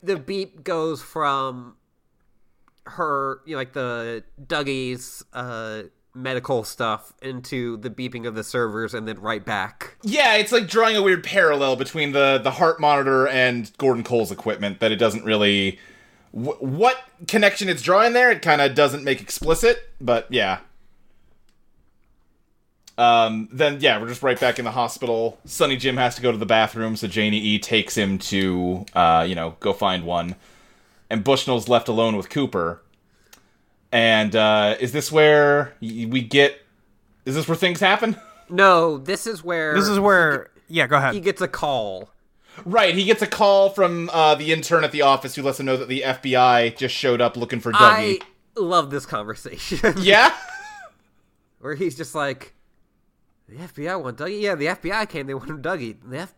[SPEAKER 1] the beep goes from her, you know, like the Dougie's uh, medical stuff into the beeping of the servers and then right back.
[SPEAKER 3] Yeah, it's like drawing a weird parallel between the the heart monitor and Gordon Cole's equipment that it doesn't really wh- what connection it's drawing there. It kind of doesn't make explicit, but yeah. Um, then yeah, we're just right back in the hospital. Sonny Jim has to go to the bathroom, so Janie E takes him to uh, you know, go find one. And Bushnell's left alone with Cooper. And uh, is this where y- we get? Is this where things happen?
[SPEAKER 1] No, this is where
[SPEAKER 2] This is where. Yeah, go
[SPEAKER 1] he
[SPEAKER 2] ahead.
[SPEAKER 1] gets a call.
[SPEAKER 3] Right, he gets a call from uh, the intern at the office who lets him know that the FBI just showed up looking for Dougie.
[SPEAKER 1] I love this conversation
[SPEAKER 3] Yeah?
[SPEAKER 1] where he's just like, "The FBI want Dougie? Yeah, the FBI came. They wanted Dougie. The F-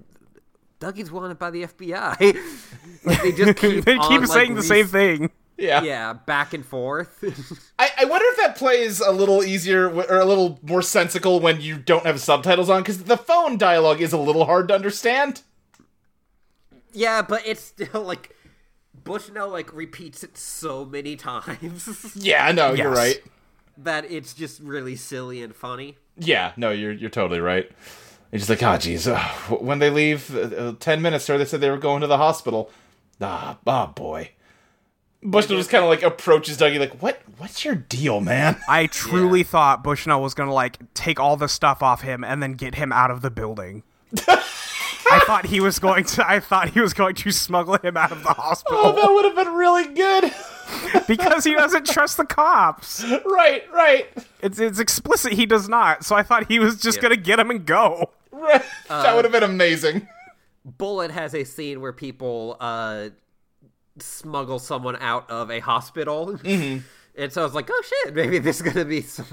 [SPEAKER 1] Dougie's wanted by the FBI. like, they just
[SPEAKER 2] They
[SPEAKER 1] keep
[SPEAKER 2] keep
[SPEAKER 1] on, like,
[SPEAKER 2] saying the same
[SPEAKER 1] res-
[SPEAKER 2] thing.
[SPEAKER 3] Yeah.
[SPEAKER 1] Yeah, back and forth.
[SPEAKER 3] I, I wonder if that plays a little easier w- or a little more sensical when you don't have subtitles on, because the phone dialogue is a little hard to understand.
[SPEAKER 1] Yeah, but it's still like Bushnell like repeats it so many times
[SPEAKER 3] Yeah, no, you're
[SPEAKER 2] Yes.
[SPEAKER 3] right.
[SPEAKER 1] that it's just really silly and funny.
[SPEAKER 3] Yeah, no, you're you're totally right. It's just like, ah, jeez. Uh, wh- when they leave, uh, uh, 10 minutes, sir, they said they were going to the hospital. Ah, ah, boy. Bushnell just kind of like approaches Dougie, like, what? What's your deal, man?
[SPEAKER 2] I truly thought Bushnell was gonna like take all the stuff off him and then get him out of the building. I thought he was going to. I thought he was going to smuggle him out of the
[SPEAKER 3] Oh,
[SPEAKER 2] hospital
[SPEAKER 3] that would have been really good.
[SPEAKER 2] because he doesn't trust the cops.
[SPEAKER 3] right, right,
[SPEAKER 2] It's it's explicit. He does not. So I thought he was just
[SPEAKER 1] Yeah.
[SPEAKER 2] gonna get him and go.
[SPEAKER 3] right. that would have been amazing.
[SPEAKER 1] Bullet has a scene where people uh smuggle someone out of a hospital.
[SPEAKER 2] Mm-hmm.
[SPEAKER 1] And so I was like, oh shit, maybe there's gonna be some.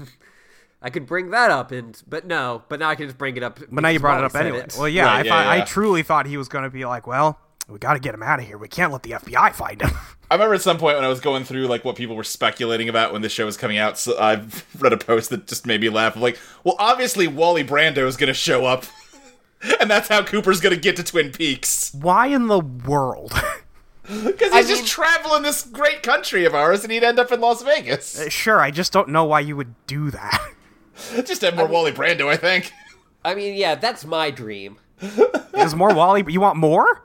[SPEAKER 1] I could bring that up, and but no, but now I can just bring it up.
[SPEAKER 2] But now you brought it up anyway. Well, yeah,
[SPEAKER 3] Right,
[SPEAKER 2] I
[SPEAKER 3] yeah,
[SPEAKER 2] thought I
[SPEAKER 3] yeah.
[SPEAKER 2] truly thought he was going to be like, well, we got to get him out of here. We can't let the FBI find him.
[SPEAKER 3] I remember at some point when I was going through like what people were speculating about when this show was coming out, so I've read a post that just made me laugh. I'm like, well, obviously Wally Brando is going to show up, and that's how Cooper's going to get to Twin Peaks
[SPEAKER 2] Why in the world?
[SPEAKER 3] because he's just traveling this great country of ours, and he'd end up in Las Vegas.
[SPEAKER 2] sure, I just don't know why you would do that.
[SPEAKER 3] just have more Wally Brando, I think.
[SPEAKER 1] I mean, yeah, that's my dream.
[SPEAKER 2] Is more Wally? You want more?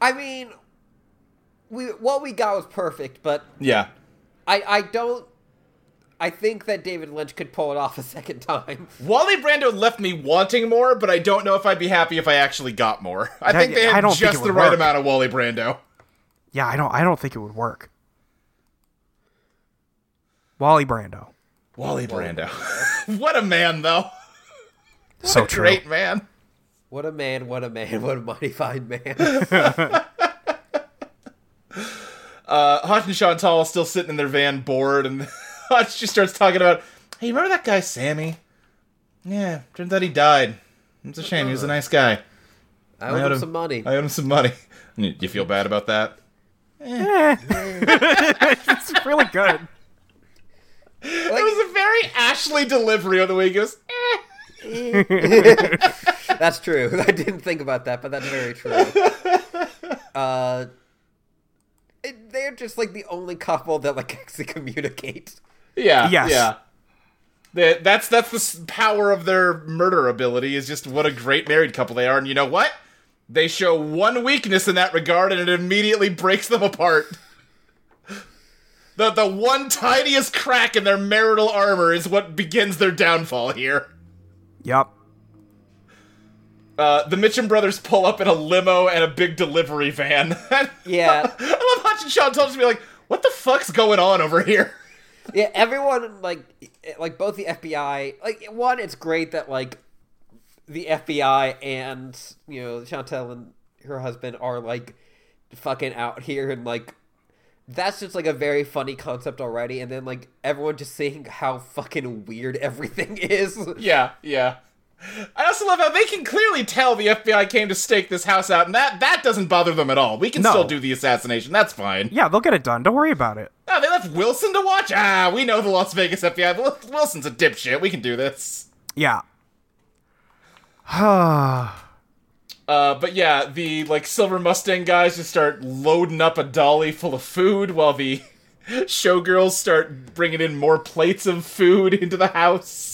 [SPEAKER 1] I mean, we what we got was perfect, but
[SPEAKER 3] Yeah,
[SPEAKER 1] I I don't. I think that David Lynch could pull it off a second time.
[SPEAKER 3] Wally Brando left me wanting more, but I don't know if I'd be happy if I actually got more. I
[SPEAKER 2] That-
[SPEAKER 3] think they
[SPEAKER 2] I
[SPEAKER 3] had
[SPEAKER 2] don't think it
[SPEAKER 3] just
[SPEAKER 2] would
[SPEAKER 3] the right
[SPEAKER 2] work.
[SPEAKER 3] amount of Wally Brando.
[SPEAKER 2] Yeah, I don't. I don't think it would work. Wally Brando,
[SPEAKER 3] Wally Brando, what a man, though.
[SPEAKER 2] so true.
[SPEAKER 3] Great man.
[SPEAKER 1] What a man! What a man! What a mighty fine man!
[SPEAKER 3] uh, Hutch and Chantal still sitting in their van bored, and Hutch just starts talking about, hey, remember that guy Sammy? Yeah, turns out he died. It's a shame. He was a nice guy.
[SPEAKER 1] I owe
[SPEAKER 3] owed
[SPEAKER 1] him some money.
[SPEAKER 3] I owed him some money. You you feel bad about that?
[SPEAKER 2] Eh. it's really good.
[SPEAKER 3] It was a very Ashley delivery on the way he goes, eh.
[SPEAKER 1] That's true. I didn't think about that, but that's very true. uh, it- they're just like the only couple that like actually communicate.
[SPEAKER 3] Yeah,
[SPEAKER 2] Yes.
[SPEAKER 3] yeah. That- That's that's the s- power of their murder ability is just what a great married couple they are, and you know what? They show one weakness in that regard, and it immediately breaks them apart. the the one tiniest crack in their marital armor is what begins their downfall here.
[SPEAKER 2] Yep.
[SPEAKER 3] Uh, the Mitchum brothers pull up in a limo and a big delivery van.
[SPEAKER 1] Yeah,
[SPEAKER 3] I love watching Sean Tulch be like, "What the fuck's going on over here?"
[SPEAKER 1] yeah. Everyone like like both the FBI. Like one, it's great that like the FBI and you know Chantel and her husband are like fucking out here and like. That's just like a very funny concept already, and then like everyone just seeing how fucking weird everything is.
[SPEAKER 3] Yeah, yeah. I also love how they can clearly tell the FBI came to stake this house out, and that that doesn't bother them at all. We can
[SPEAKER 2] No.
[SPEAKER 3] still do the assassination. That's fine.
[SPEAKER 2] Yeah, they'll get it done. Don't worry about it.
[SPEAKER 3] Oh, they left Wilson to watch. Ah, we know the Las Vegas FBI. Wil- Wilson's a dipshit. We can do this.
[SPEAKER 2] Yeah. yeah.
[SPEAKER 3] Uh, but yeah, the like silver Mustang guys just start loading up a dolly full of food, while the showgirls start bringing in more plates of food into the house.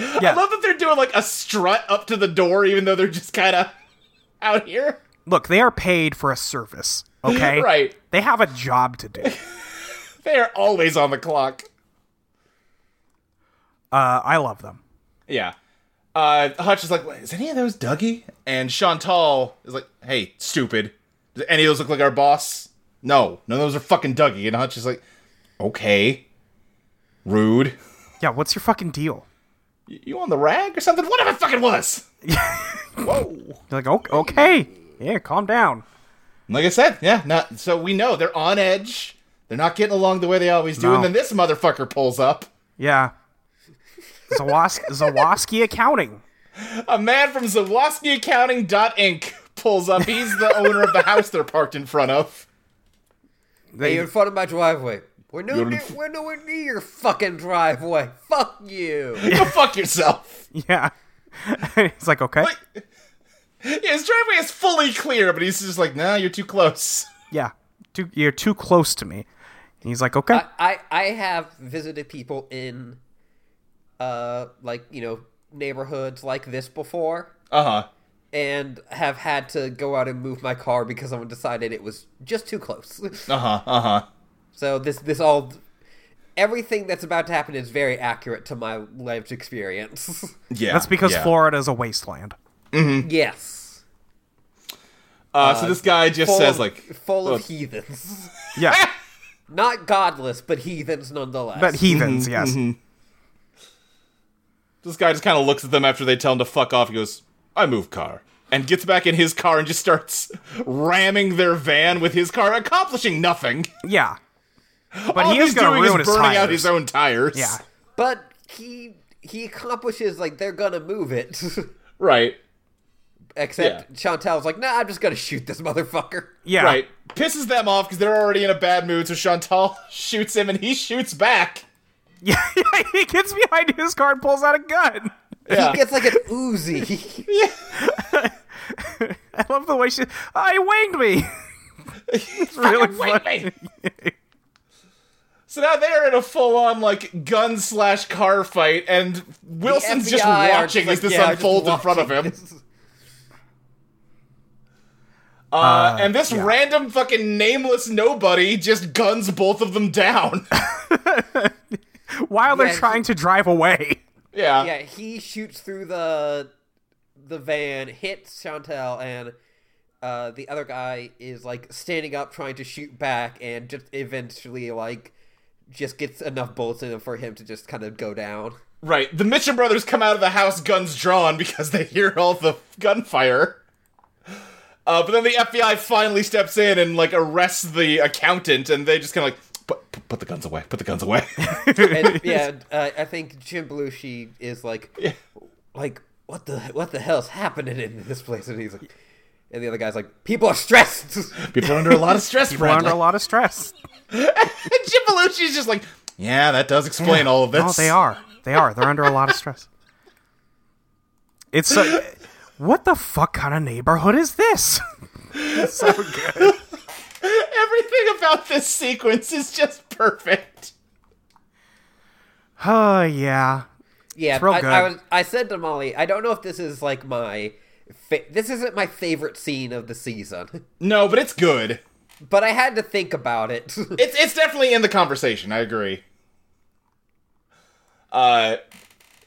[SPEAKER 3] I love that they're doing like a strut up to the door, even though they're just kind of out here.
[SPEAKER 2] Look, they are paid for a service. Okay.
[SPEAKER 3] Right.
[SPEAKER 2] They have a job to do.
[SPEAKER 3] They are always on the clock.
[SPEAKER 2] Uh, I love them.
[SPEAKER 3] Yeah. Uh, Hutch is like, "Wait, is any of those Dougie? And Chantal is like, hey, stupid. Does any of those look like our boss? No, none of those are fucking Dougie. And Hutch is like, okay, rude.
[SPEAKER 2] Yeah. What's your fucking deal?
[SPEAKER 3] Y- You on the rag or something? Whatever it fucking was. Whoa.
[SPEAKER 2] You're like, okay, okay. Yeah, calm down.
[SPEAKER 3] Like I said, yeah. Not, so we know they're on edge. They're not getting along the way they always do.
[SPEAKER 2] No.
[SPEAKER 3] And then this motherfucker pulls up.
[SPEAKER 2] Yeah. Zawos- Zawoski accounting.
[SPEAKER 3] A man from Zawoski Accounting Inc. pulls up. He's the owner of the house they're parked in front of.
[SPEAKER 1] Hey, you're in front of my driveway. We're nowhere,
[SPEAKER 3] in
[SPEAKER 1] near,
[SPEAKER 3] f-
[SPEAKER 1] we're nowhere near your fucking driveway. Fuck you.
[SPEAKER 3] Go fuck yourself.
[SPEAKER 2] Yeah. it's like, okay.
[SPEAKER 3] Yeah, his driveway is fully clear, but he's just like, nah, you're too close.
[SPEAKER 2] Yeah. Too, you're too close to me. And he's like, okay.
[SPEAKER 1] I, I, I have visited people in, uh, like, you know, neighborhoods like this before
[SPEAKER 3] Uh huh.
[SPEAKER 1] and have had to go out and move my car because someone decided it was just too close.
[SPEAKER 3] Uh huh. Uh huh.
[SPEAKER 1] so this, this all, everything that's about to happen is very accurate to my lived experience.
[SPEAKER 3] Yeah.
[SPEAKER 2] That's because
[SPEAKER 3] yeah.
[SPEAKER 2] Florida is a wasteland.
[SPEAKER 1] yes.
[SPEAKER 3] Uh, so this guy just
[SPEAKER 1] Full
[SPEAKER 3] says,
[SPEAKER 1] of-
[SPEAKER 3] like, oh.
[SPEAKER 1] full
[SPEAKER 3] look.
[SPEAKER 1] of heathens.
[SPEAKER 2] Yeah.
[SPEAKER 1] Not godless, but heathens nonetheless.
[SPEAKER 2] but heathens,
[SPEAKER 3] Mm-hmm,
[SPEAKER 2] yes.
[SPEAKER 3] this guy just kind of looks at them after they tell him to fuck off. He goes, I move car. and gets back in his car and just starts ramming their van with his car, accomplishing nothing.
[SPEAKER 2] Yeah. But
[SPEAKER 3] All
[SPEAKER 2] he is
[SPEAKER 3] he's
[SPEAKER 2] going
[SPEAKER 3] doing
[SPEAKER 2] to ruin
[SPEAKER 3] is
[SPEAKER 2] his
[SPEAKER 3] burning out
[SPEAKER 2] tires.
[SPEAKER 3] his own tires.
[SPEAKER 2] Yeah.
[SPEAKER 1] But he he accomplishes like they're gonna move it.
[SPEAKER 3] Right.
[SPEAKER 1] Except Chantal's like, nah, I'm just gonna shoot this motherfucker.
[SPEAKER 2] Yeah.
[SPEAKER 3] Right. Pisses them off because they're already in a bad mood, so Chantal shoots him and he shoots back.
[SPEAKER 2] Yeah. he gets behind his car and pulls out a gun.
[SPEAKER 3] Yeah.
[SPEAKER 1] He gets like an Uzi.
[SPEAKER 2] I love the way she. Oh, he winged me. it's really
[SPEAKER 3] Wait,
[SPEAKER 2] funny.
[SPEAKER 3] wait. so now they're in a full on like gun slash car fight, and Wilson's just
[SPEAKER 1] FBI are
[SPEAKER 3] watching
[SPEAKER 1] like,
[SPEAKER 3] as this
[SPEAKER 1] yeah, just
[SPEAKER 3] unfolds in front of
[SPEAKER 1] watching
[SPEAKER 3] him.
[SPEAKER 1] this.
[SPEAKER 3] Uh, and this random fucking nameless nobody just guns both of them down.
[SPEAKER 2] While they're
[SPEAKER 1] Yeah, he-
[SPEAKER 2] trying to drive away.
[SPEAKER 3] yeah.
[SPEAKER 1] Yeah, he shoots through the the van, hits Chantel, and uh, the other guy is like standing up trying to shoot back, and just eventually like just gets enough bullets in him for him to just kind of go down.
[SPEAKER 3] Right. The Mitchum brothers come out of the house guns drawn because they hear all the gunfire. Uh, but then the FBI finally steps in and like arrests the accountant, and they just kind of like put, put- put the guns away, put the guns away.
[SPEAKER 1] And yeah, uh, I think Jim Belushi is like, like what the what the hell's happening in this place? And he's like, and the other guy's like, people are stressed.
[SPEAKER 3] People are under a lot of stress,
[SPEAKER 2] We're under
[SPEAKER 3] Bradley.
[SPEAKER 2] a lot of stress.
[SPEAKER 3] and Jim Belushi's just like, yeah, that does explain all of this.
[SPEAKER 2] Oh, they are. They are. They're under a lot of stress. It's so. What the fuck kind of neighborhood is this? It's so good.
[SPEAKER 3] Everything about this sequence is just perfect.
[SPEAKER 2] Oh yeah.
[SPEAKER 1] Yeah,
[SPEAKER 2] real
[SPEAKER 1] I,
[SPEAKER 2] good.
[SPEAKER 1] I was. I said to Molly, I don't know if this is like my. Fa- this isn't my favorite scene of the season,
[SPEAKER 3] No, but it's good.
[SPEAKER 1] but I had to think about it.
[SPEAKER 3] It's it's definitely in the conversation. I agree. Uh,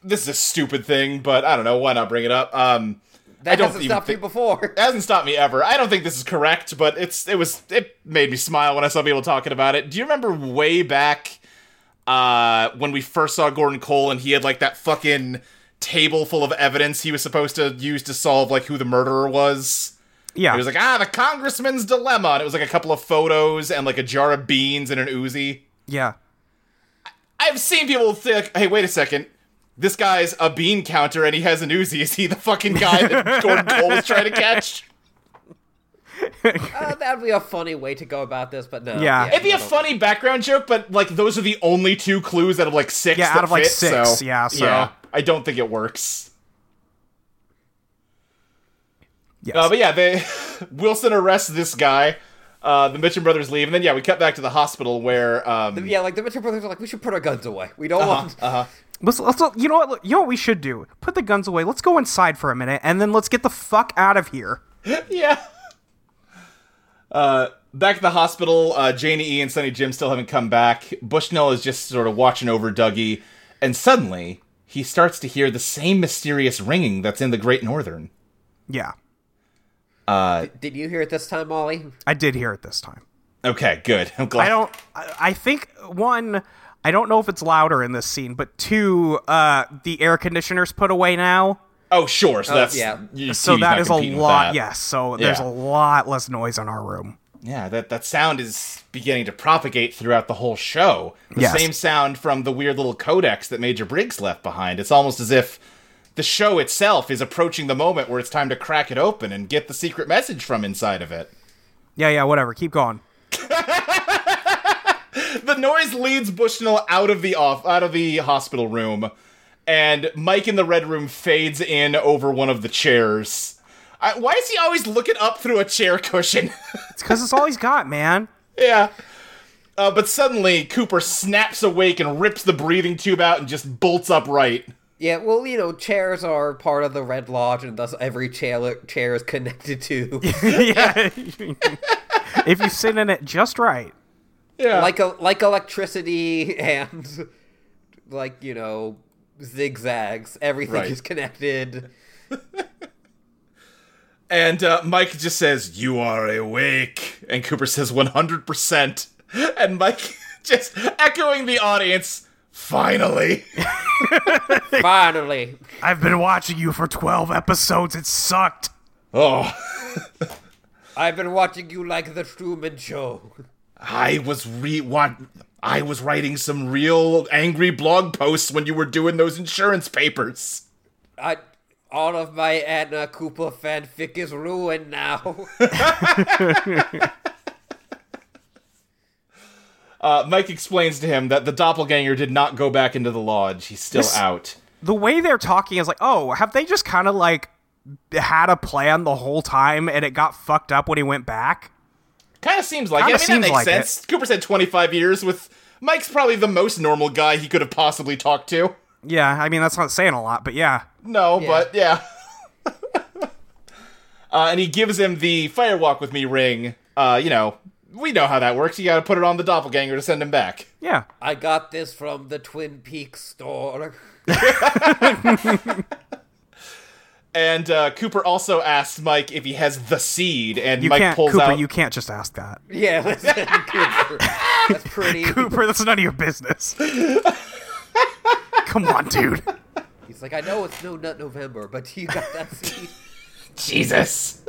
[SPEAKER 3] this is a stupid thing, but I don't know why not bring it up. Um, I
[SPEAKER 1] that
[SPEAKER 3] don't
[SPEAKER 1] hasn't
[SPEAKER 3] even
[SPEAKER 1] stopped
[SPEAKER 3] thi-
[SPEAKER 1] me before.
[SPEAKER 3] it hasn't stopped me ever. I don't think this is correct, but it's it was it made me smile when I saw people talking about it. Do you remember way back uh, when we first saw Gordon Cole and he had like that fucking table full of evidence he was supposed to use to solve like who the murderer was?
[SPEAKER 2] Yeah.
[SPEAKER 3] It was like ah the congressman's dilemma, and it was like a couple of photos and like a jar of beans and an Uzi.
[SPEAKER 2] yeah.
[SPEAKER 3] I've seen people think, hey, wait a second. This guy's a bean counter and he has an Uzi. Is he the fucking guy that Gordon Cole was trying to catch?
[SPEAKER 1] Uh, that'd be a funny way to go about this, but no.
[SPEAKER 2] Yeah.
[SPEAKER 3] It'd be
[SPEAKER 1] I
[SPEAKER 3] a
[SPEAKER 1] don't-
[SPEAKER 3] funny background joke, but like those are the only two clues out of like six.
[SPEAKER 2] Yeah, out
[SPEAKER 3] that
[SPEAKER 2] of, like,
[SPEAKER 3] fit,
[SPEAKER 2] six,
[SPEAKER 3] so-
[SPEAKER 2] yeah, so-
[SPEAKER 3] I don't think it works.
[SPEAKER 2] Yes.
[SPEAKER 3] Uh, but yeah, they Wilson arrests this guy. Uh, the Mitchum brothers leave, and then yeah, we cut back to the hospital where um,
[SPEAKER 1] Yeah, like the Mitchell brothers are like, we should put our guns away. We
[SPEAKER 3] Uh-huh,
[SPEAKER 1] don't want.
[SPEAKER 2] Let's, let's you know what you know what we should do. Put the guns away. Let's go inside for a minute, and then let's get the fuck out of here.
[SPEAKER 3] yeah. Uh, back at the hospital, uh, Janie E and Sunny Jim still haven't come back. Bushnell is just sort of watching over Dougie, and suddenly he starts to hear the same mysterious ringing that's in the Great Northern.
[SPEAKER 2] Yeah,
[SPEAKER 1] Did you hear it this time, Molly?
[SPEAKER 2] I did hear it this time.
[SPEAKER 3] Okay, good. I'm glad.
[SPEAKER 2] I don't. I, I think one. I don't know if it's louder in this scene, but two. Uh, the air conditioner's put away now,
[SPEAKER 3] Oh, sure. So that's
[SPEAKER 1] yeah.
[SPEAKER 3] you-
[SPEAKER 2] so
[SPEAKER 3] TV's
[SPEAKER 2] that
[SPEAKER 3] not
[SPEAKER 2] is a
[SPEAKER 3] competing with
[SPEAKER 2] lot.
[SPEAKER 3] that.
[SPEAKER 2] Yes, so there's
[SPEAKER 3] Yeah.
[SPEAKER 2] a lot less noise in our room.
[SPEAKER 3] Yeah, that, that sound is beginning to propagate throughout the whole show. The
[SPEAKER 2] Yes.
[SPEAKER 3] same sound from the weird little codex that Major Briggs left behind. It's almost as if the show itself is approaching the moment where it's time to crack it open and get the secret message from inside of it.
[SPEAKER 2] Yeah, yeah, whatever. Keep going.
[SPEAKER 3] The noise leads Bushnell out of the off out of the hospital room, and Mike in the red room fades in over one of the chairs. I, why is he always looking up through a chair cushion?
[SPEAKER 2] It's because it's all he's got, man.
[SPEAKER 3] Yeah. Uh, but suddenly, Cooper snaps awake and rips the breathing tube out and just bolts upright.
[SPEAKER 1] Yeah, well, you know, chairs are part of the Red Lodge, and thus every chair chair is connected to
[SPEAKER 2] yeah. if you sit in it just right.
[SPEAKER 3] Yeah.
[SPEAKER 1] like a, like electricity and like you know zigzags. Everything
[SPEAKER 3] Right.
[SPEAKER 1] is connected.
[SPEAKER 3] and uh, Mike just says, You are awake. And Cooper says, 100%. And Mike just echoing the audience, Finally.
[SPEAKER 1] Finally,
[SPEAKER 2] I've been watching you for 12 episodes. It sucked.
[SPEAKER 3] Oh,
[SPEAKER 1] I've been watching you like the Truman Show.
[SPEAKER 3] I was re what I was writing some real angry blog posts when you were doing those insurance papers.
[SPEAKER 1] I all of my Anna Cooper fanfic is ruined now.
[SPEAKER 3] Uh, Mike explains to him that the doppelganger did not go back into the lodge. He's still
[SPEAKER 2] This-
[SPEAKER 3] out.
[SPEAKER 2] the way they're talking is like, oh, have they just kind of like had a plan the whole time and it got fucked up when he went back?
[SPEAKER 3] Kind of seems like
[SPEAKER 2] Kinda
[SPEAKER 3] it. I mean, that
[SPEAKER 2] seems
[SPEAKER 3] makes
[SPEAKER 2] like
[SPEAKER 3] sense. Cooper said 25 years with Mike's probably the most normal guy he could have possibly talked to.
[SPEAKER 2] Yeah, I mean that's not saying a lot, but yeah,
[SPEAKER 3] No, but yeah. uh, and he gives him the firewalk with me ring. Uh, you know, we know how that works. You got to put it on the doppelganger to send him back.
[SPEAKER 2] yeah.
[SPEAKER 1] I got this from the Twin Peaks store.
[SPEAKER 3] And uh, Cooper also asks Mike if he has the seed, and
[SPEAKER 2] You
[SPEAKER 3] Mike
[SPEAKER 2] can't,
[SPEAKER 3] pulls
[SPEAKER 2] Cooper.
[SPEAKER 3] out.
[SPEAKER 2] You can't just ask that,
[SPEAKER 1] Yeah, listen, Cooper. That's pretty.
[SPEAKER 2] Cooper. That's none of your business. Come on, dude.
[SPEAKER 1] He's like, I know it's no nut November, but you got that seed.
[SPEAKER 3] Jesus.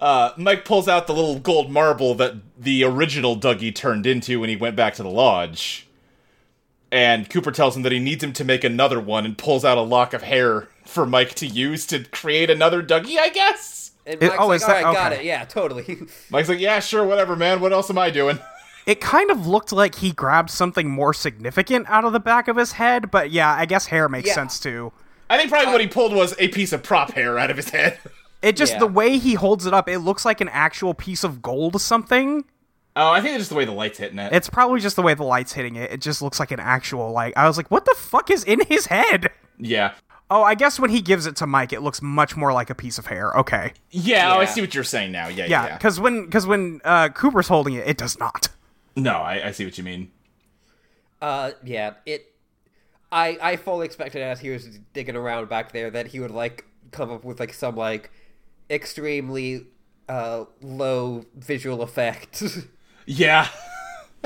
[SPEAKER 3] uh, Mike pulls out the little gold marble that the original Dougie turned into when he went back to the lodge. And Cooper tells him that he needs him to make another one and pulls out a lock of hair for Mike to use to create another Dougie, I guess?
[SPEAKER 1] And
[SPEAKER 2] It-
[SPEAKER 1] Mike's
[SPEAKER 2] oh,
[SPEAKER 1] like,
[SPEAKER 2] is
[SPEAKER 1] all
[SPEAKER 2] that-
[SPEAKER 1] right, got
[SPEAKER 2] okay.
[SPEAKER 1] it. Yeah, totally.
[SPEAKER 3] Mike's like, yeah, sure, whatever, man. What else am I doing?
[SPEAKER 2] It kind of looked like he grabbed something more significant out of the back of his head, but yeah, I guess hair makes
[SPEAKER 1] Yeah.
[SPEAKER 2] sense too.
[SPEAKER 3] I think probably what he pulled was a piece of prop hair out of his head.
[SPEAKER 2] It just
[SPEAKER 1] Yeah.
[SPEAKER 2] the way he holds it up, it looks like an actual piece of gold something.
[SPEAKER 3] Oh, I think it's just the way the light's hitting it.
[SPEAKER 2] It's probably just the way the light's hitting it. It just looks like an actual light. I was like, what the fuck is in his head?
[SPEAKER 3] yeah.
[SPEAKER 2] Oh, I guess when he gives it to Mike, it looks much more like a piece of hair. Okay.
[SPEAKER 3] Yeah, oh, I
[SPEAKER 1] Yeah.
[SPEAKER 3] see what you're saying now. Yeah, yeah.
[SPEAKER 2] Yeah, because when because when uh, Cooper's holding it, it does not.
[SPEAKER 3] No, I, I see what you mean.
[SPEAKER 1] Uh, yeah, it. I I fully expected as he was digging around back there that he would like come up with like some like extremely uh low visual effect
[SPEAKER 3] Yeah.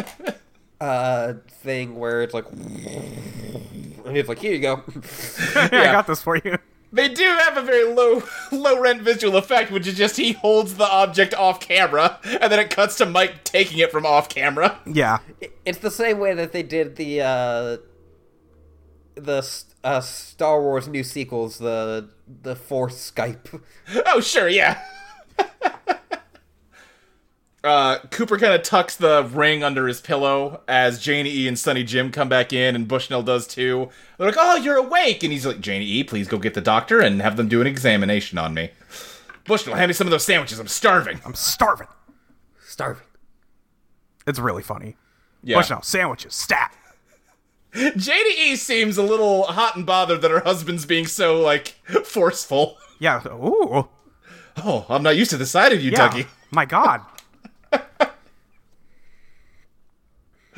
[SPEAKER 1] uh thing where it's like and it's like here you go
[SPEAKER 2] I got this for you.
[SPEAKER 3] They do have a very low low rent visual effect, which is just he holds the object off camera, and then it cuts to Mike taking it from off camera.
[SPEAKER 2] Yeah.
[SPEAKER 1] it's the same way that they did the uh the s- uh Star Wars new sequels the the Force Skype
[SPEAKER 3] Oh sure, yeah. uh, Cooper kind of tucks the ring under his pillow as Janie E and Sonny Jim come back in, and Bushnell does too. They're like, "Oh, you're awake!" And he's like, "Janie E, please go get the doctor and have them do an examination on me." Bushnell, hand me some of those sandwiches. I'm starving.
[SPEAKER 2] I'm starving.
[SPEAKER 1] starving
[SPEAKER 2] It's really funny.
[SPEAKER 3] Yeah.
[SPEAKER 2] Watch now. Sandwiches. Stat.
[SPEAKER 3] JDE E seems a little hot and bothered that her husband's being so like forceful.
[SPEAKER 2] Yeah. Ooh.
[SPEAKER 3] Oh, I'm not used to the side of you,
[SPEAKER 2] Yeah.
[SPEAKER 3] Dougie.
[SPEAKER 2] My God.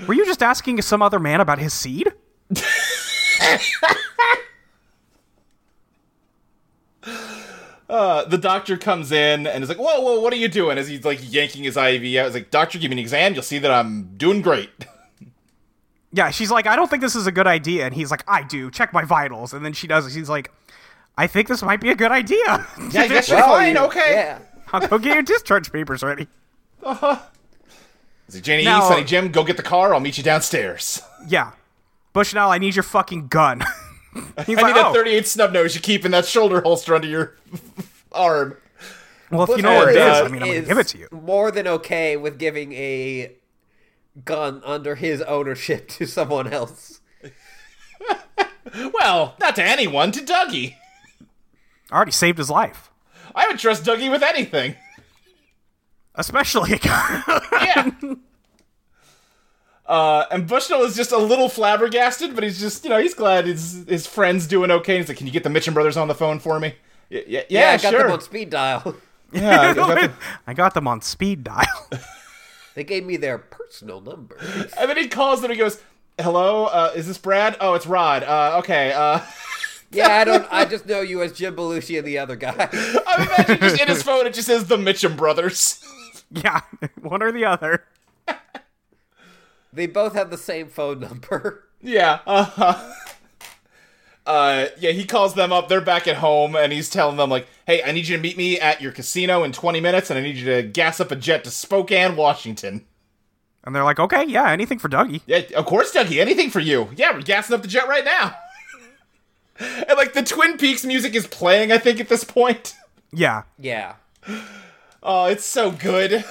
[SPEAKER 2] Were you just asking some other man about his seed?
[SPEAKER 3] Uh, the doctor comes in and is like, "Whoa, whoa, what are you doing?" As he's like yanking his IV out, he's like, "Doctor, give me an exam. You'll see that I'm doing great."
[SPEAKER 2] Yeah, she's like, I don't think this is a good idea. And he's like, I do. Check my vitals. And then she does it. She's like, I think this might be a good idea.
[SPEAKER 3] yeah, I guess you're
[SPEAKER 1] Well,
[SPEAKER 3] fine. Okay.
[SPEAKER 1] Oh, yeah
[SPEAKER 2] I'll go get your discharge papers ready.
[SPEAKER 3] He's like, Janie,
[SPEAKER 2] Now-
[SPEAKER 3] Sonny, Jim, go get the car. I'll meet you downstairs.
[SPEAKER 2] Yeah. Bushnell, I need your fucking gun. he's
[SPEAKER 3] I
[SPEAKER 2] like,
[SPEAKER 3] need
[SPEAKER 2] oh,
[SPEAKER 3] that 38 snub nose you keep in that shoulder holster under your arm.
[SPEAKER 2] well, if you know where it
[SPEAKER 3] Bushnell
[SPEAKER 2] is, I mean, I'm going
[SPEAKER 1] is
[SPEAKER 2] to give it to you.
[SPEAKER 1] More than okay with giving a gun under his ownership to someone else.
[SPEAKER 3] Well, not to anyone, to Dougie.
[SPEAKER 2] I already saved his life.
[SPEAKER 3] I would trust Dougie with anything.
[SPEAKER 2] Especially a gun.
[SPEAKER 3] yeah. Uh, and Bushnell is just a little flabbergasted, but he's just, you know, he's glad his his friend's doing okay. He's like, "Can you get the Mitchum brothers on the phone for me?" Yeah, yeah, yeah,
[SPEAKER 1] I got
[SPEAKER 3] sure.
[SPEAKER 1] them on speed dial.
[SPEAKER 3] yeah, I got the-
[SPEAKER 2] I got them on speed dial.
[SPEAKER 1] They gave me their personal number.
[SPEAKER 3] and then he calls them. He goes, "Hello, uh, is this Brad? Oh, it's Rod. Uh, okay. Uh,
[SPEAKER 1] Yeah, I don't. I just know you as Jim Belushi and the other guy.
[SPEAKER 3] I imagine just in his phone it just says the Mitchum brothers.
[SPEAKER 2] yeah, one or the other.
[SPEAKER 1] They both have the same phone number.
[SPEAKER 3] yeah. Uh-huh. uh, yeah, he calls them up. They're back at home, and he's telling them like, "Hey, I need you to meet me at your casino in 20 minutes, and I need you to gas up a jet to Spokane, Washington."
[SPEAKER 2] And they're like, okay, yeah, anything for Dougie.
[SPEAKER 3] Yeah, of course, Dougie. Anything for you. Yeah, we're gassing up the jet right now. and like the Twin Peaks music is playing, I think at this point.
[SPEAKER 2] Yeah.
[SPEAKER 1] Yeah.
[SPEAKER 3] Oh, it's so good.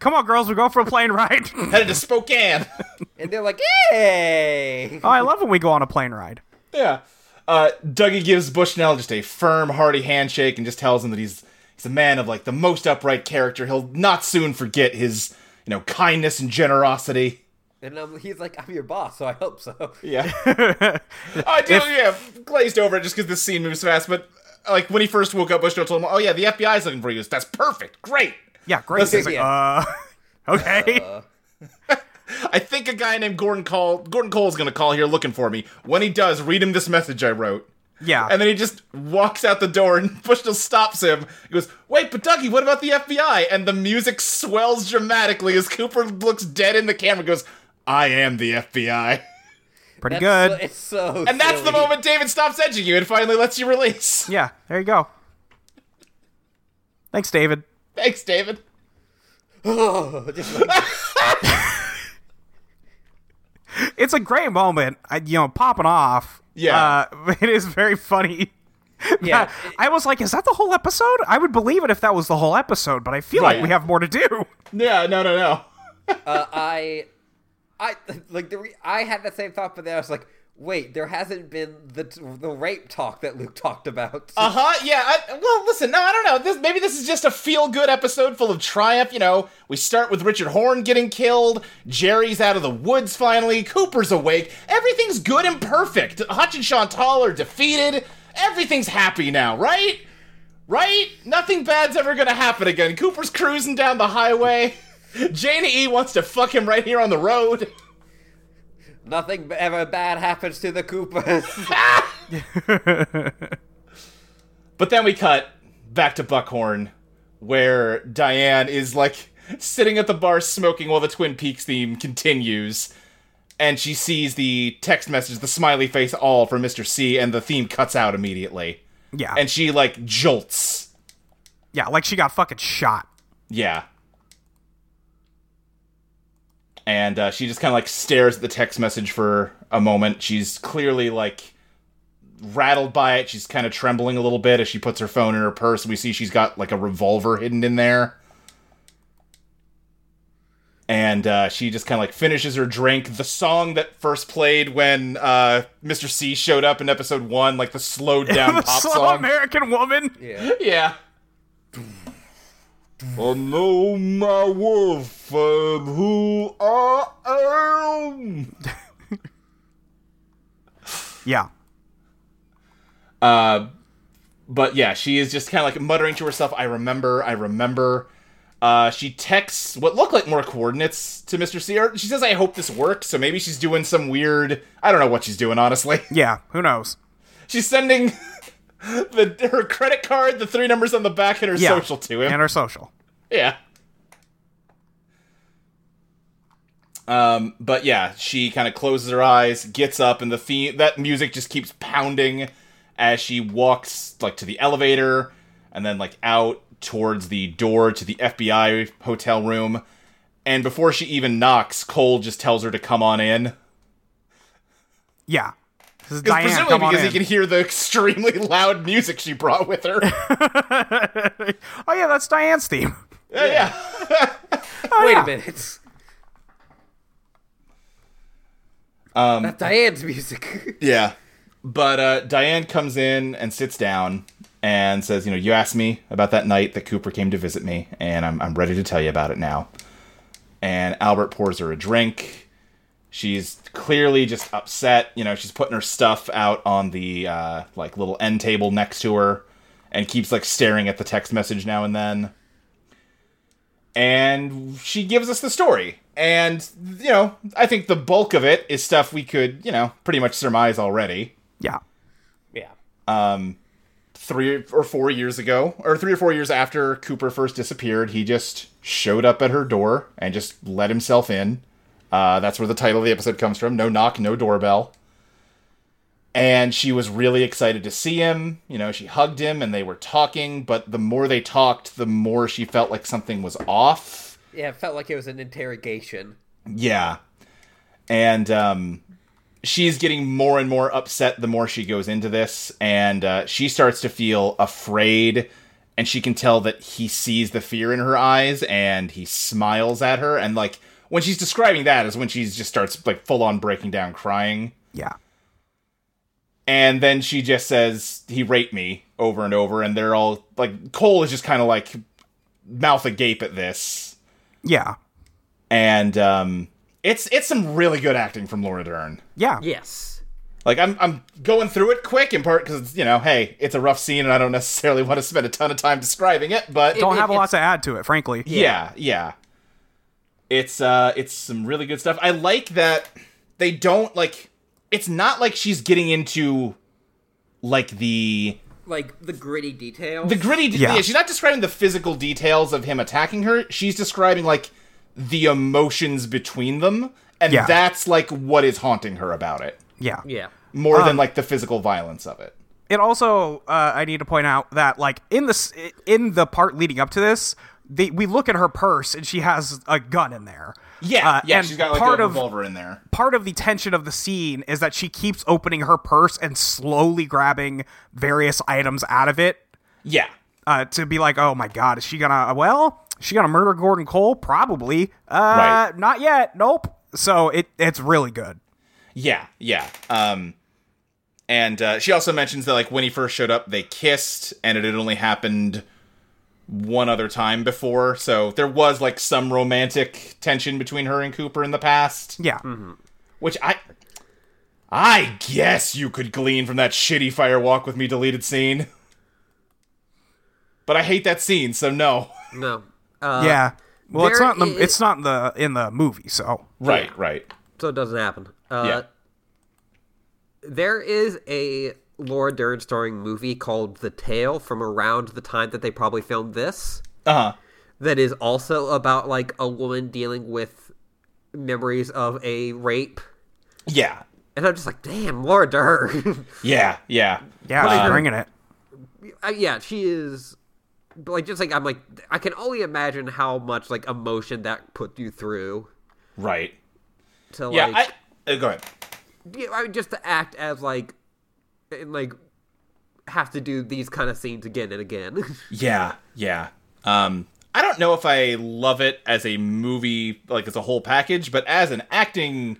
[SPEAKER 2] Come on, girls, we're going for a plane ride. oh,
[SPEAKER 3] Headed to Spokane.
[SPEAKER 1] And they're like, hey!
[SPEAKER 2] Oh, I love when we go on a plane ride.
[SPEAKER 3] yeah. Uh, Dougie gives Bushnell just a firm, hearty handshake and just tells him that he's he's a man of like the most upright character. He'll not soon forget his you know kindness and generosity.
[SPEAKER 1] And um, he's like, I'm your boss, so I hope so.
[SPEAKER 3] Yeah. I do, yeah, glazed over it just because this scene moves fast, but uh, like when he first woke up, Bushnell told him, oh yeah, the FBI's looking for you. He goes, That's perfect. Great.
[SPEAKER 2] Yeah, great.
[SPEAKER 3] Listen,
[SPEAKER 2] It's like,
[SPEAKER 1] yeah.
[SPEAKER 2] uh, okay.
[SPEAKER 3] I think a guy named Gordon Call Gordon Cole's gonna call here looking for me. When he does, read him this message I wrote.
[SPEAKER 2] yeah.
[SPEAKER 3] And then he just walks out the door and Bushnell stops him. He goes, Wait, but Dougie, what about the FBI? And the music swells dramatically as Cooper looks dead in the camera and goes, I am the FBI.
[SPEAKER 2] Pretty
[SPEAKER 1] That's
[SPEAKER 2] good.
[SPEAKER 1] So, it's so.
[SPEAKER 3] And that's the
[SPEAKER 1] silly.
[SPEAKER 3] moment David stops edging you and finally lets you release.
[SPEAKER 2] yeah, there you go. Thanks, David.
[SPEAKER 3] Thanks, David.
[SPEAKER 1] Just like,
[SPEAKER 2] It's a great moment. I, you know, popping off.
[SPEAKER 3] Yeah.
[SPEAKER 2] Uh, it is very funny.
[SPEAKER 1] yeah.
[SPEAKER 2] I was like, is that the whole episode? I would believe it if that was the whole episode, but I feel
[SPEAKER 3] Right.
[SPEAKER 2] like we have more to do.
[SPEAKER 3] Yeah, no, no, no.
[SPEAKER 1] Uh, I, I like the. Re- I had that same thought, but then I was like, wait, there hasn't been the the rape talk that Luke talked about.
[SPEAKER 3] Uh huh. Yeah. I, well, listen. No, I don't know. This maybe this is just a feel good episode full of triumph. You know, we start with Richard Horn getting killed. Jerry's out of the woods finally. Cooper's awake. Everything's good and perfect. Hutch and Chantal are defeated. Everything's happy now, right? Right? Nothing bad's ever gonna happen again. Cooper's cruising down the highway. Jane E wants to fuck him right here on the road.
[SPEAKER 1] Nothing b- ever bad happens to the Coopers.
[SPEAKER 3] But then we cut back to Buckhorn, where Diane is like sitting at the bar smoking while the Twin Peaks theme continues. And she sees the text message, the smiley face, all from Mr. C, and the theme cuts out immediately.
[SPEAKER 2] Yeah.
[SPEAKER 3] And she like jolts.
[SPEAKER 2] yeah, like she got fucking shot.
[SPEAKER 3] Yeah. And uh, she just kind of like stares at the text message for a moment. She's clearly like rattled by it. She's kind of trembling a little bit as she puts her phone in her purse. We see she's got like a revolver hidden in there. And uh, she just kind of like finishes her drink. The song that first played when uh, Mr. C showed up in episode one, like the slowed down
[SPEAKER 2] the
[SPEAKER 3] pop
[SPEAKER 2] slow
[SPEAKER 3] song.
[SPEAKER 2] American woman.
[SPEAKER 1] yeah.
[SPEAKER 3] Yeah. I know my wolf and who I am.
[SPEAKER 2] Yeah.
[SPEAKER 3] Uh, but yeah, she is just kind of like muttering to herself, I remember, I remember. Uh, she texts what look like more coordinates to Mr. C. Or She says, I hope this works. So maybe she's doing some weird. I don't know what she's doing, honestly.
[SPEAKER 2] Yeah. Who knows?
[SPEAKER 3] She's sending the her credit card, the three numbers on the back, and her
[SPEAKER 2] Yeah.
[SPEAKER 3] social to him.
[SPEAKER 2] And her social.
[SPEAKER 3] Yeah. Um, but yeah, she kind of closes her eyes, gets up, and the theme that music just keeps pounding as she walks like to the elevator and then like out towards the door to the FBI hotel room. And before she even knocks, Cole just tells her to come on in.
[SPEAKER 2] Yeah. This is
[SPEAKER 3] 'Cause
[SPEAKER 2] Diane.
[SPEAKER 3] presumably
[SPEAKER 2] come on
[SPEAKER 3] because he
[SPEAKER 2] in.
[SPEAKER 3] can hear the extremely loud music she brought with her.
[SPEAKER 2] Oh yeah, that's Diane's theme.
[SPEAKER 3] yeah. yeah.
[SPEAKER 2] Oh,
[SPEAKER 1] Wait
[SPEAKER 2] yeah.
[SPEAKER 1] a minute. Um, That's Diane's music.
[SPEAKER 3] Yeah. But uh, Diane comes in and sits down and says, You know, you asked me about that night that Cooper came to visit me, and I'm, I'm ready to tell you about it now. And Albert pours her a drink. She's clearly just upset. You know, she's putting her stuff out on the uh, like little end table next to her and keeps like staring at the text message now and then and she gives us the story. And you know, I think the bulk of it is stuff we could, you know, pretty much surmise already.
[SPEAKER 2] Yeah.
[SPEAKER 1] yeah.
[SPEAKER 3] Three or four years ago, or three or four years after Cooper first disappeared, he just showed up at her door and just let himself in. Uh, that's where the title of the episode comes from: "No knock, no doorbell." and she was really excited to see him. You know, she hugged him and they were talking, but the more they talked, the more she felt like something was off.
[SPEAKER 1] Yeah, it felt like it was an interrogation.
[SPEAKER 3] Yeah. And um, she's getting more and more upset the more she goes into this. And uh, she starts to feel afraid. And she can tell that he sees the fear in her eyes and he smiles at her. And like when she's describing that is when she just starts like full on breaking down crying.
[SPEAKER 2] Yeah.
[SPEAKER 3] And then she just says, he raped me over and over. And they're all like, Cole is just kind of like mouth agape at this
[SPEAKER 2] Yeah.
[SPEAKER 3] and um, it's it's some really good acting from Laura Dern.
[SPEAKER 2] Yeah.
[SPEAKER 1] Yes.
[SPEAKER 3] Like I'm I'm going through it quick in part because you know hey it's a rough scene and I don't necessarily want to spend a ton of time describing it, but
[SPEAKER 2] Don't have a
[SPEAKER 1] It-
[SPEAKER 2] lot to add to it, frankly.
[SPEAKER 3] yeah yeah, it's uh it's some really good stuff. I like that they don't like it's not like she's getting into like the
[SPEAKER 1] Like the gritty details.
[SPEAKER 3] the gritty
[SPEAKER 2] Yeah.
[SPEAKER 3] yeah. she's not describing the physical details of him attacking her she's describing like the emotions between them and
[SPEAKER 2] Yeah.
[SPEAKER 3] that's like what is haunting her about it
[SPEAKER 2] Yeah.
[SPEAKER 1] yeah.
[SPEAKER 3] more than like the physical violence of it
[SPEAKER 2] It also, uh, I need to point out that like in this, in the part leading up to this, they, we look at her purse and she has a gun in there.
[SPEAKER 3] yeah
[SPEAKER 2] Uh,
[SPEAKER 3] yeah
[SPEAKER 2] and
[SPEAKER 3] she's got like
[SPEAKER 2] part
[SPEAKER 3] a
[SPEAKER 2] of
[SPEAKER 3] revolver in there
[SPEAKER 2] part of the tension of the scene is that she keeps opening her purse and slowly grabbing various items out of it
[SPEAKER 3] yeah
[SPEAKER 2] uh, to be like, oh my god, is she gonna? Well, is she gonna murder Gordon Cole? Probably. Uh,
[SPEAKER 3] Right.
[SPEAKER 2] Not yet. Nope. So it it's really good.
[SPEAKER 3] yeah yeah um and uh, she also mentions that like when he first showed up they kissed and it had only happened one other time before so there was like some romantic tension between her and cooper in the past
[SPEAKER 2] Yeah.
[SPEAKER 3] Mm-hmm. Which I I guess you could glean from that shitty Fire Walk with me deleted scene. But I hate that scene, so no.
[SPEAKER 1] No. Uh,
[SPEAKER 2] yeah. Well, it's
[SPEAKER 1] there
[SPEAKER 2] not in the
[SPEAKER 1] i-
[SPEAKER 2] it's not in the in the movie. So
[SPEAKER 3] Right, right.
[SPEAKER 1] So it doesn't happen. Uh,
[SPEAKER 3] Yeah.
[SPEAKER 1] There is a Laura Dern starring movie called The Tale from around the time that they probably filmed this.
[SPEAKER 3] Uh-huh.
[SPEAKER 1] That is also about like a woman dealing with memories of a rape.
[SPEAKER 3] Yeah.
[SPEAKER 1] And I'm just like, damn, Laura Dern.
[SPEAKER 3] Yeah, yeah.
[SPEAKER 2] yeah, she's bringing it.
[SPEAKER 1] uh, yeah, she is. but, Like just like I'm like I can only imagine how much like emotion that put you through
[SPEAKER 3] Right.
[SPEAKER 1] to
[SPEAKER 3] Yeah,
[SPEAKER 1] like
[SPEAKER 3] I uh, go ahead.
[SPEAKER 1] you know, I mean, just to act as like and like have to do these kind of scenes again and again.
[SPEAKER 3] Yeah, yeah. Um I don't know if I love it as a movie like as a whole package, but as an acting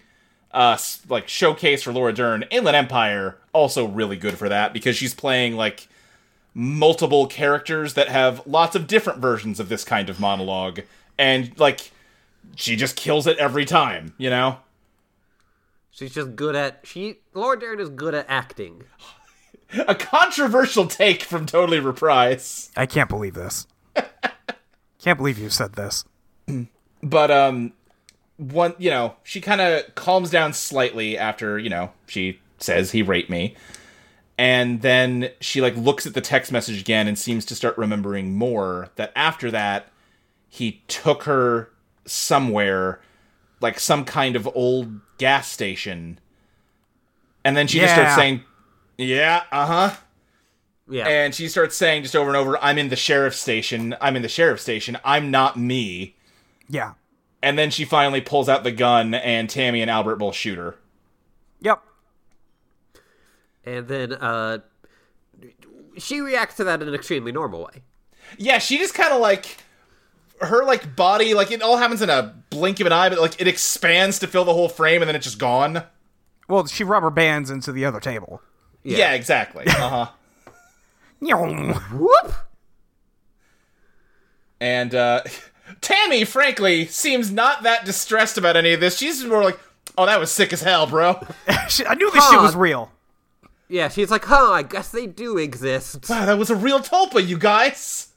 [SPEAKER 3] uh s- like showcase for Laura Dern, Inland Empire also really good for that because she's playing like multiple characters that have lots of different versions of this kind of monologue and like she just kills it every time, you know?
[SPEAKER 1] She's just good at she Laura Dern is good at acting.
[SPEAKER 3] A controversial take from Totally Reprise.
[SPEAKER 2] I can't believe this. can't believe you said this.
[SPEAKER 3] but um one you know she kind of calms down slightly after you know she says he raped me and then she like looks at the text message again and seems to start remembering more that after that he took her somewhere like some kind of old gas station and then she just starts
[SPEAKER 2] Yeah.
[SPEAKER 3] saying yeah uh-huh
[SPEAKER 1] Yeah.
[SPEAKER 3] and she starts saying just over and over i'm in the sheriff's station i'm in the sheriff's station i'm not me
[SPEAKER 2] Yeah.
[SPEAKER 3] and then she finally pulls out the gun, and Tammy and Albert both shoot her.
[SPEAKER 2] Yep.
[SPEAKER 1] and then uh she reacts to that in an extremely normal way.
[SPEAKER 3] Yeah, she just kind of like her like body, like it all happens in a blink of an eye, but like it expands to fill the whole frame, and then it's just gone. Yeah,
[SPEAKER 2] Well, she rubber bands into the other table.
[SPEAKER 3] exactly. uh huh.
[SPEAKER 2] Nyong.
[SPEAKER 1] Whoop.
[SPEAKER 3] And uh, Tammy, frankly, seems not that distressed about any of this. She's more like, "Oh, that was sick as hell, bro."
[SPEAKER 2] She- I knew this shit
[SPEAKER 1] Huh.
[SPEAKER 2] was real.
[SPEAKER 1] Yeah, she's like, "Huh, I guess they do exist." Uh,
[SPEAKER 3] wow, Ah, that was a real tulpa, you guys.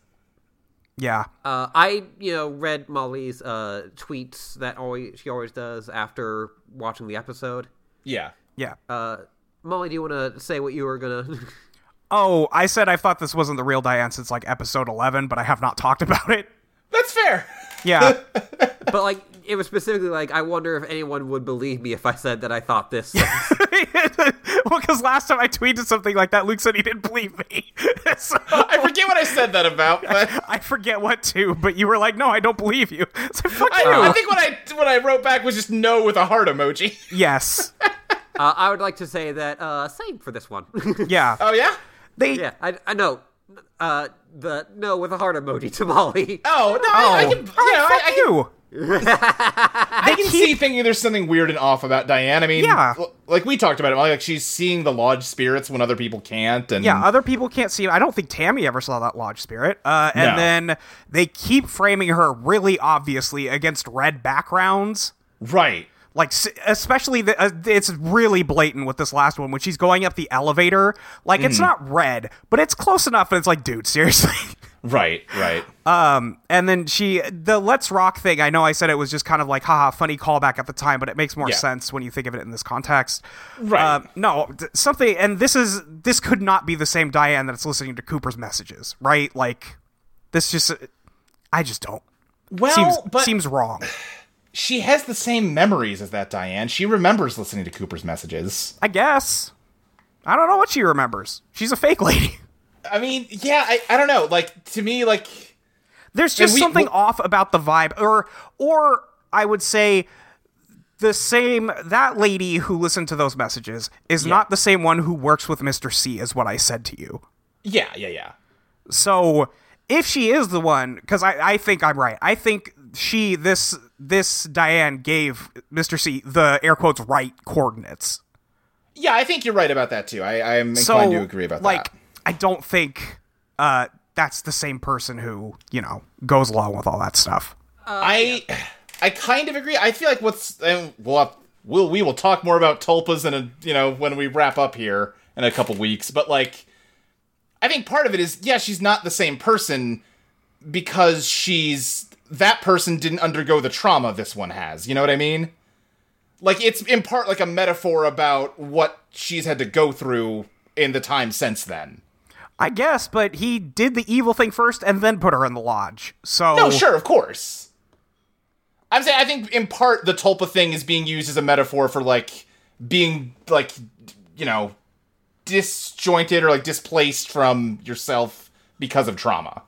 [SPEAKER 2] Yeah.
[SPEAKER 1] Uh, I, you know, read Molly's uh, tweets that always she always does after watching the episode.
[SPEAKER 3] Yeah.
[SPEAKER 2] Yeah.
[SPEAKER 1] uh. Molly, do you want to say what you were gonna?
[SPEAKER 2] oh, I said I thought this wasn't the real Diane since like episode 11, but I have not talked about it.
[SPEAKER 3] That's fair.
[SPEAKER 2] Yeah.
[SPEAKER 1] but like, it was specifically like, I wonder if anyone would believe me if I said that I thought this. Uh, sucked."
[SPEAKER 2] well, because last time I tweeted something like that, Luke said he didn't believe me. so,
[SPEAKER 3] I forget what I said that about, but
[SPEAKER 2] I forget what to, but you were like, "No, I don't believe you." So fuck
[SPEAKER 3] I,
[SPEAKER 2] you.
[SPEAKER 3] I think what I what I wrote back was just no with a heart emoji.
[SPEAKER 2] yes.
[SPEAKER 1] uh, I would like to say that uh, same for this one.
[SPEAKER 2] Yeah.
[SPEAKER 3] Oh yeah.
[SPEAKER 2] they.
[SPEAKER 1] yeah, I, I know. Uh, the no with a heart emoji to Molly.
[SPEAKER 3] Oh no, I, I can. You know,
[SPEAKER 2] All right,
[SPEAKER 3] I,
[SPEAKER 2] fuck
[SPEAKER 3] I can,
[SPEAKER 2] you.
[SPEAKER 3] I can see thinking there's something weird and off about Diane. I mean,
[SPEAKER 2] Yeah.
[SPEAKER 3] l- like we talked about it, like she's seeing the lodge spirits when other people can't, and
[SPEAKER 2] Yeah, other people can't see it. I don't think Tammy ever saw that lodge spirit. Uh, and
[SPEAKER 3] No.
[SPEAKER 2] then they keep framing her really obviously against red backgrounds.
[SPEAKER 3] right.
[SPEAKER 2] Like, s- especially, the, uh, it's really blatant with this last one when she's going up the elevator. Like, it's not red, but it's close enough. And it's like, dude, seriously.
[SPEAKER 3] Right, right.
[SPEAKER 2] Uh, Um, And then she, the Let's Rock thing, I know I said it was just kind of like, haha, funny callback at the time, but it makes more
[SPEAKER 3] Yeah.
[SPEAKER 2] sense when you think of it in this context.
[SPEAKER 3] Right.
[SPEAKER 2] Uh, no, d- something, and this is, this could not be the same Diane that's listening to Cooper's messages, right? Like, this just, I just don't.
[SPEAKER 3] well,
[SPEAKER 2] seems,
[SPEAKER 3] but
[SPEAKER 2] seems wrong.
[SPEAKER 3] she has the same memories as that Diane. She remembers listening to Cooper's messages.
[SPEAKER 2] I guess. I don't know what she remembers. She's a fake lady.
[SPEAKER 3] I mean, yeah, I, I don't know. Like to me, like
[SPEAKER 2] There's just
[SPEAKER 3] we-
[SPEAKER 2] something
[SPEAKER 3] we-
[SPEAKER 2] off about the vibe, or or I would say the same that lady who listened to those messages is not the same one who works with Mr. C is what I said to you.
[SPEAKER 3] yeah, yeah, yeah.
[SPEAKER 2] So if she is the one, because I, I think I'm right. I think she this this Diane gave Mr. C the air quotes right coordinates.
[SPEAKER 3] Yeah, I think you're right about that too. I, I'm
[SPEAKER 2] So
[SPEAKER 3] inclined to agree about
[SPEAKER 2] like,
[SPEAKER 3] that.
[SPEAKER 2] I don't think uh that's the same person who, you know, goes along with all that stuff.
[SPEAKER 3] I I kind of agree. I feel like what's and we'll have- we'll we will talk more about tulpas in a you know when we wrap up here in a couple weeks. But like, I think part of it is yeah, she's not the same person because she's that person didn't undergo the trauma this one has. You know what I mean? Like it's in part like a metaphor about what she's had to go through in the time since then.
[SPEAKER 2] I guess, but he did the evil thing first and then put her in the lodge. So
[SPEAKER 3] No, sure, of course. I'm saying I think in part the tulpa thing is being used as a metaphor for like being like d- you know disjointed or like displaced from yourself because of trauma.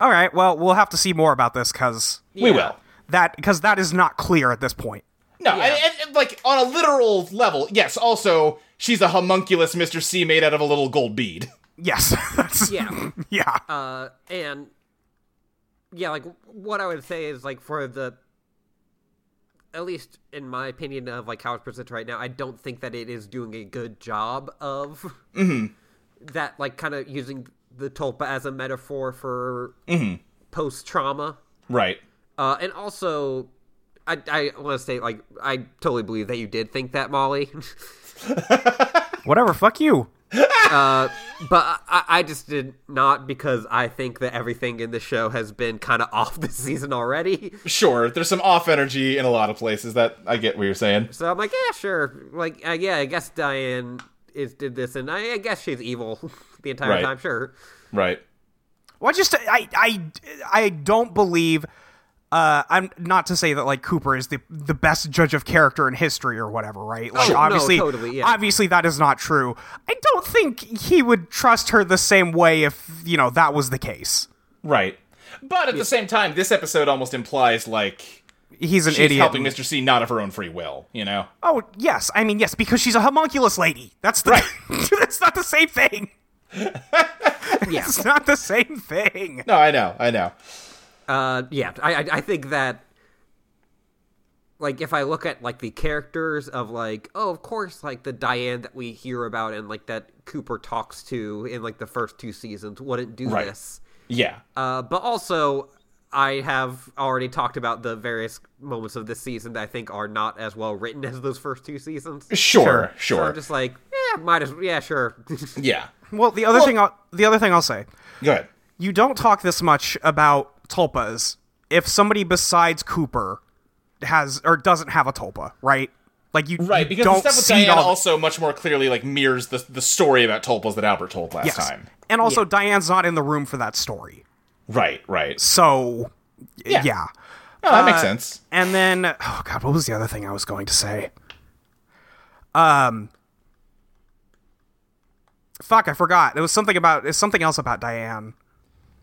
[SPEAKER 2] All right. Well, we'll have to see more about this because
[SPEAKER 1] Yeah.
[SPEAKER 3] We will.
[SPEAKER 2] that because that is not clear at this point.
[SPEAKER 3] No, and, and- and, like on a literal level, yes. Also, she's a homunculus, Mister C, made out of a little gold bead.
[SPEAKER 2] Yes. That's-
[SPEAKER 1] Yeah.
[SPEAKER 2] yeah.
[SPEAKER 1] Uh, and yeah, like what I would say is like for the at least in my opinion of like how it's presented right now, I don't think that it is doing a good job of that, like kind of using the tulpa as a metaphor for post trauma.
[SPEAKER 3] Right.
[SPEAKER 1] Uh, and also, I I want to say like I totally believe that you did think that Molly,
[SPEAKER 2] Whatever. Fuck you.
[SPEAKER 1] but I, I just did not because I think that everything in the show has been kind of off this season already.
[SPEAKER 3] Sure. There's some off energy in a lot of places. That I get what you're saying.
[SPEAKER 1] So I'm like, yeah, sure. Like, uh, yeah, I guess Diane is did this, and I, I guess she's evil the entire
[SPEAKER 3] Right.
[SPEAKER 1] time. Sure.
[SPEAKER 3] Right.
[SPEAKER 2] Well, I just I I I don't believe. Uh, I'm not to say that like Cooper is the the best judge of character in history or whatever, right? Like
[SPEAKER 1] Sure. Oh, No,
[SPEAKER 2] obviously,
[SPEAKER 1] totally, yeah.
[SPEAKER 2] obviously that is not true. I don't think he would trust her the same way if you know that was the case.
[SPEAKER 3] Right. But at the same time, this episode almost implies like
[SPEAKER 2] He's an
[SPEAKER 3] she's
[SPEAKER 2] idiot.
[SPEAKER 3] helping Mr. C not of her own free will, you know?
[SPEAKER 2] Oh yes, I mean yes, because she's a homunculus lady. That's the that's not the same thing.
[SPEAKER 1] Yeah.
[SPEAKER 2] It's not the same thing.
[SPEAKER 3] No, I know, I know.
[SPEAKER 1] Uh, yeah. I, I I think that. Like if I look at like the characters of like oh of course like the Diane that we hear about and like that Cooper talks to in like the first two seasons wouldn't do
[SPEAKER 3] Right.
[SPEAKER 1] this,
[SPEAKER 3] Yeah.
[SPEAKER 1] uh, but also I have already talked about the various moments of this season that I think are not as well written as those first two seasons.
[SPEAKER 3] Sure, sure.
[SPEAKER 1] So I'm just like, yeah, might as yeah, sure.
[SPEAKER 3] yeah.
[SPEAKER 2] Well, the other thing I'll, the other thing I'll say,
[SPEAKER 3] Go ahead.
[SPEAKER 2] you don't talk this much about tulpas if somebody besides Cooper has or doesn't have a tulpa, right? Like you,
[SPEAKER 3] Right,
[SPEAKER 2] you
[SPEAKER 3] because the
[SPEAKER 2] don't
[SPEAKER 3] stuff with
[SPEAKER 2] see
[SPEAKER 3] Diane
[SPEAKER 2] all the-
[SPEAKER 3] also much more clearly like mirrors the the story about Tolpas that Albert told last
[SPEAKER 2] Yes.
[SPEAKER 3] time.
[SPEAKER 2] and also Diane's not in the room for that story,
[SPEAKER 3] Right, right.
[SPEAKER 2] so
[SPEAKER 3] Yeah.
[SPEAKER 2] yeah.
[SPEAKER 3] Oh, that makes sense.
[SPEAKER 2] And then, oh god, what was the other thing I was going to say? Um, fuck, I forgot. It was something about it's something else about Diane.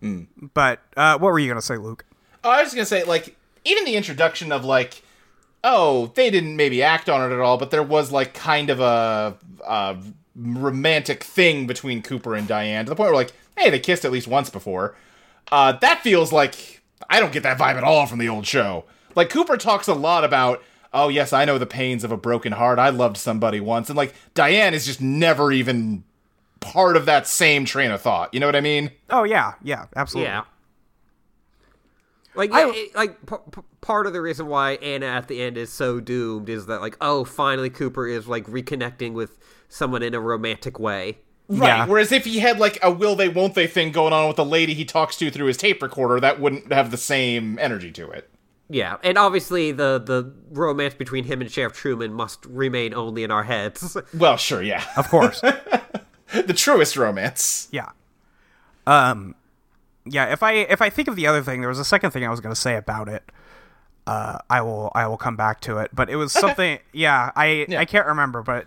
[SPEAKER 2] But uh, what were you gonna say, Luke?
[SPEAKER 3] Oh, I was just gonna say, like, even the introduction of like, oh, they didn't maybe act on it at all, but there was like kind of a, a romantic thing between Cooper and Diane to the point where like, hey, they kissed at least once before. Uh, that feels like I don't get that vibe at all from the old show. Like Cooper talks a lot about, oh yes, I know the pains of a broken heart. I loved somebody once, and like Diane is just never even part of that same train of thought. You know what I mean?
[SPEAKER 2] Oh yeah, yeah, absolutely.
[SPEAKER 1] Yeah. Like, yeah, it- like p- p- part of the reason why Anna at the end is so doomed is that like, oh, finally Cooper is like reconnecting with someone in a romantic way.
[SPEAKER 3] Right.
[SPEAKER 2] Yeah.
[SPEAKER 3] Whereas if he had like a will they won't they thing going on with the lady he talks to through his tape recorder, that wouldn't have the same energy to it.
[SPEAKER 1] Yeah, and obviously the the romance between him and Sheriff Truman must remain only in our heads.
[SPEAKER 3] Well, sure, yeah.
[SPEAKER 2] Of course.
[SPEAKER 3] the truest romance.
[SPEAKER 2] Yeah. Um yeah, if I if I think of the other thing, there was a second thing I was going to say about it. Uh I will I will come back to it, but it was something yeah, I I can't remember, but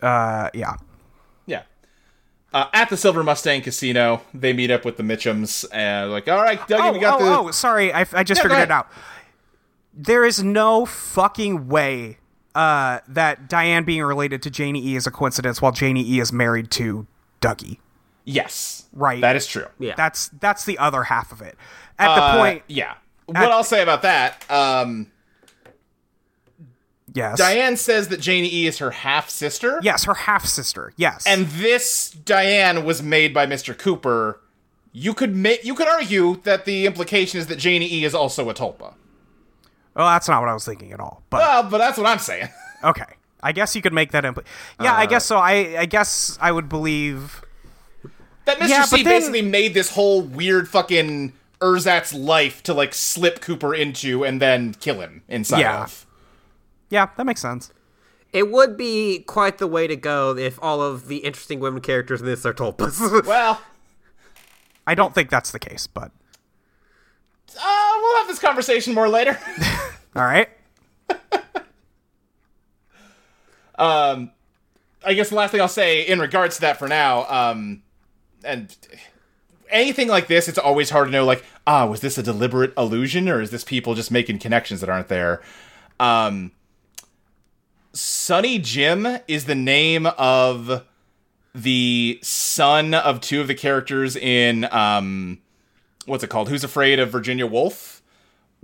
[SPEAKER 2] uh yeah.
[SPEAKER 3] Yeah. Uh, at the Silver Mustang Casino, they meet up with the Mitchums and like, all right, Dougie,
[SPEAKER 2] Oh,
[SPEAKER 3] we got
[SPEAKER 2] oh,
[SPEAKER 3] the
[SPEAKER 2] oh, sorry. I, I just
[SPEAKER 3] Yeah, go
[SPEAKER 2] figured
[SPEAKER 3] ahead.
[SPEAKER 2] it out. There is no fucking way uh, that Diane being related to Janie E is a coincidence while Janie E is married to Dougie.
[SPEAKER 3] yes,
[SPEAKER 2] Right.
[SPEAKER 3] That is true.
[SPEAKER 1] Yeah,
[SPEAKER 2] That's that's the other half of it. At
[SPEAKER 3] Uh,
[SPEAKER 2] the point,
[SPEAKER 3] yeah. What I'll say about that, um,
[SPEAKER 2] yes.
[SPEAKER 3] Diane says that Janie E is her half sister.
[SPEAKER 2] Yes, her half sister. Yes.
[SPEAKER 3] and this Diane was made by Mr. Cooper, you could make you could argue that the implication is that Janie E is also a Tulpa.
[SPEAKER 2] well, that's not what I was thinking at all. But
[SPEAKER 3] Well, but that's what I'm saying.
[SPEAKER 2] Okay. I guess you could make that impl- Yeah,
[SPEAKER 3] Uh,
[SPEAKER 2] I guess so. I I guess I would believe
[SPEAKER 3] That Mr.
[SPEAKER 2] Yeah,
[SPEAKER 3] C
[SPEAKER 2] but then-
[SPEAKER 3] basically made this whole weird fucking Ersatz life to like slip Cooper into and then kill him inside
[SPEAKER 2] Yeah.
[SPEAKER 3] of.
[SPEAKER 2] Yeah, that makes sense.
[SPEAKER 1] it would be quite the way to go if all of the interesting women characters in this are tulpas.
[SPEAKER 3] Well,
[SPEAKER 2] I don't think that's the case, but
[SPEAKER 3] uh, we'll have this conversation more later.
[SPEAKER 2] all right.
[SPEAKER 3] I guess the last thing I'll say in regards to that for now, um, and anything like this, it's always hard to know, like, ah, was this a deliberate illusion or is this people just making connections that aren't there? Um, Sunny Jim is the name of the son of two of the characters in, um, what's it called? Who's Afraid of Virginia Woolf?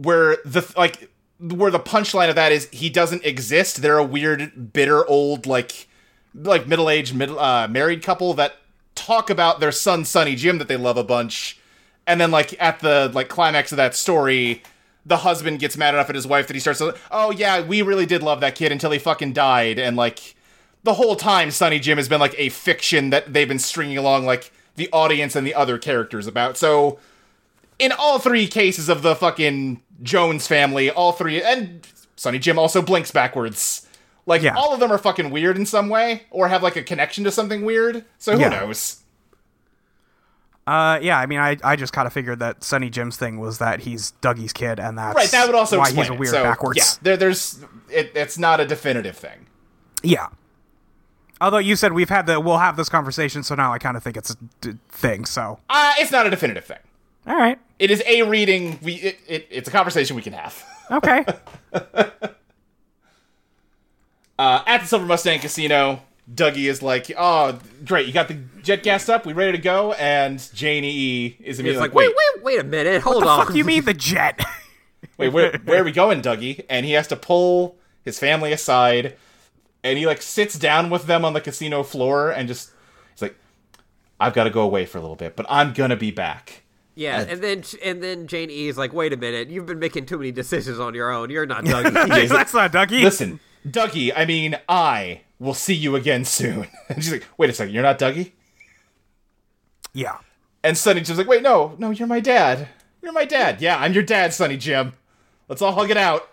[SPEAKER 3] where the th- like where the punchline of that is he doesn't exist. They're a weird, bitter old like like middle aged middle uh, married couple that talk about their son Sonny Jim that they love a bunch, and then like at the like climax of that story. The husband gets mad enough at his wife that he starts to, oh yeah, we really did love that kid until he fucking died. And like, the whole time, Sonny Jim has been like a fiction that they've been stringing along, like, the audience and the other characters about. So, in all three cases of the fucking Jones family, all three, and Sonny Jim also blinks backwards. Like
[SPEAKER 2] Yeah.
[SPEAKER 3] all of them are fucking weird in some way, or have like a connection to something weird. So who
[SPEAKER 2] Yeah.
[SPEAKER 3] knows?
[SPEAKER 2] Uh, yeah, I mean, I, I just kind of figured that Sonny Jim's thing was that he's Dougie's kid, and that's
[SPEAKER 3] Right, that would also
[SPEAKER 2] why
[SPEAKER 3] explain
[SPEAKER 2] he's a
[SPEAKER 3] it.
[SPEAKER 2] weird
[SPEAKER 3] So,
[SPEAKER 2] backwards.
[SPEAKER 3] Yeah, there, there's it, it's not a definitive thing.
[SPEAKER 2] Yeah. Although you said we've had the we'll have this conversation, so now I kind of think it's a d- thing. So
[SPEAKER 3] Uh, it's not a definitive thing.
[SPEAKER 2] all right,
[SPEAKER 3] It is a reading. We it, it, it's a conversation we can have.
[SPEAKER 2] okay,
[SPEAKER 3] Uh, at the Silver Mustang Casino, Dougie is like, "Oh, great! You got the jet gassed up. We ready to go?" And Janie E is
[SPEAKER 1] it's
[SPEAKER 3] immediately
[SPEAKER 1] like, wait, wait, wait a minute, hold on.
[SPEAKER 2] fuck you mean the jet?
[SPEAKER 3] wait, where, where are we going, Dougie? And he has to pull his family aside, and he like sits down with them on the casino floor, and just he's like, "I've got to go away for a little bit, but I'm gonna be back."
[SPEAKER 1] Yeah, and then and then Jane E is like, wait a minute, you've been making too many decisions on your own. You're not Dougie.
[SPEAKER 3] he's like,
[SPEAKER 2] that's not Dougie.
[SPEAKER 3] Listen, Dougie, I mean, I will see you again soon. And she's like, "Wait a second, you're not Dougie?"
[SPEAKER 2] Yeah,
[SPEAKER 3] And Sonny Jim's like, "Wait, no, no, you're my dad. You're my dad. Yeah, I'm your dad, Sonny Jim. Let's all hug it out.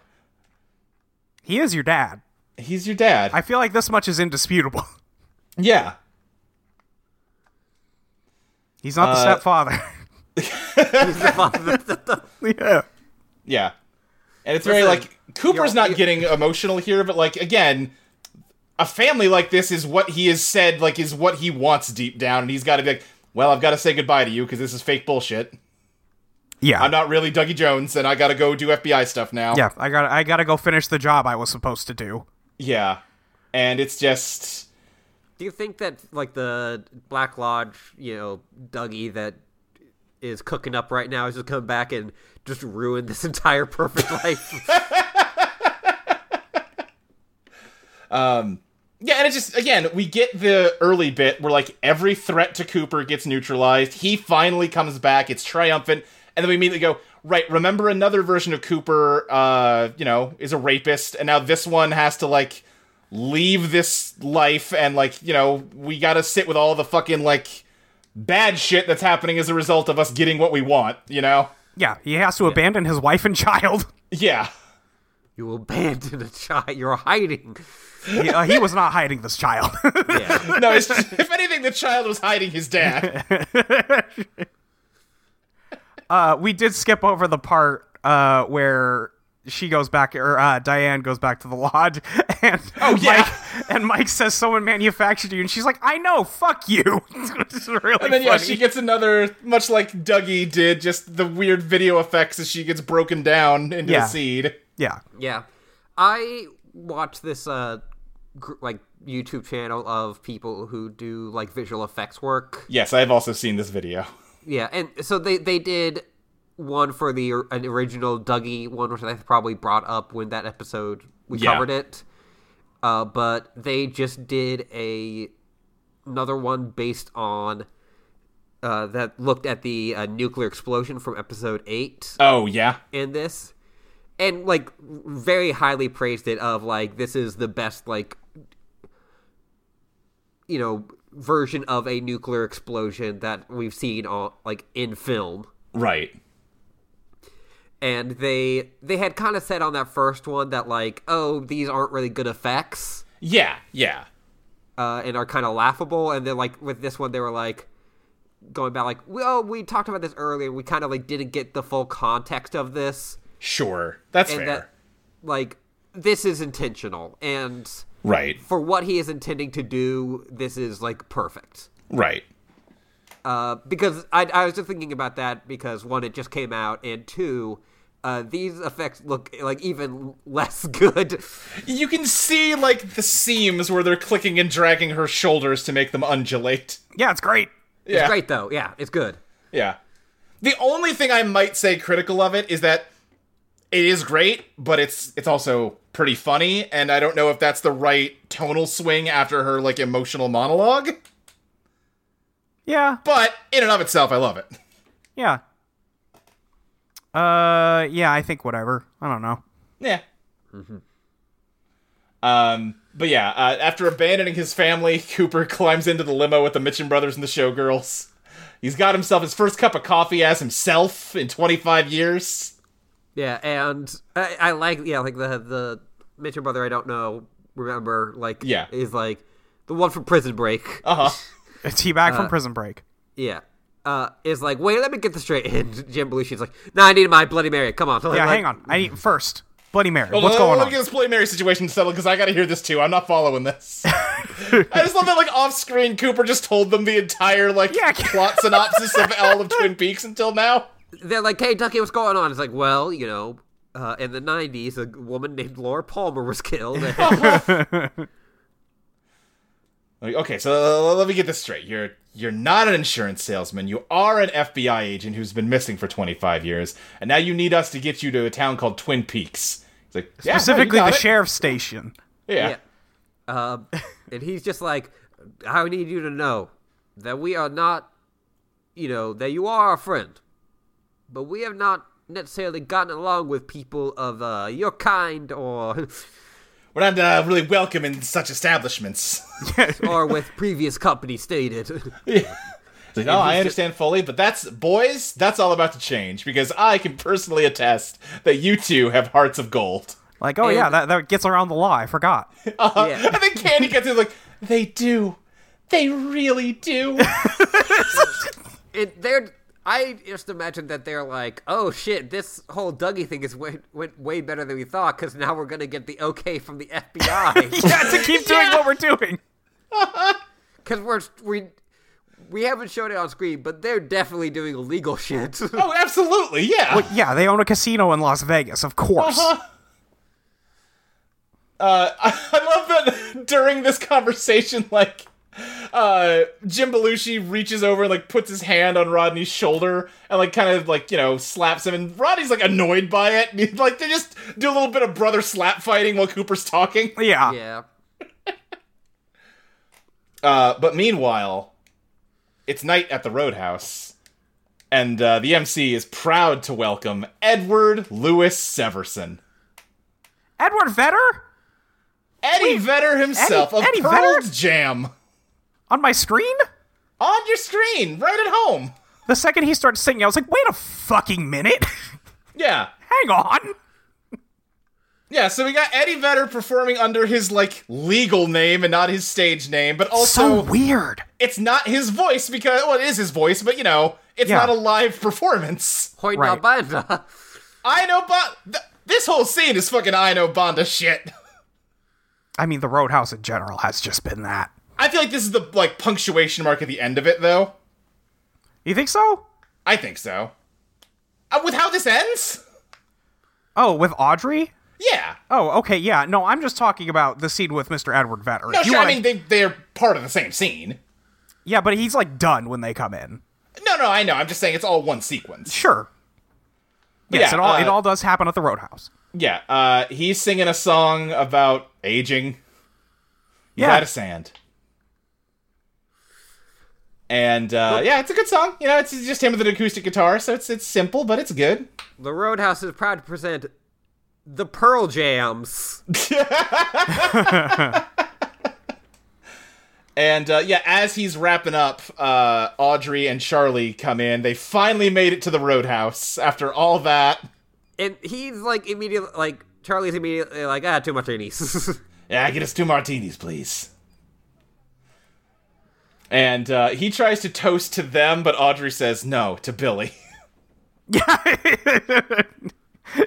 [SPEAKER 2] he is your dad.
[SPEAKER 3] He's your dad."
[SPEAKER 2] I feel like this much is indisputable.
[SPEAKER 3] yeah.
[SPEAKER 2] He's
[SPEAKER 3] Uh,
[SPEAKER 2] not the stepfather.
[SPEAKER 1] He's the father.
[SPEAKER 2] yeah.
[SPEAKER 3] Yeah. And it's very
[SPEAKER 1] Listen,
[SPEAKER 3] like Cooper's
[SPEAKER 1] y'all-
[SPEAKER 3] not getting emotional here, but like again, a family like this is what he has said like is what he wants deep down, and he's got to be like, well, I've got to say goodbye to you because this is fake bullshit.
[SPEAKER 2] Yeah.
[SPEAKER 3] I'm not really Dougie Jones, and I got to go do FBI stuff now.
[SPEAKER 2] yeah, I got I got to go finish the job I was supposed to do.
[SPEAKER 3] yeah, and it's just
[SPEAKER 1] Do you think that like the Black Lodge, you know, Dougie that is cooking up right now is just come back and just ruin this entire perfect life?
[SPEAKER 3] Yeah, and it just again, we get the early bit where like every threat to Cooper gets neutralized. He finally comes back, it's triumphant, and then we immediately go, right, remember another version of Cooper uh, you know, is a rapist, and now this one has to like leave this life and like, you know, we gotta sit with all the fucking like bad shit that's happening as a result of us getting what we want, you know?
[SPEAKER 2] Yeah, he has to abandon his wife and child.
[SPEAKER 3] Yeah.
[SPEAKER 1] you abandon a child. You're hiding.
[SPEAKER 2] he, uh, he was not hiding this child.
[SPEAKER 1] Yeah.
[SPEAKER 3] No, it's if anything, the child was hiding his dad.
[SPEAKER 2] uh, we did skip over the part uh, where she goes back, or uh, Diane goes back to the lodge, and oh
[SPEAKER 3] yeah.
[SPEAKER 2] Mike, and Mike says someone manufactured you, and she's like, "I know, fuck you." it's really
[SPEAKER 3] And then yeah,
[SPEAKER 2] funny.
[SPEAKER 3] she gets another much like Dougie did, just the weird video effects as she gets broken down into
[SPEAKER 2] Yeah.
[SPEAKER 3] a seed.
[SPEAKER 2] yeah,
[SPEAKER 1] yeah. I watch this uh gr- like YouTube channel of people who do like visual effects work.
[SPEAKER 3] Yes, I have also seen this video.
[SPEAKER 1] Yeah, and so they they did one for the or- an original Dougie one, which I probably brought up when that episode we
[SPEAKER 3] Yeah.
[SPEAKER 1] covered it. Uh, but they just did a another one based on uh, that looked at the uh, nuclear explosion from episode eight
[SPEAKER 3] Oh yeah,
[SPEAKER 1] in this, and like very highly praised it of like this is the best like you know version of a nuclear explosion that we've seen on like in film
[SPEAKER 3] right.
[SPEAKER 1] and they they had kind of said on that first one that like oh these aren't really good effects
[SPEAKER 3] Yeah, yeah,
[SPEAKER 1] uh, and are kind of laughable and then like with this one they were like going back like well we talked about this earlier we kind of like didn't get the full context of this
[SPEAKER 3] sure. That's
[SPEAKER 1] and
[SPEAKER 3] fair.
[SPEAKER 1] that like this is intentional and
[SPEAKER 3] right,
[SPEAKER 1] for what he is intending to do this is like perfect
[SPEAKER 3] right.
[SPEAKER 1] uh, because I, I was just thinking about that because one it just came out and two uh, these effects look like even less good
[SPEAKER 3] You can see like the seams where they're clicking and dragging her shoulders to make them undulate.
[SPEAKER 2] yeah, it's great.
[SPEAKER 3] Yeah,
[SPEAKER 1] it's great though yeah it's good
[SPEAKER 3] yeah. The only thing I might say critical of it is that it is great, but it's it's also pretty funny, and I don't know if that's the right tonal swing after her like emotional monologue.
[SPEAKER 2] Yeah,
[SPEAKER 3] But in and of itself, I love it.
[SPEAKER 2] yeah, uh, yeah. I think whatever. I don't know.
[SPEAKER 3] Yeah. Um, but yeah, uh, after abandoning his family, Cooper climbs into the limo with the Mitchum brothers and the showgirls. He's got himself his first cup of coffee as himself in 25 years.
[SPEAKER 1] yeah and I, I like yeah like the the Mitchell brother I don't know remember like
[SPEAKER 3] Yeah.
[SPEAKER 1] is like the one from Prison Break
[SPEAKER 3] Uh huh.
[SPEAKER 2] It's he back
[SPEAKER 3] Uh,
[SPEAKER 2] from prison break.
[SPEAKER 1] Yeah. Uh, is like, wait, let me get this straight. And Jim Belushi's like, no, I need my Bloody Mary. Come on.
[SPEAKER 2] Yeah,
[SPEAKER 1] Like,
[SPEAKER 2] hang on. I need first Bloody Mary. What's going
[SPEAKER 3] Let me get
[SPEAKER 2] on?
[SPEAKER 3] this Bloody Mary situation settled because I got to hear this too. I'm not following this. I just love that, like, off screen, Cooper just told them the entire, like,
[SPEAKER 2] Yeah.
[SPEAKER 3] plot synopsis of all of Twin Peaks until now.
[SPEAKER 1] They're like, hey, Ducky, what's going on? It's like, well, you know, uh, in the 90s, a woman named Laura Palmer was killed.
[SPEAKER 2] Oh,
[SPEAKER 3] Like, okay, so uh, let me get this straight. You're you're not an insurance salesman. You are an FBI agent who's been missing for 25 years, and now you need us to get you to a town called Twin Peaks. It's like yeah, no, you
[SPEAKER 2] Specifically,
[SPEAKER 3] got
[SPEAKER 2] the
[SPEAKER 3] it.
[SPEAKER 2] sheriff's station.
[SPEAKER 3] Yeah.
[SPEAKER 1] yeah. Um, and he's just like, I need you to know that we are not, you know, that you are our friend, but we have not necessarily gotten along with people of uh, your kind or
[SPEAKER 3] we're not uh, really welcome in such establishments.
[SPEAKER 1] or with previous company stated.
[SPEAKER 3] It's like, no, I
[SPEAKER 1] just-
[SPEAKER 3] understand fully, but that's boys. That's all about to change because I can personally attest that you two have hearts of gold.
[SPEAKER 2] Like, oh yeah,
[SPEAKER 1] And-
[SPEAKER 2] that, that gets around the law. I forgot. Uh,
[SPEAKER 1] yeah.
[SPEAKER 3] And then Candy gets in like they do, they really do.
[SPEAKER 1] it they're I just imagine that they're like, "Oh shit, this whole Dougie thing is way, went way better than we thought because now we're gonna get the okay from the FBI
[SPEAKER 2] yeah, to keep doing what we're doing.
[SPEAKER 1] because we're we we haven't shown it on screen, but they're definitely doing illegal shit."
[SPEAKER 3] Oh, absolutely, yeah.
[SPEAKER 2] But yeah, they own a casino in Las Vegas, of course.
[SPEAKER 3] Uh-huh. Uh, I love that during this conversation, like, uh, Jim Belushi reaches over and like puts his hand on Rodney's shoulder and like kind of like you know slaps him, and Rodney's like annoyed by it. And, he- like they just do a little bit of brother slap fighting while Cooper's talking.
[SPEAKER 2] Yeah.
[SPEAKER 1] yeah,
[SPEAKER 3] Uh, but meanwhile, it's night at the Roadhouse, and uh, the MC is proud to welcome Edward Lewis Severson.
[SPEAKER 2] Edward Vetter
[SPEAKER 3] Eddie Vedder himself of
[SPEAKER 2] Eddie
[SPEAKER 3] Pearl's
[SPEAKER 2] Vedder?
[SPEAKER 3] Jam
[SPEAKER 2] on my screen.
[SPEAKER 3] on your screen right at home.
[SPEAKER 2] The second he starts singing, I was like, "Wait a fucking minute!
[SPEAKER 3] Yeah.
[SPEAKER 2] Hang on."
[SPEAKER 3] Yeah, so we got Eddie Vedder performing under his like legal name and not his stage name, but
[SPEAKER 2] So
[SPEAKER 3] also
[SPEAKER 2] weird.
[SPEAKER 3] it's not his voice because well, it is his voice, but you know, it's
[SPEAKER 2] Yeah.
[SPEAKER 3] not a live performance.
[SPEAKER 1] point
[SPEAKER 2] Right.
[SPEAKER 1] banda.
[SPEAKER 3] I know Bond. Th- this whole scene is fucking I know Bonda shit.
[SPEAKER 2] I mean, the Roadhouse in general has just been that.
[SPEAKER 3] I feel like this is the like punctuation mark at the end of it, though.
[SPEAKER 2] You think so?
[SPEAKER 3] I think so. Uh, with how this ends,
[SPEAKER 2] Oh, with Audrey?
[SPEAKER 3] yeah.
[SPEAKER 2] Oh, okay, yeah. No, I'm just talking about the scene with Mr. Edward Vetter.
[SPEAKER 3] No,
[SPEAKER 2] If you
[SPEAKER 3] sure. I
[SPEAKER 2] wanna-
[SPEAKER 3] mean, they they're part of the same scene.
[SPEAKER 2] yeah, but he's like done when they come in.
[SPEAKER 3] No, no, I know. I'm just saying it's all one sequence.
[SPEAKER 2] Sure. Yes,
[SPEAKER 3] Yeah,
[SPEAKER 2] it all
[SPEAKER 3] uh,
[SPEAKER 2] it all does happen at the Roadhouse.
[SPEAKER 3] Yeah, uh, he's singing a song about aging.
[SPEAKER 2] Yeah.
[SPEAKER 3] Nevada Sand. And uh, yeah, it's a good song. You know, it's just him with an acoustic guitar, so it's it's simple, but it's good.
[SPEAKER 1] The Roadhouse is proud to present the Pearl Jams.
[SPEAKER 3] And uh, yeah, as he's wrapping up, uh, Audrey and Charlie come in. They finally made it to the Roadhouse after all that.
[SPEAKER 1] And he's like immediately like Charlie's immediately like ah too much Anise.
[SPEAKER 3] Yeah, get us two martinis, please. And uh, he tries to toast to them, but Audrey says no to Billy.
[SPEAKER 2] Yeah.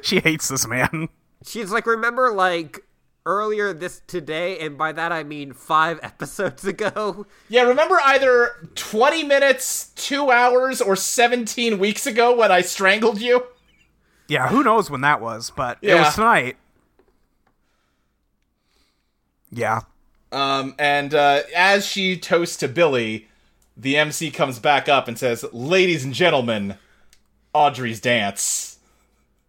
[SPEAKER 2] she hates this man.
[SPEAKER 1] She's like remember like earlier this today, and by that I mean five episodes ago.
[SPEAKER 3] Yeah, remember either 20 minutes, 2 hours, or 17 weeks ago when I strangled you?
[SPEAKER 2] Yeah, who knows when that was, but it
[SPEAKER 3] Yeah.
[SPEAKER 2] was tonight. Yeah.
[SPEAKER 3] Um, and uh, as she toasts to Billy, the MC comes back up and says, Ladies and gentlemen, Audrey's dance.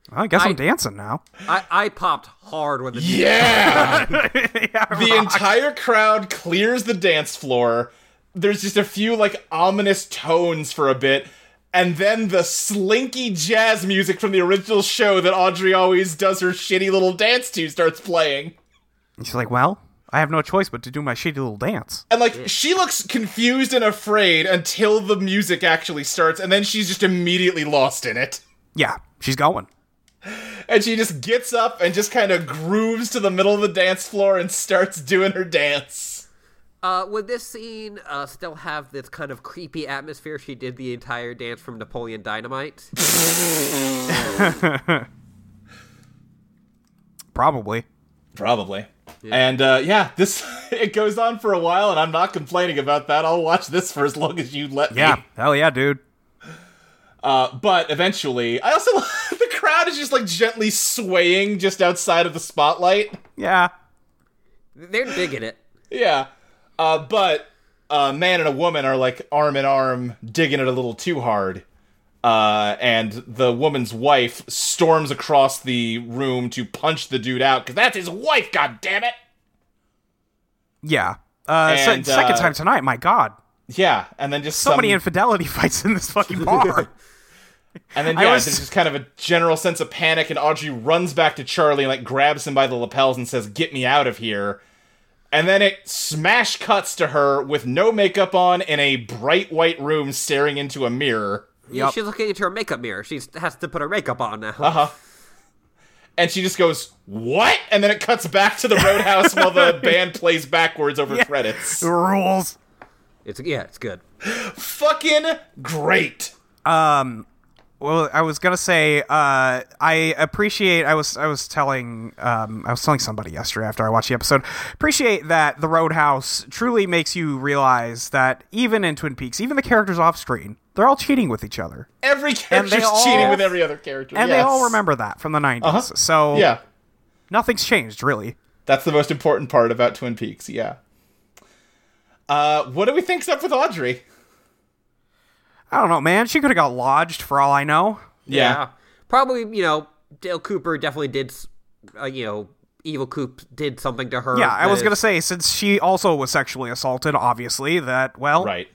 [SPEAKER 2] Well, I guess I...
[SPEAKER 1] I-
[SPEAKER 2] am dancing now.
[SPEAKER 1] I I popped hard when the
[SPEAKER 3] Yeah!
[SPEAKER 2] yeah,
[SPEAKER 3] the entire crowd clears the dance floor. There's just a few, like, ominous tones for a bit. And then the slinky jazz music from the original show that Audrey always does her shitty little dance to starts playing.
[SPEAKER 2] She's like, well, I have no choice but to do my shitty little dance.
[SPEAKER 3] And like she looks confused and afraid until the music actually starts, and then she's just immediately lost in it.
[SPEAKER 2] Yeah, she's going.
[SPEAKER 3] And she just gets up and just kind of grooves to the middle of the dance floor and starts doing her dance.
[SPEAKER 1] Uh, would this scene uh, still have this kind of creepy atmosphere? She did the entire dance from Napoleon Dynamite.
[SPEAKER 2] Probably.
[SPEAKER 3] Probably. And uh, yeah, this it goes on for a while, and I'm not complaining about that. I'll watch this for as long as you let me.
[SPEAKER 2] Yeah. Hell yeah, dude.
[SPEAKER 3] Uh, but eventually, I also the crowd is just like gently swaying just outside of the spotlight.
[SPEAKER 2] Yeah.
[SPEAKER 1] They're digging it.
[SPEAKER 3] Yeah. Uh, but a man and a woman are like arm in arm, digging it a little too hard. Uh, and the woman's wife storms across the room to punch the dude out because that's his wife, god damn it!
[SPEAKER 2] Yeah. Uh, se-
[SPEAKER 3] And, uh,
[SPEAKER 2] second time tonight. My God.
[SPEAKER 3] Yeah, and then just
[SPEAKER 2] So many
[SPEAKER 3] some-
[SPEAKER 2] infidelity fights in this fucking bar.
[SPEAKER 3] and then
[SPEAKER 2] I
[SPEAKER 3] yeah,
[SPEAKER 2] was-
[SPEAKER 3] there's just kind of a general sense of panic, and Audrey runs back to Charlie and like grabs him by the lapels and says, "Get me out of here." And then it smash cuts to her with no makeup on in a bright white room, staring into a mirror.
[SPEAKER 2] Yup.
[SPEAKER 1] She's looking into her makeup mirror. She has to put her makeup on now.
[SPEAKER 3] and she just goes what and then it cuts back to the roadhouse while the band plays backwards over credits
[SPEAKER 2] Rules.
[SPEAKER 1] It's yeah, it's good.
[SPEAKER 3] fucking great
[SPEAKER 2] Well, I was gonna say uh, I appreciate. I was I was telling um, I was telling somebody yesterday after I watched the episode. Appreciate that the Roadhouse truly makes you realize that even in Twin Peaks, even the characters off screen, they're all cheating with each other,
[SPEAKER 3] Every character's
[SPEAKER 2] all-
[SPEAKER 3] cheating with every other character.
[SPEAKER 2] and they
[SPEAKER 3] yes. Uh-huh.
[SPEAKER 2] all remember that from the 90s So
[SPEAKER 3] Yeah.
[SPEAKER 2] nothing's changed really.
[SPEAKER 3] That's the most important part about Twin Peaks. Yeah. Uh, what do we think's up with Audrey?
[SPEAKER 2] I don't know, man. She could have got lodged for all I know.
[SPEAKER 1] Probably, you know, Dale Cooper definitely did, s- uh, you know, Evil Coop did something to her.
[SPEAKER 2] Yeah, I
[SPEAKER 1] that
[SPEAKER 2] was
[SPEAKER 1] is-
[SPEAKER 2] gonna say since she also was sexually assaulted, obviously that well,
[SPEAKER 3] Right.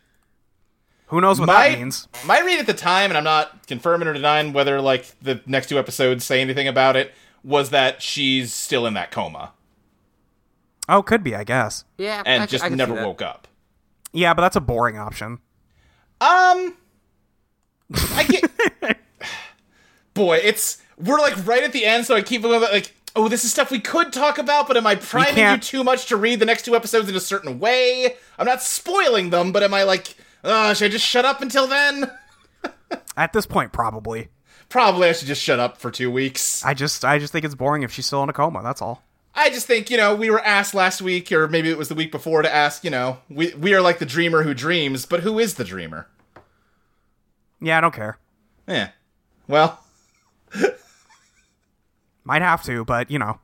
[SPEAKER 2] who knows what
[SPEAKER 3] My,
[SPEAKER 2] that means?
[SPEAKER 3] my read at the time, and I'm not confirming or denying whether like the next two episodes say anything about it, was that she's still in that coma
[SPEAKER 2] Oh, could be, I guess.
[SPEAKER 1] Yeah,
[SPEAKER 3] and
[SPEAKER 1] I c-
[SPEAKER 3] just
[SPEAKER 1] I can see
[SPEAKER 3] never
[SPEAKER 1] that.
[SPEAKER 3] woke up.
[SPEAKER 2] Yeah, but that's a boring option.
[SPEAKER 3] Um, I get. Boy, it's we're like right at the end, so I keep going like, oh, this is stuff we could talk about, but am I priming you
[SPEAKER 2] can't-
[SPEAKER 3] too much to read the next two episodes in a certain way? I'm not spoiling them, but am I like, uh, should I just shut up until then?
[SPEAKER 2] At this point, probably.
[SPEAKER 3] Probably I should just shut up for two weeks.
[SPEAKER 2] I just I just think it's boring if she's still in a coma. That's all.
[SPEAKER 3] I just think, you know, we were asked last week, or maybe it was the week before, to ask, you know, we, we are like the dreamer who dreams, but who is the dreamer?
[SPEAKER 2] Yeah, I don't care.
[SPEAKER 3] Yeah. Well,
[SPEAKER 2] Might have to, but you know.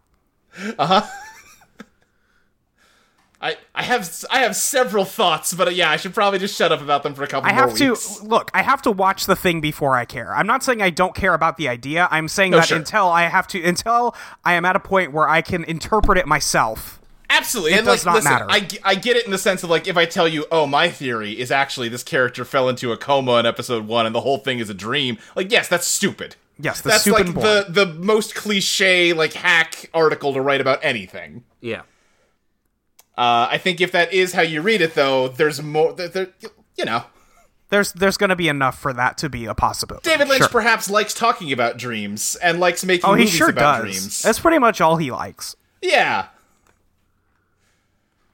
[SPEAKER 3] I, I have I have several thoughts, but uh, yeah, I should probably just shut up about them for a couple
[SPEAKER 2] I
[SPEAKER 3] more
[SPEAKER 2] have to
[SPEAKER 3] weeks.
[SPEAKER 2] look, I have to watch the thing before I care. I'm not saying I don't care about the idea. I'm saying
[SPEAKER 3] Oh,
[SPEAKER 2] that
[SPEAKER 3] sure.
[SPEAKER 2] until I have to until I am at a point where I can interpret it myself.
[SPEAKER 3] Absolutely. and
[SPEAKER 2] does
[SPEAKER 3] like,
[SPEAKER 2] not
[SPEAKER 3] listen,
[SPEAKER 2] matter.
[SPEAKER 3] I, g- I get it in the sense of like, if I tell you, oh, my theory is actually this character fell into a coma in episode one and the whole thing is a dream, like, yes, that's stupid.
[SPEAKER 2] Yes, the
[SPEAKER 3] That's
[SPEAKER 2] soup
[SPEAKER 3] like
[SPEAKER 2] and
[SPEAKER 3] the, the most cliche, like, hack article to write about anything.
[SPEAKER 1] Yeah.
[SPEAKER 3] Uh, I think if that is how you read it, though, there's more. There, there, you know,
[SPEAKER 2] There's there's gonna be enough for that to be a possibility.
[SPEAKER 3] David Lynch
[SPEAKER 2] Sure.
[SPEAKER 3] perhaps likes talking about dreams and likes making
[SPEAKER 2] Oh, he
[SPEAKER 3] movies
[SPEAKER 2] sure
[SPEAKER 3] about
[SPEAKER 2] does.
[SPEAKER 3] dreams.
[SPEAKER 2] That's pretty much all he likes.
[SPEAKER 3] yeah,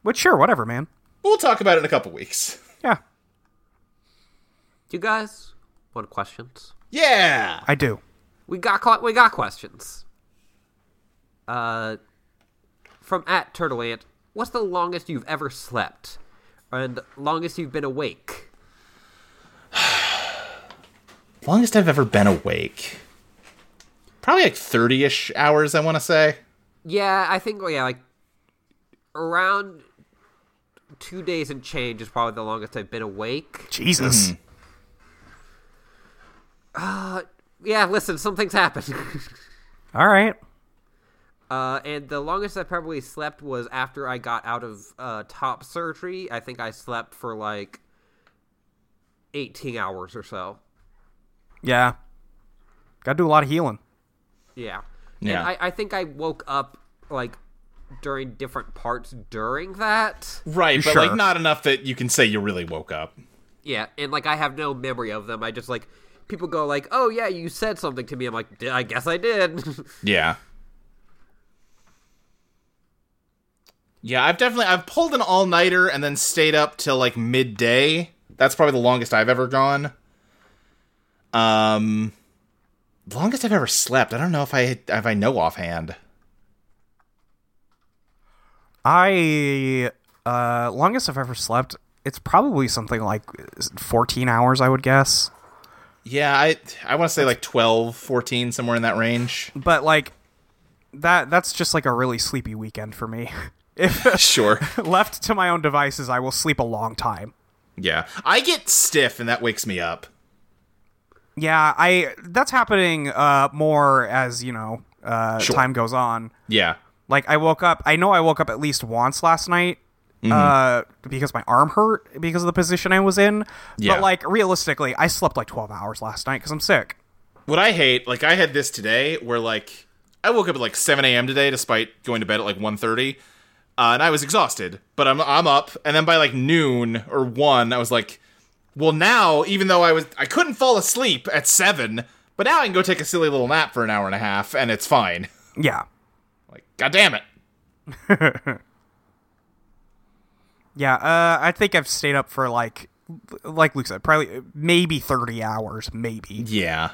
[SPEAKER 2] But sure, whatever, man.
[SPEAKER 3] we'll talk about it in a couple weeks.
[SPEAKER 2] Yeah,
[SPEAKER 1] You guys want questions?
[SPEAKER 3] Yeah,
[SPEAKER 2] I do.
[SPEAKER 1] We got que- we got questions. Uh, from at Turtle Ant, what's the longest you've ever slept, and longest you've been awake?
[SPEAKER 3] longest I've ever been awake. Probably like thirty-ish hours. I want to say.
[SPEAKER 1] Yeah, I think oh, yeah, like around two days and change is probably the longest I've been awake.
[SPEAKER 2] Jesus.
[SPEAKER 3] Mm-hmm.
[SPEAKER 1] Yeah, listen, some things happened.
[SPEAKER 2] All right.
[SPEAKER 1] uh, and the longest I probably slept was after I got out of uh, top surgery. I think I slept for like eighteen hours or so.
[SPEAKER 2] Yeah. Gotta do a lot of healing.
[SPEAKER 1] Yeah.
[SPEAKER 3] Yeah.
[SPEAKER 1] And I, I think I woke up like during different parts during that.
[SPEAKER 3] Right, but
[SPEAKER 2] Sure.
[SPEAKER 3] like not enough that you can say you really woke up.
[SPEAKER 1] Yeah, and like I have no memory of them. I just like people go like, "Oh yeah, you said something to me." I'm like, "D- "I guess I did."
[SPEAKER 3] Yeah. Yeah, I've definitely I've pulled an all nighter and then stayed up till like midday. That's probably the longest I've ever gone. Um, longest I've ever slept. I don't know if I if I know offhand.
[SPEAKER 2] I uh longest I've ever slept, it's probably something like 14 hours I would guess.
[SPEAKER 3] Yeah, I I want to say like 12, 14, somewhere in that range.
[SPEAKER 2] But like that that's just like a really sleepy weekend for me. If
[SPEAKER 3] Sure.
[SPEAKER 2] left to my own devices, I will sleep a long time.
[SPEAKER 3] Yeah, I get stiff and that wakes me up.
[SPEAKER 2] Yeah, I that's happening uh more as, you know, uh
[SPEAKER 3] Sure.
[SPEAKER 2] time goes on.
[SPEAKER 3] Yeah.
[SPEAKER 2] Like I woke up, I know I woke up at least once last night.
[SPEAKER 3] Mm-hmm.
[SPEAKER 2] Uh, because my arm hurt because of the position I was in.
[SPEAKER 3] Yeah.
[SPEAKER 2] But like realistically, I slept like twelve hours last night because I'm sick.
[SPEAKER 3] What I hate, like I had this today, where like I woke up at like 7 a.m. today, despite going to bed at like 1:30, uh, and I was exhausted. But I'm I'm up, and then by like noon or one, I was like, well, now even though I was I couldn't fall asleep at seven, but now I can go take a silly little nap for an hour and a half, and it's fine.
[SPEAKER 2] Yeah.
[SPEAKER 3] Like, god damn it.
[SPEAKER 2] Yeah, uh, I think I've stayed up for like like Luke said, probably maybe 30 hours, maybe.
[SPEAKER 3] Yeah.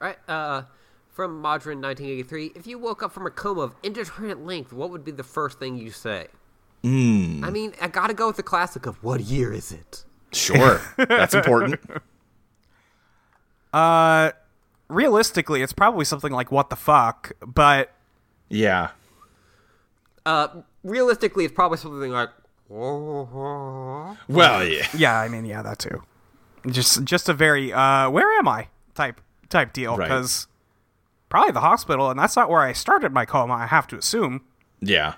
[SPEAKER 1] All right. Uh, from Modrin 1983, if you woke up from a coma of indeterminate length, what would be the first thing you say?
[SPEAKER 2] Hmm.
[SPEAKER 1] Mm. I mean, I gotta go with the classic of what year is it?
[SPEAKER 3] Sure. That's important.
[SPEAKER 2] Realistically, it's probably something like what the fuck, but
[SPEAKER 3] Yeah.
[SPEAKER 1] Uh, realistically, it's probably something like. "Oh."
[SPEAKER 3] Well, yeah.
[SPEAKER 2] yeah, I mean, yeah, that too. Just just a very uh where am I type type deal
[SPEAKER 3] Right.
[SPEAKER 2] cuz probably the hospital and that's not where I started my coma, I have to assume.
[SPEAKER 3] Yeah.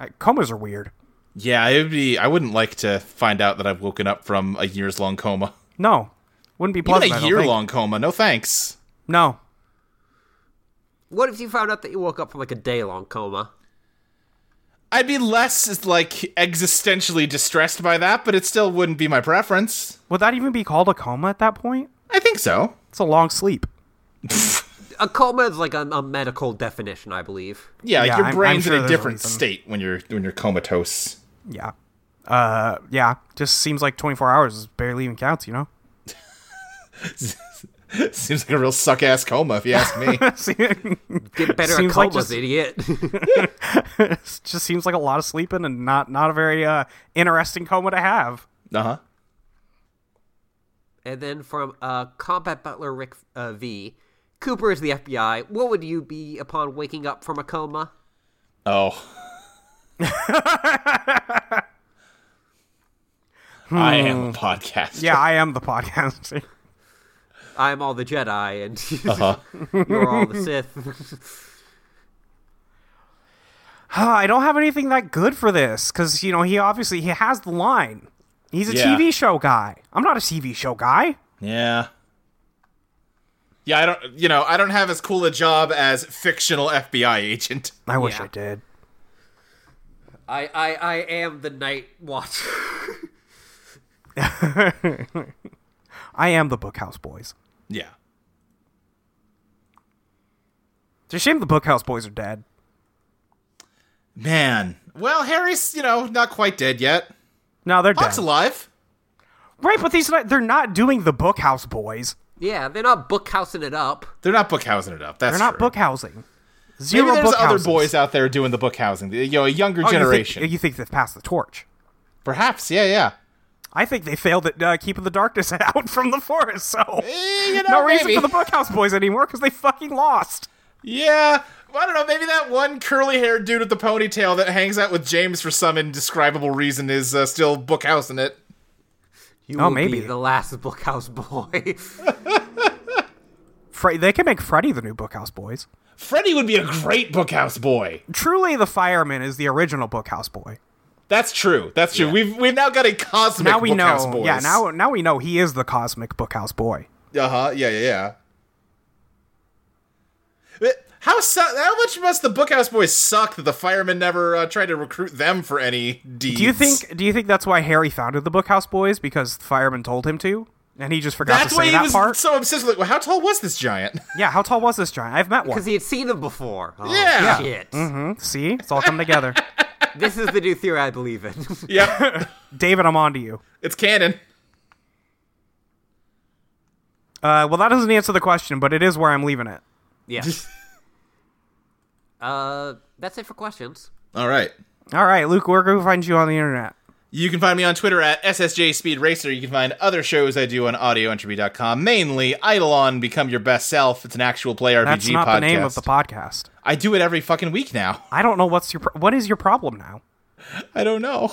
[SPEAKER 2] Uh, comas are weird.
[SPEAKER 3] Yeah, it would be I wouldn't like to find out that I've woken up from a years long coma.
[SPEAKER 2] No. Wouldn't be
[SPEAKER 3] Even
[SPEAKER 2] pleasant. I
[SPEAKER 3] a
[SPEAKER 2] don't
[SPEAKER 3] year
[SPEAKER 2] think.
[SPEAKER 3] long coma. No thanks.
[SPEAKER 2] No.
[SPEAKER 1] What if you found out that you woke up from like a day long coma?
[SPEAKER 3] I'd be less like existentially distressed by that, but it still wouldn't be my preference.
[SPEAKER 2] Would that even be called a coma at that point?
[SPEAKER 3] I think so.
[SPEAKER 2] It's a long sleep.
[SPEAKER 1] A coma is like a, a medical definition, I believe.
[SPEAKER 3] Yeah, like
[SPEAKER 2] Yeah,
[SPEAKER 3] your
[SPEAKER 2] I'm- I'm
[SPEAKER 3] brain's
[SPEAKER 2] sure
[SPEAKER 3] in a
[SPEAKER 2] there's a
[SPEAKER 3] different
[SPEAKER 2] reason.
[SPEAKER 3] state when you're when you're comatose.
[SPEAKER 2] Yeah. Uh yeah, just seems like 24 hours is barely even counts, you know.
[SPEAKER 3] Seems like a real suck ass coma if you ask me.
[SPEAKER 1] Get better at
[SPEAKER 2] Seems like
[SPEAKER 1] comas,
[SPEAKER 2] just-
[SPEAKER 1] idiot.
[SPEAKER 2] It just seems like a lot of sleeping and not not a very uh interesting coma to have.
[SPEAKER 3] uh huh.
[SPEAKER 1] and then from uh, Combat Butler Rick uh, V. Cooper is the FBI. What would you be upon waking up from a coma?
[SPEAKER 3] Oh. I am a podcast.
[SPEAKER 2] Yeah, I am the podcast.
[SPEAKER 1] I'm all the Jedi, and
[SPEAKER 3] Uh-huh.
[SPEAKER 1] you're all the Sith.
[SPEAKER 2] Huh, I don't have anything that good for this because you know he obviously he has the line. He's a
[SPEAKER 3] Yeah.
[SPEAKER 2] TV show guy. I'm not a TV show guy.
[SPEAKER 3] Yeah. Yeah, I don't you know, I don't have as cool a job as fictional FBI agent.
[SPEAKER 2] I wish
[SPEAKER 1] Yeah.
[SPEAKER 2] I did.
[SPEAKER 1] I, I, I am the Night Watcher.
[SPEAKER 2] I am the Bookhouse Boys.
[SPEAKER 3] Yeah.
[SPEAKER 2] It's a shame the Bookhouse Boys are dead.
[SPEAKER 3] Man. Well, Harry's, you know, not quite dead yet.
[SPEAKER 2] No, they're
[SPEAKER 3] Pop's
[SPEAKER 2] dead.
[SPEAKER 3] alive.
[SPEAKER 2] Right, but these not, they're not doing the Bookhouse Boys.
[SPEAKER 1] Yeah, they're not bookhousing it up.
[SPEAKER 3] They're not bookhousing it up. That's
[SPEAKER 2] They're not
[SPEAKER 3] true.
[SPEAKER 2] bookhousing. Zero
[SPEAKER 3] Maybe there's other
[SPEAKER 2] bookhouses.
[SPEAKER 3] boys out there doing the bookhousing. You know, a younger
[SPEAKER 2] Oh, you think-
[SPEAKER 3] generation.
[SPEAKER 2] You think, they've passed the torch?
[SPEAKER 3] Perhaps, yeah, yeah.
[SPEAKER 2] I think they failed at uh, keeping the darkness out from the forest. So
[SPEAKER 3] Eh, you know,
[SPEAKER 2] no reason
[SPEAKER 3] maybe.
[SPEAKER 2] for the Bookhouse Boys anymore because they fucking lost.
[SPEAKER 3] Yeah, well, I don't know. Maybe that one curly-haired dude with the ponytail that hangs out with James for some indescribable reason is uh, still bookhousing it.
[SPEAKER 1] You
[SPEAKER 2] Oh,
[SPEAKER 1] will
[SPEAKER 2] maybe.
[SPEAKER 1] be the last bookhouse boy.
[SPEAKER 2] Fre- they can make Freddy the new Bookhouse Boys.
[SPEAKER 3] Freddy would be a great bookhouse boy.
[SPEAKER 2] Truly, the fireman is the original Bookhouse Boy.
[SPEAKER 3] That's true. That's true. We've we've now got a cosmic
[SPEAKER 2] Now we
[SPEAKER 3] bookhouse
[SPEAKER 2] know.
[SPEAKER 3] boys.
[SPEAKER 2] Yeah, now now we know he is the cosmic Bookhouse Boy.
[SPEAKER 3] Uh huh. Yeah, yeah, yeah. But Eh, How su- how much must the bookhouse boys suck that the firemen never uh, tried to recruit them for any deeds?
[SPEAKER 2] Do you think? Do you think that's why Harry founded the Bookhouse Boys because the fireman told him to, and he just forgot
[SPEAKER 3] that's
[SPEAKER 2] to
[SPEAKER 3] why
[SPEAKER 2] say
[SPEAKER 3] he
[SPEAKER 2] that
[SPEAKER 3] was
[SPEAKER 2] part?
[SPEAKER 3] so obsessed? with Like, well, how tall was this giant?
[SPEAKER 2] yeah. How tall was this giant? I've met one. Hmm?
[SPEAKER 1] Because he had seen him before. Oh,
[SPEAKER 3] Yeah.
[SPEAKER 1] Shit. Mm-hmm.
[SPEAKER 2] See, it's all come together.
[SPEAKER 1] This is the new theory I believe in.
[SPEAKER 3] yeah,
[SPEAKER 2] David, I'm on to you.
[SPEAKER 3] it's canon.
[SPEAKER 2] Uh, well, that doesn't answer the question, but it is where I'm leaving it.
[SPEAKER 1] yeah. Uh, that's it for questions.
[SPEAKER 3] All right.
[SPEAKER 2] All right, Luke, where can we find you on the internet?
[SPEAKER 3] You can find me on Twitter at SSJ Speed Racer. You can find other shows I do on audioentropy.com, mainly Eidolon Become Your Best Self. It's an actual play RPG
[SPEAKER 2] That's not
[SPEAKER 3] podcast.
[SPEAKER 2] the name of the podcast.
[SPEAKER 3] I do it every fucking week now.
[SPEAKER 2] I don't know what's your pro- what is your problem now.
[SPEAKER 3] I don't know.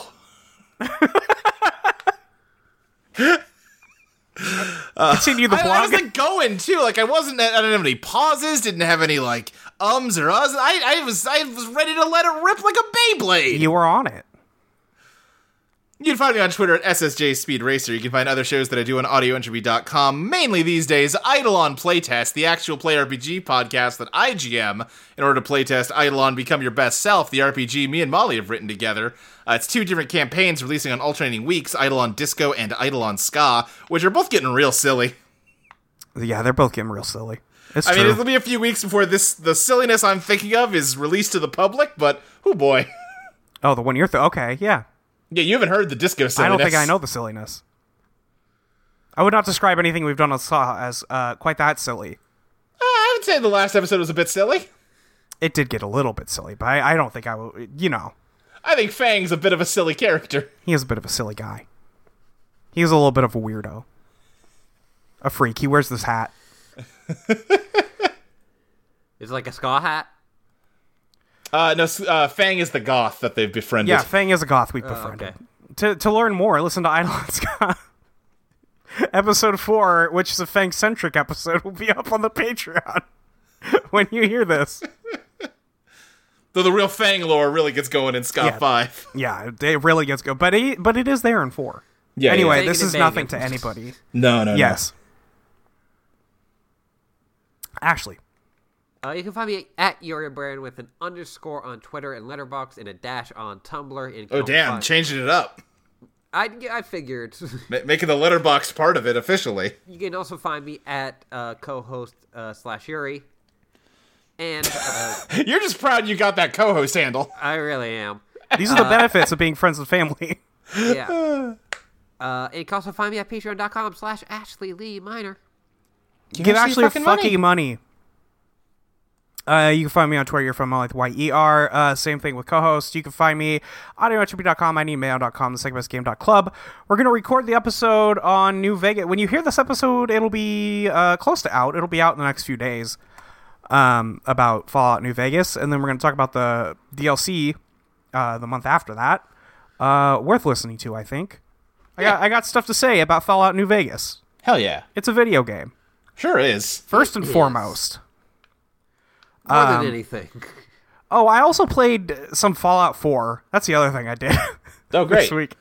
[SPEAKER 2] Continue the
[SPEAKER 3] I, I was
[SPEAKER 2] blog.
[SPEAKER 3] like going too. Like I wasn't. I didn't have any pauses. Didn't have any like ums or uhs. I, I was. I was ready to let it rip like a Beyblade.
[SPEAKER 2] you were on it.
[SPEAKER 3] You can find me on Twitter at SSJ Speed Racer. You can find other shows that I do on audioentropy.com, mainly these days Eidolon Playtest, the actual play RPG podcast that I GM in order to playtest Eidolon Become Your Best Self, the RPG me and Molly have written together. Uh, it's two different campaigns releasing on alternating weeks Eidolon Disco and Eidolon Ska, which are both getting real silly.
[SPEAKER 2] Yeah, they're both getting real silly. It's
[SPEAKER 3] I mean,
[SPEAKER 2] true.
[SPEAKER 3] it'll be a few weeks before this the silliness I'm thinking of is released to the public, but oh boy.
[SPEAKER 2] oh, the one you're th- okay. Yeah,
[SPEAKER 3] Yeah, you haven't heard the disco silliness.
[SPEAKER 2] I don't think I know the silliness. I would not describe anything we've done on Saw as uh, quite that silly.
[SPEAKER 3] Uh, I would say the last episode was a bit silly.
[SPEAKER 2] It did get a little bit silly, but I, I don't think I will. You know,
[SPEAKER 3] I think Fang's a bit of a silly character.
[SPEAKER 2] he is a bit of a silly guy. He is a little bit of a weirdo, a freak. He wears this hat.
[SPEAKER 1] It's like a ska hat.
[SPEAKER 3] Uh, no, s- uh, Fang is the goth that they've befriended.
[SPEAKER 2] Yeah, Fang is a goth
[SPEAKER 3] Oh,
[SPEAKER 2] we befriended.
[SPEAKER 1] Okay.
[SPEAKER 2] to, to learn more, listen to Idol and Ska. episode four, which is a Fang centric episode, will be up on the Patreon when you hear this.
[SPEAKER 3] Though the real Fang lore really gets going in Scott
[SPEAKER 2] Yeah.
[SPEAKER 3] 5.
[SPEAKER 2] Yeah, it really gets good, but it, but it is there in four.
[SPEAKER 3] Yeah.
[SPEAKER 2] anyway,
[SPEAKER 1] yeah.
[SPEAKER 2] this
[SPEAKER 1] Taking
[SPEAKER 2] is
[SPEAKER 1] and
[SPEAKER 2] nothing to
[SPEAKER 1] banging.
[SPEAKER 2] anybody.
[SPEAKER 3] No, no, no.
[SPEAKER 2] Yes, Ashley.
[SPEAKER 1] Uh, you can find me at Yuri Brand with an underscore on Twitter and Letterbox and a dash on Tumblr. And
[SPEAKER 3] Oh, damn. Changing it up.
[SPEAKER 1] I, I figured.
[SPEAKER 3] Ma- making the letterbox part of it officially.
[SPEAKER 1] you can also find me at uh, co-host uh, slash Yuri. And uh,
[SPEAKER 3] You're just proud you got that co host handle.
[SPEAKER 1] I really am.
[SPEAKER 2] These are the benefits of being friends with family.
[SPEAKER 1] Yeah. Uh, and you can also find me at patreon.com slash Ashley Lee Minor.
[SPEAKER 2] Give Ashley
[SPEAKER 3] fucking
[SPEAKER 2] fucking, fucking money. Uh, you can find me on Twitter. You're from like Y-E-R. Uh, same thing with co-host. You can find me audioentropy.com, ineemail.com, the second best game dot club. We're going to record the episode on New Vegas. When you hear this episode, it'll be uh, close to out. It'll be out in the next few days um, about Fallout New Vegas. And then we're going to talk about the DLC uh, the month after that. Uh, worth listening to, I think. I, got, I got stuff to say about Fallout New Vegas.
[SPEAKER 3] Hell yeah.
[SPEAKER 2] It's a video game.
[SPEAKER 3] Sure is.
[SPEAKER 2] First and
[SPEAKER 1] Yes.
[SPEAKER 2] foremost.
[SPEAKER 1] More
[SPEAKER 2] Um,
[SPEAKER 1] than anything.
[SPEAKER 2] Oh, I also played some Fallout 4. That's the other thing I did
[SPEAKER 3] Oh,
[SPEAKER 2] this
[SPEAKER 3] great.
[SPEAKER 2] week.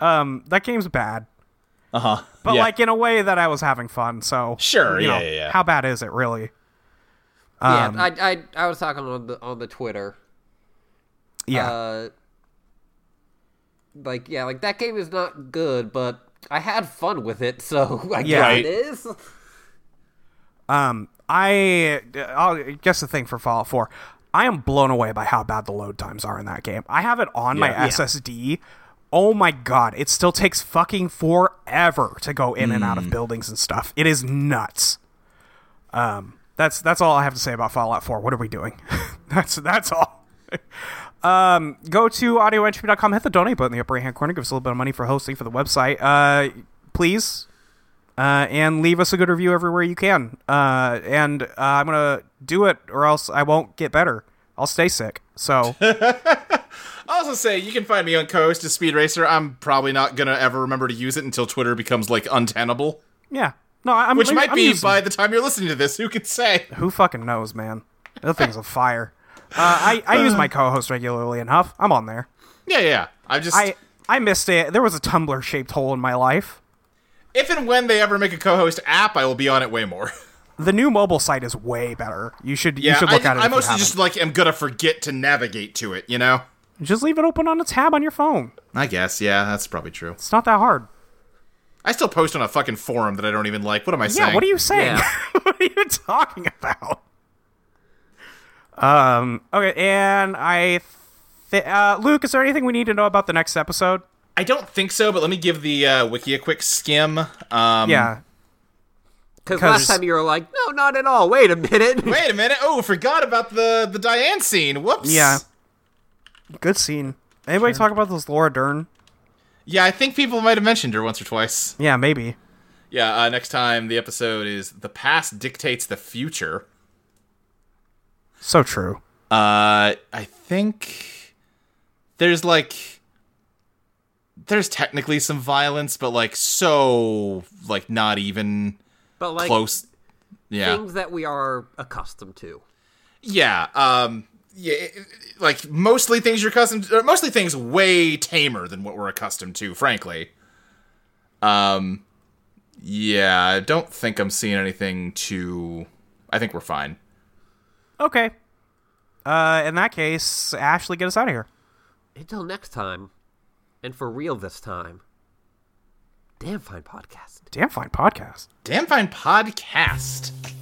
[SPEAKER 2] Um, that game's bad,
[SPEAKER 3] Uh huh.
[SPEAKER 2] but like in a way that I was having fun. So
[SPEAKER 3] Sure,
[SPEAKER 2] you
[SPEAKER 3] yeah,
[SPEAKER 2] know,
[SPEAKER 3] yeah, yeah.
[SPEAKER 2] How bad is it really? um,
[SPEAKER 1] yeah, I, I I was talking on the on the Twitter.
[SPEAKER 2] Yeah,
[SPEAKER 1] Uh, like yeah, like that game is not good, but I had fun with it, so I guess
[SPEAKER 2] Yeah.
[SPEAKER 3] Right.
[SPEAKER 1] it is.
[SPEAKER 2] Um, I I'll guess the thing for Fallout 4. I am blown away by how bad the load times are in that game. I have it on my
[SPEAKER 3] Yeah.
[SPEAKER 2] SSD. Oh my god, it still takes fucking forever to go in and out
[SPEAKER 3] Mm.
[SPEAKER 2] of buildings and stuff. It is nuts. Um, that's that's all I have to say about Fallout 4. What are we doing? that's that's all. um, go to audioentropy.com, hit the donate button in the upper right hand corner, give us a little bit of money for hosting for the website. Uh, please uh, and leave us a good review everywhere you can. Uh, and uh, I'm gonna do it, or else I won't get better. I'll stay sick. So
[SPEAKER 3] I'll also say you can find me on co host as Speed Racer. I'm probably not going to ever remember to use it until Twitter becomes like untenable.
[SPEAKER 2] yeah, no, I- I'm
[SPEAKER 3] Which might
[SPEAKER 2] I'm
[SPEAKER 3] be
[SPEAKER 2] using-
[SPEAKER 3] by the time you're listening to this. Who can say?
[SPEAKER 2] who fucking knows, man. That thing's a fire. Uh, I I use my co-host regularly enough. I'm on there.
[SPEAKER 3] Yeah, yeah. I'm just.
[SPEAKER 2] I I missed it. There was a Tumblr shaped hole in my life.
[SPEAKER 3] if and when they ever make a co host app, I will be on it way more.
[SPEAKER 2] The new mobile site is way better. You should you
[SPEAKER 3] Yeah,
[SPEAKER 2] should look
[SPEAKER 3] I,
[SPEAKER 2] at it.
[SPEAKER 3] I
[SPEAKER 2] if you
[SPEAKER 3] mostly
[SPEAKER 2] haven't.
[SPEAKER 3] just like am gonna forget to navigate to it, you know.
[SPEAKER 2] just leave it open on a tab on your phone.
[SPEAKER 3] I guess, yeah, that's probably true.
[SPEAKER 2] It's not that hard.
[SPEAKER 3] I still post on a fucking forum that I don't even like. What am I
[SPEAKER 2] Yeah,
[SPEAKER 3] saying?
[SPEAKER 2] what are you saying?
[SPEAKER 1] Yeah.
[SPEAKER 2] what are you talking about? Um. Okay, and I, th- uh, Luke, is there anything we need to know about the next episode?
[SPEAKER 3] I don't think so, but let me give the uh, wiki a quick skim. Um,
[SPEAKER 2] Yeah.
[SPEAKER 1] Because
[SPEAKER 2] 'Cause-
[SPEAKER 1] last time you were like, no, not at all. Wait a minute.
[SPEAKER 3] Wait a minute. Oh, forgot about the the Diane scene. Whoops.
[SPEAKER 2] Yeah. Good scene. Anybody talk about this Laura Dern?
[SPEAKER 3] Yeah, I think people might have mentioned her once or twice.
[SPEAKER 2] Yeah, maybe.
[SPEAKER 3] Yeah. Uh, next time the episode is the past dictates the future.
[SPEAKER 2] So true.
[SPEAKER 3] Uh, I think there's like there's technically some violence, but like so like not even
[SPEAKER 1] But like
[SPEAKER 3] close. Yeah,
[SPEAKER 1] things that we are accustomed to.
[SPEAKER 3] yeah. Um, yeah. it- it- Like mostly things you're accustomed, or mostly things way tamer than what we're accustomed to, frankly. Um, yeah. I don't think I'm seeing anything too. I think we're fine.
[SPEAKER 2] Okay. Uh, in that case, Ashley, get us out of here.
[SPEAKER 1] Until next time, and for real this time. Damn fine podcast.
[SPEAKER 2] Damn fine podcast.
[SPEAKER 3] Damn fine podcast.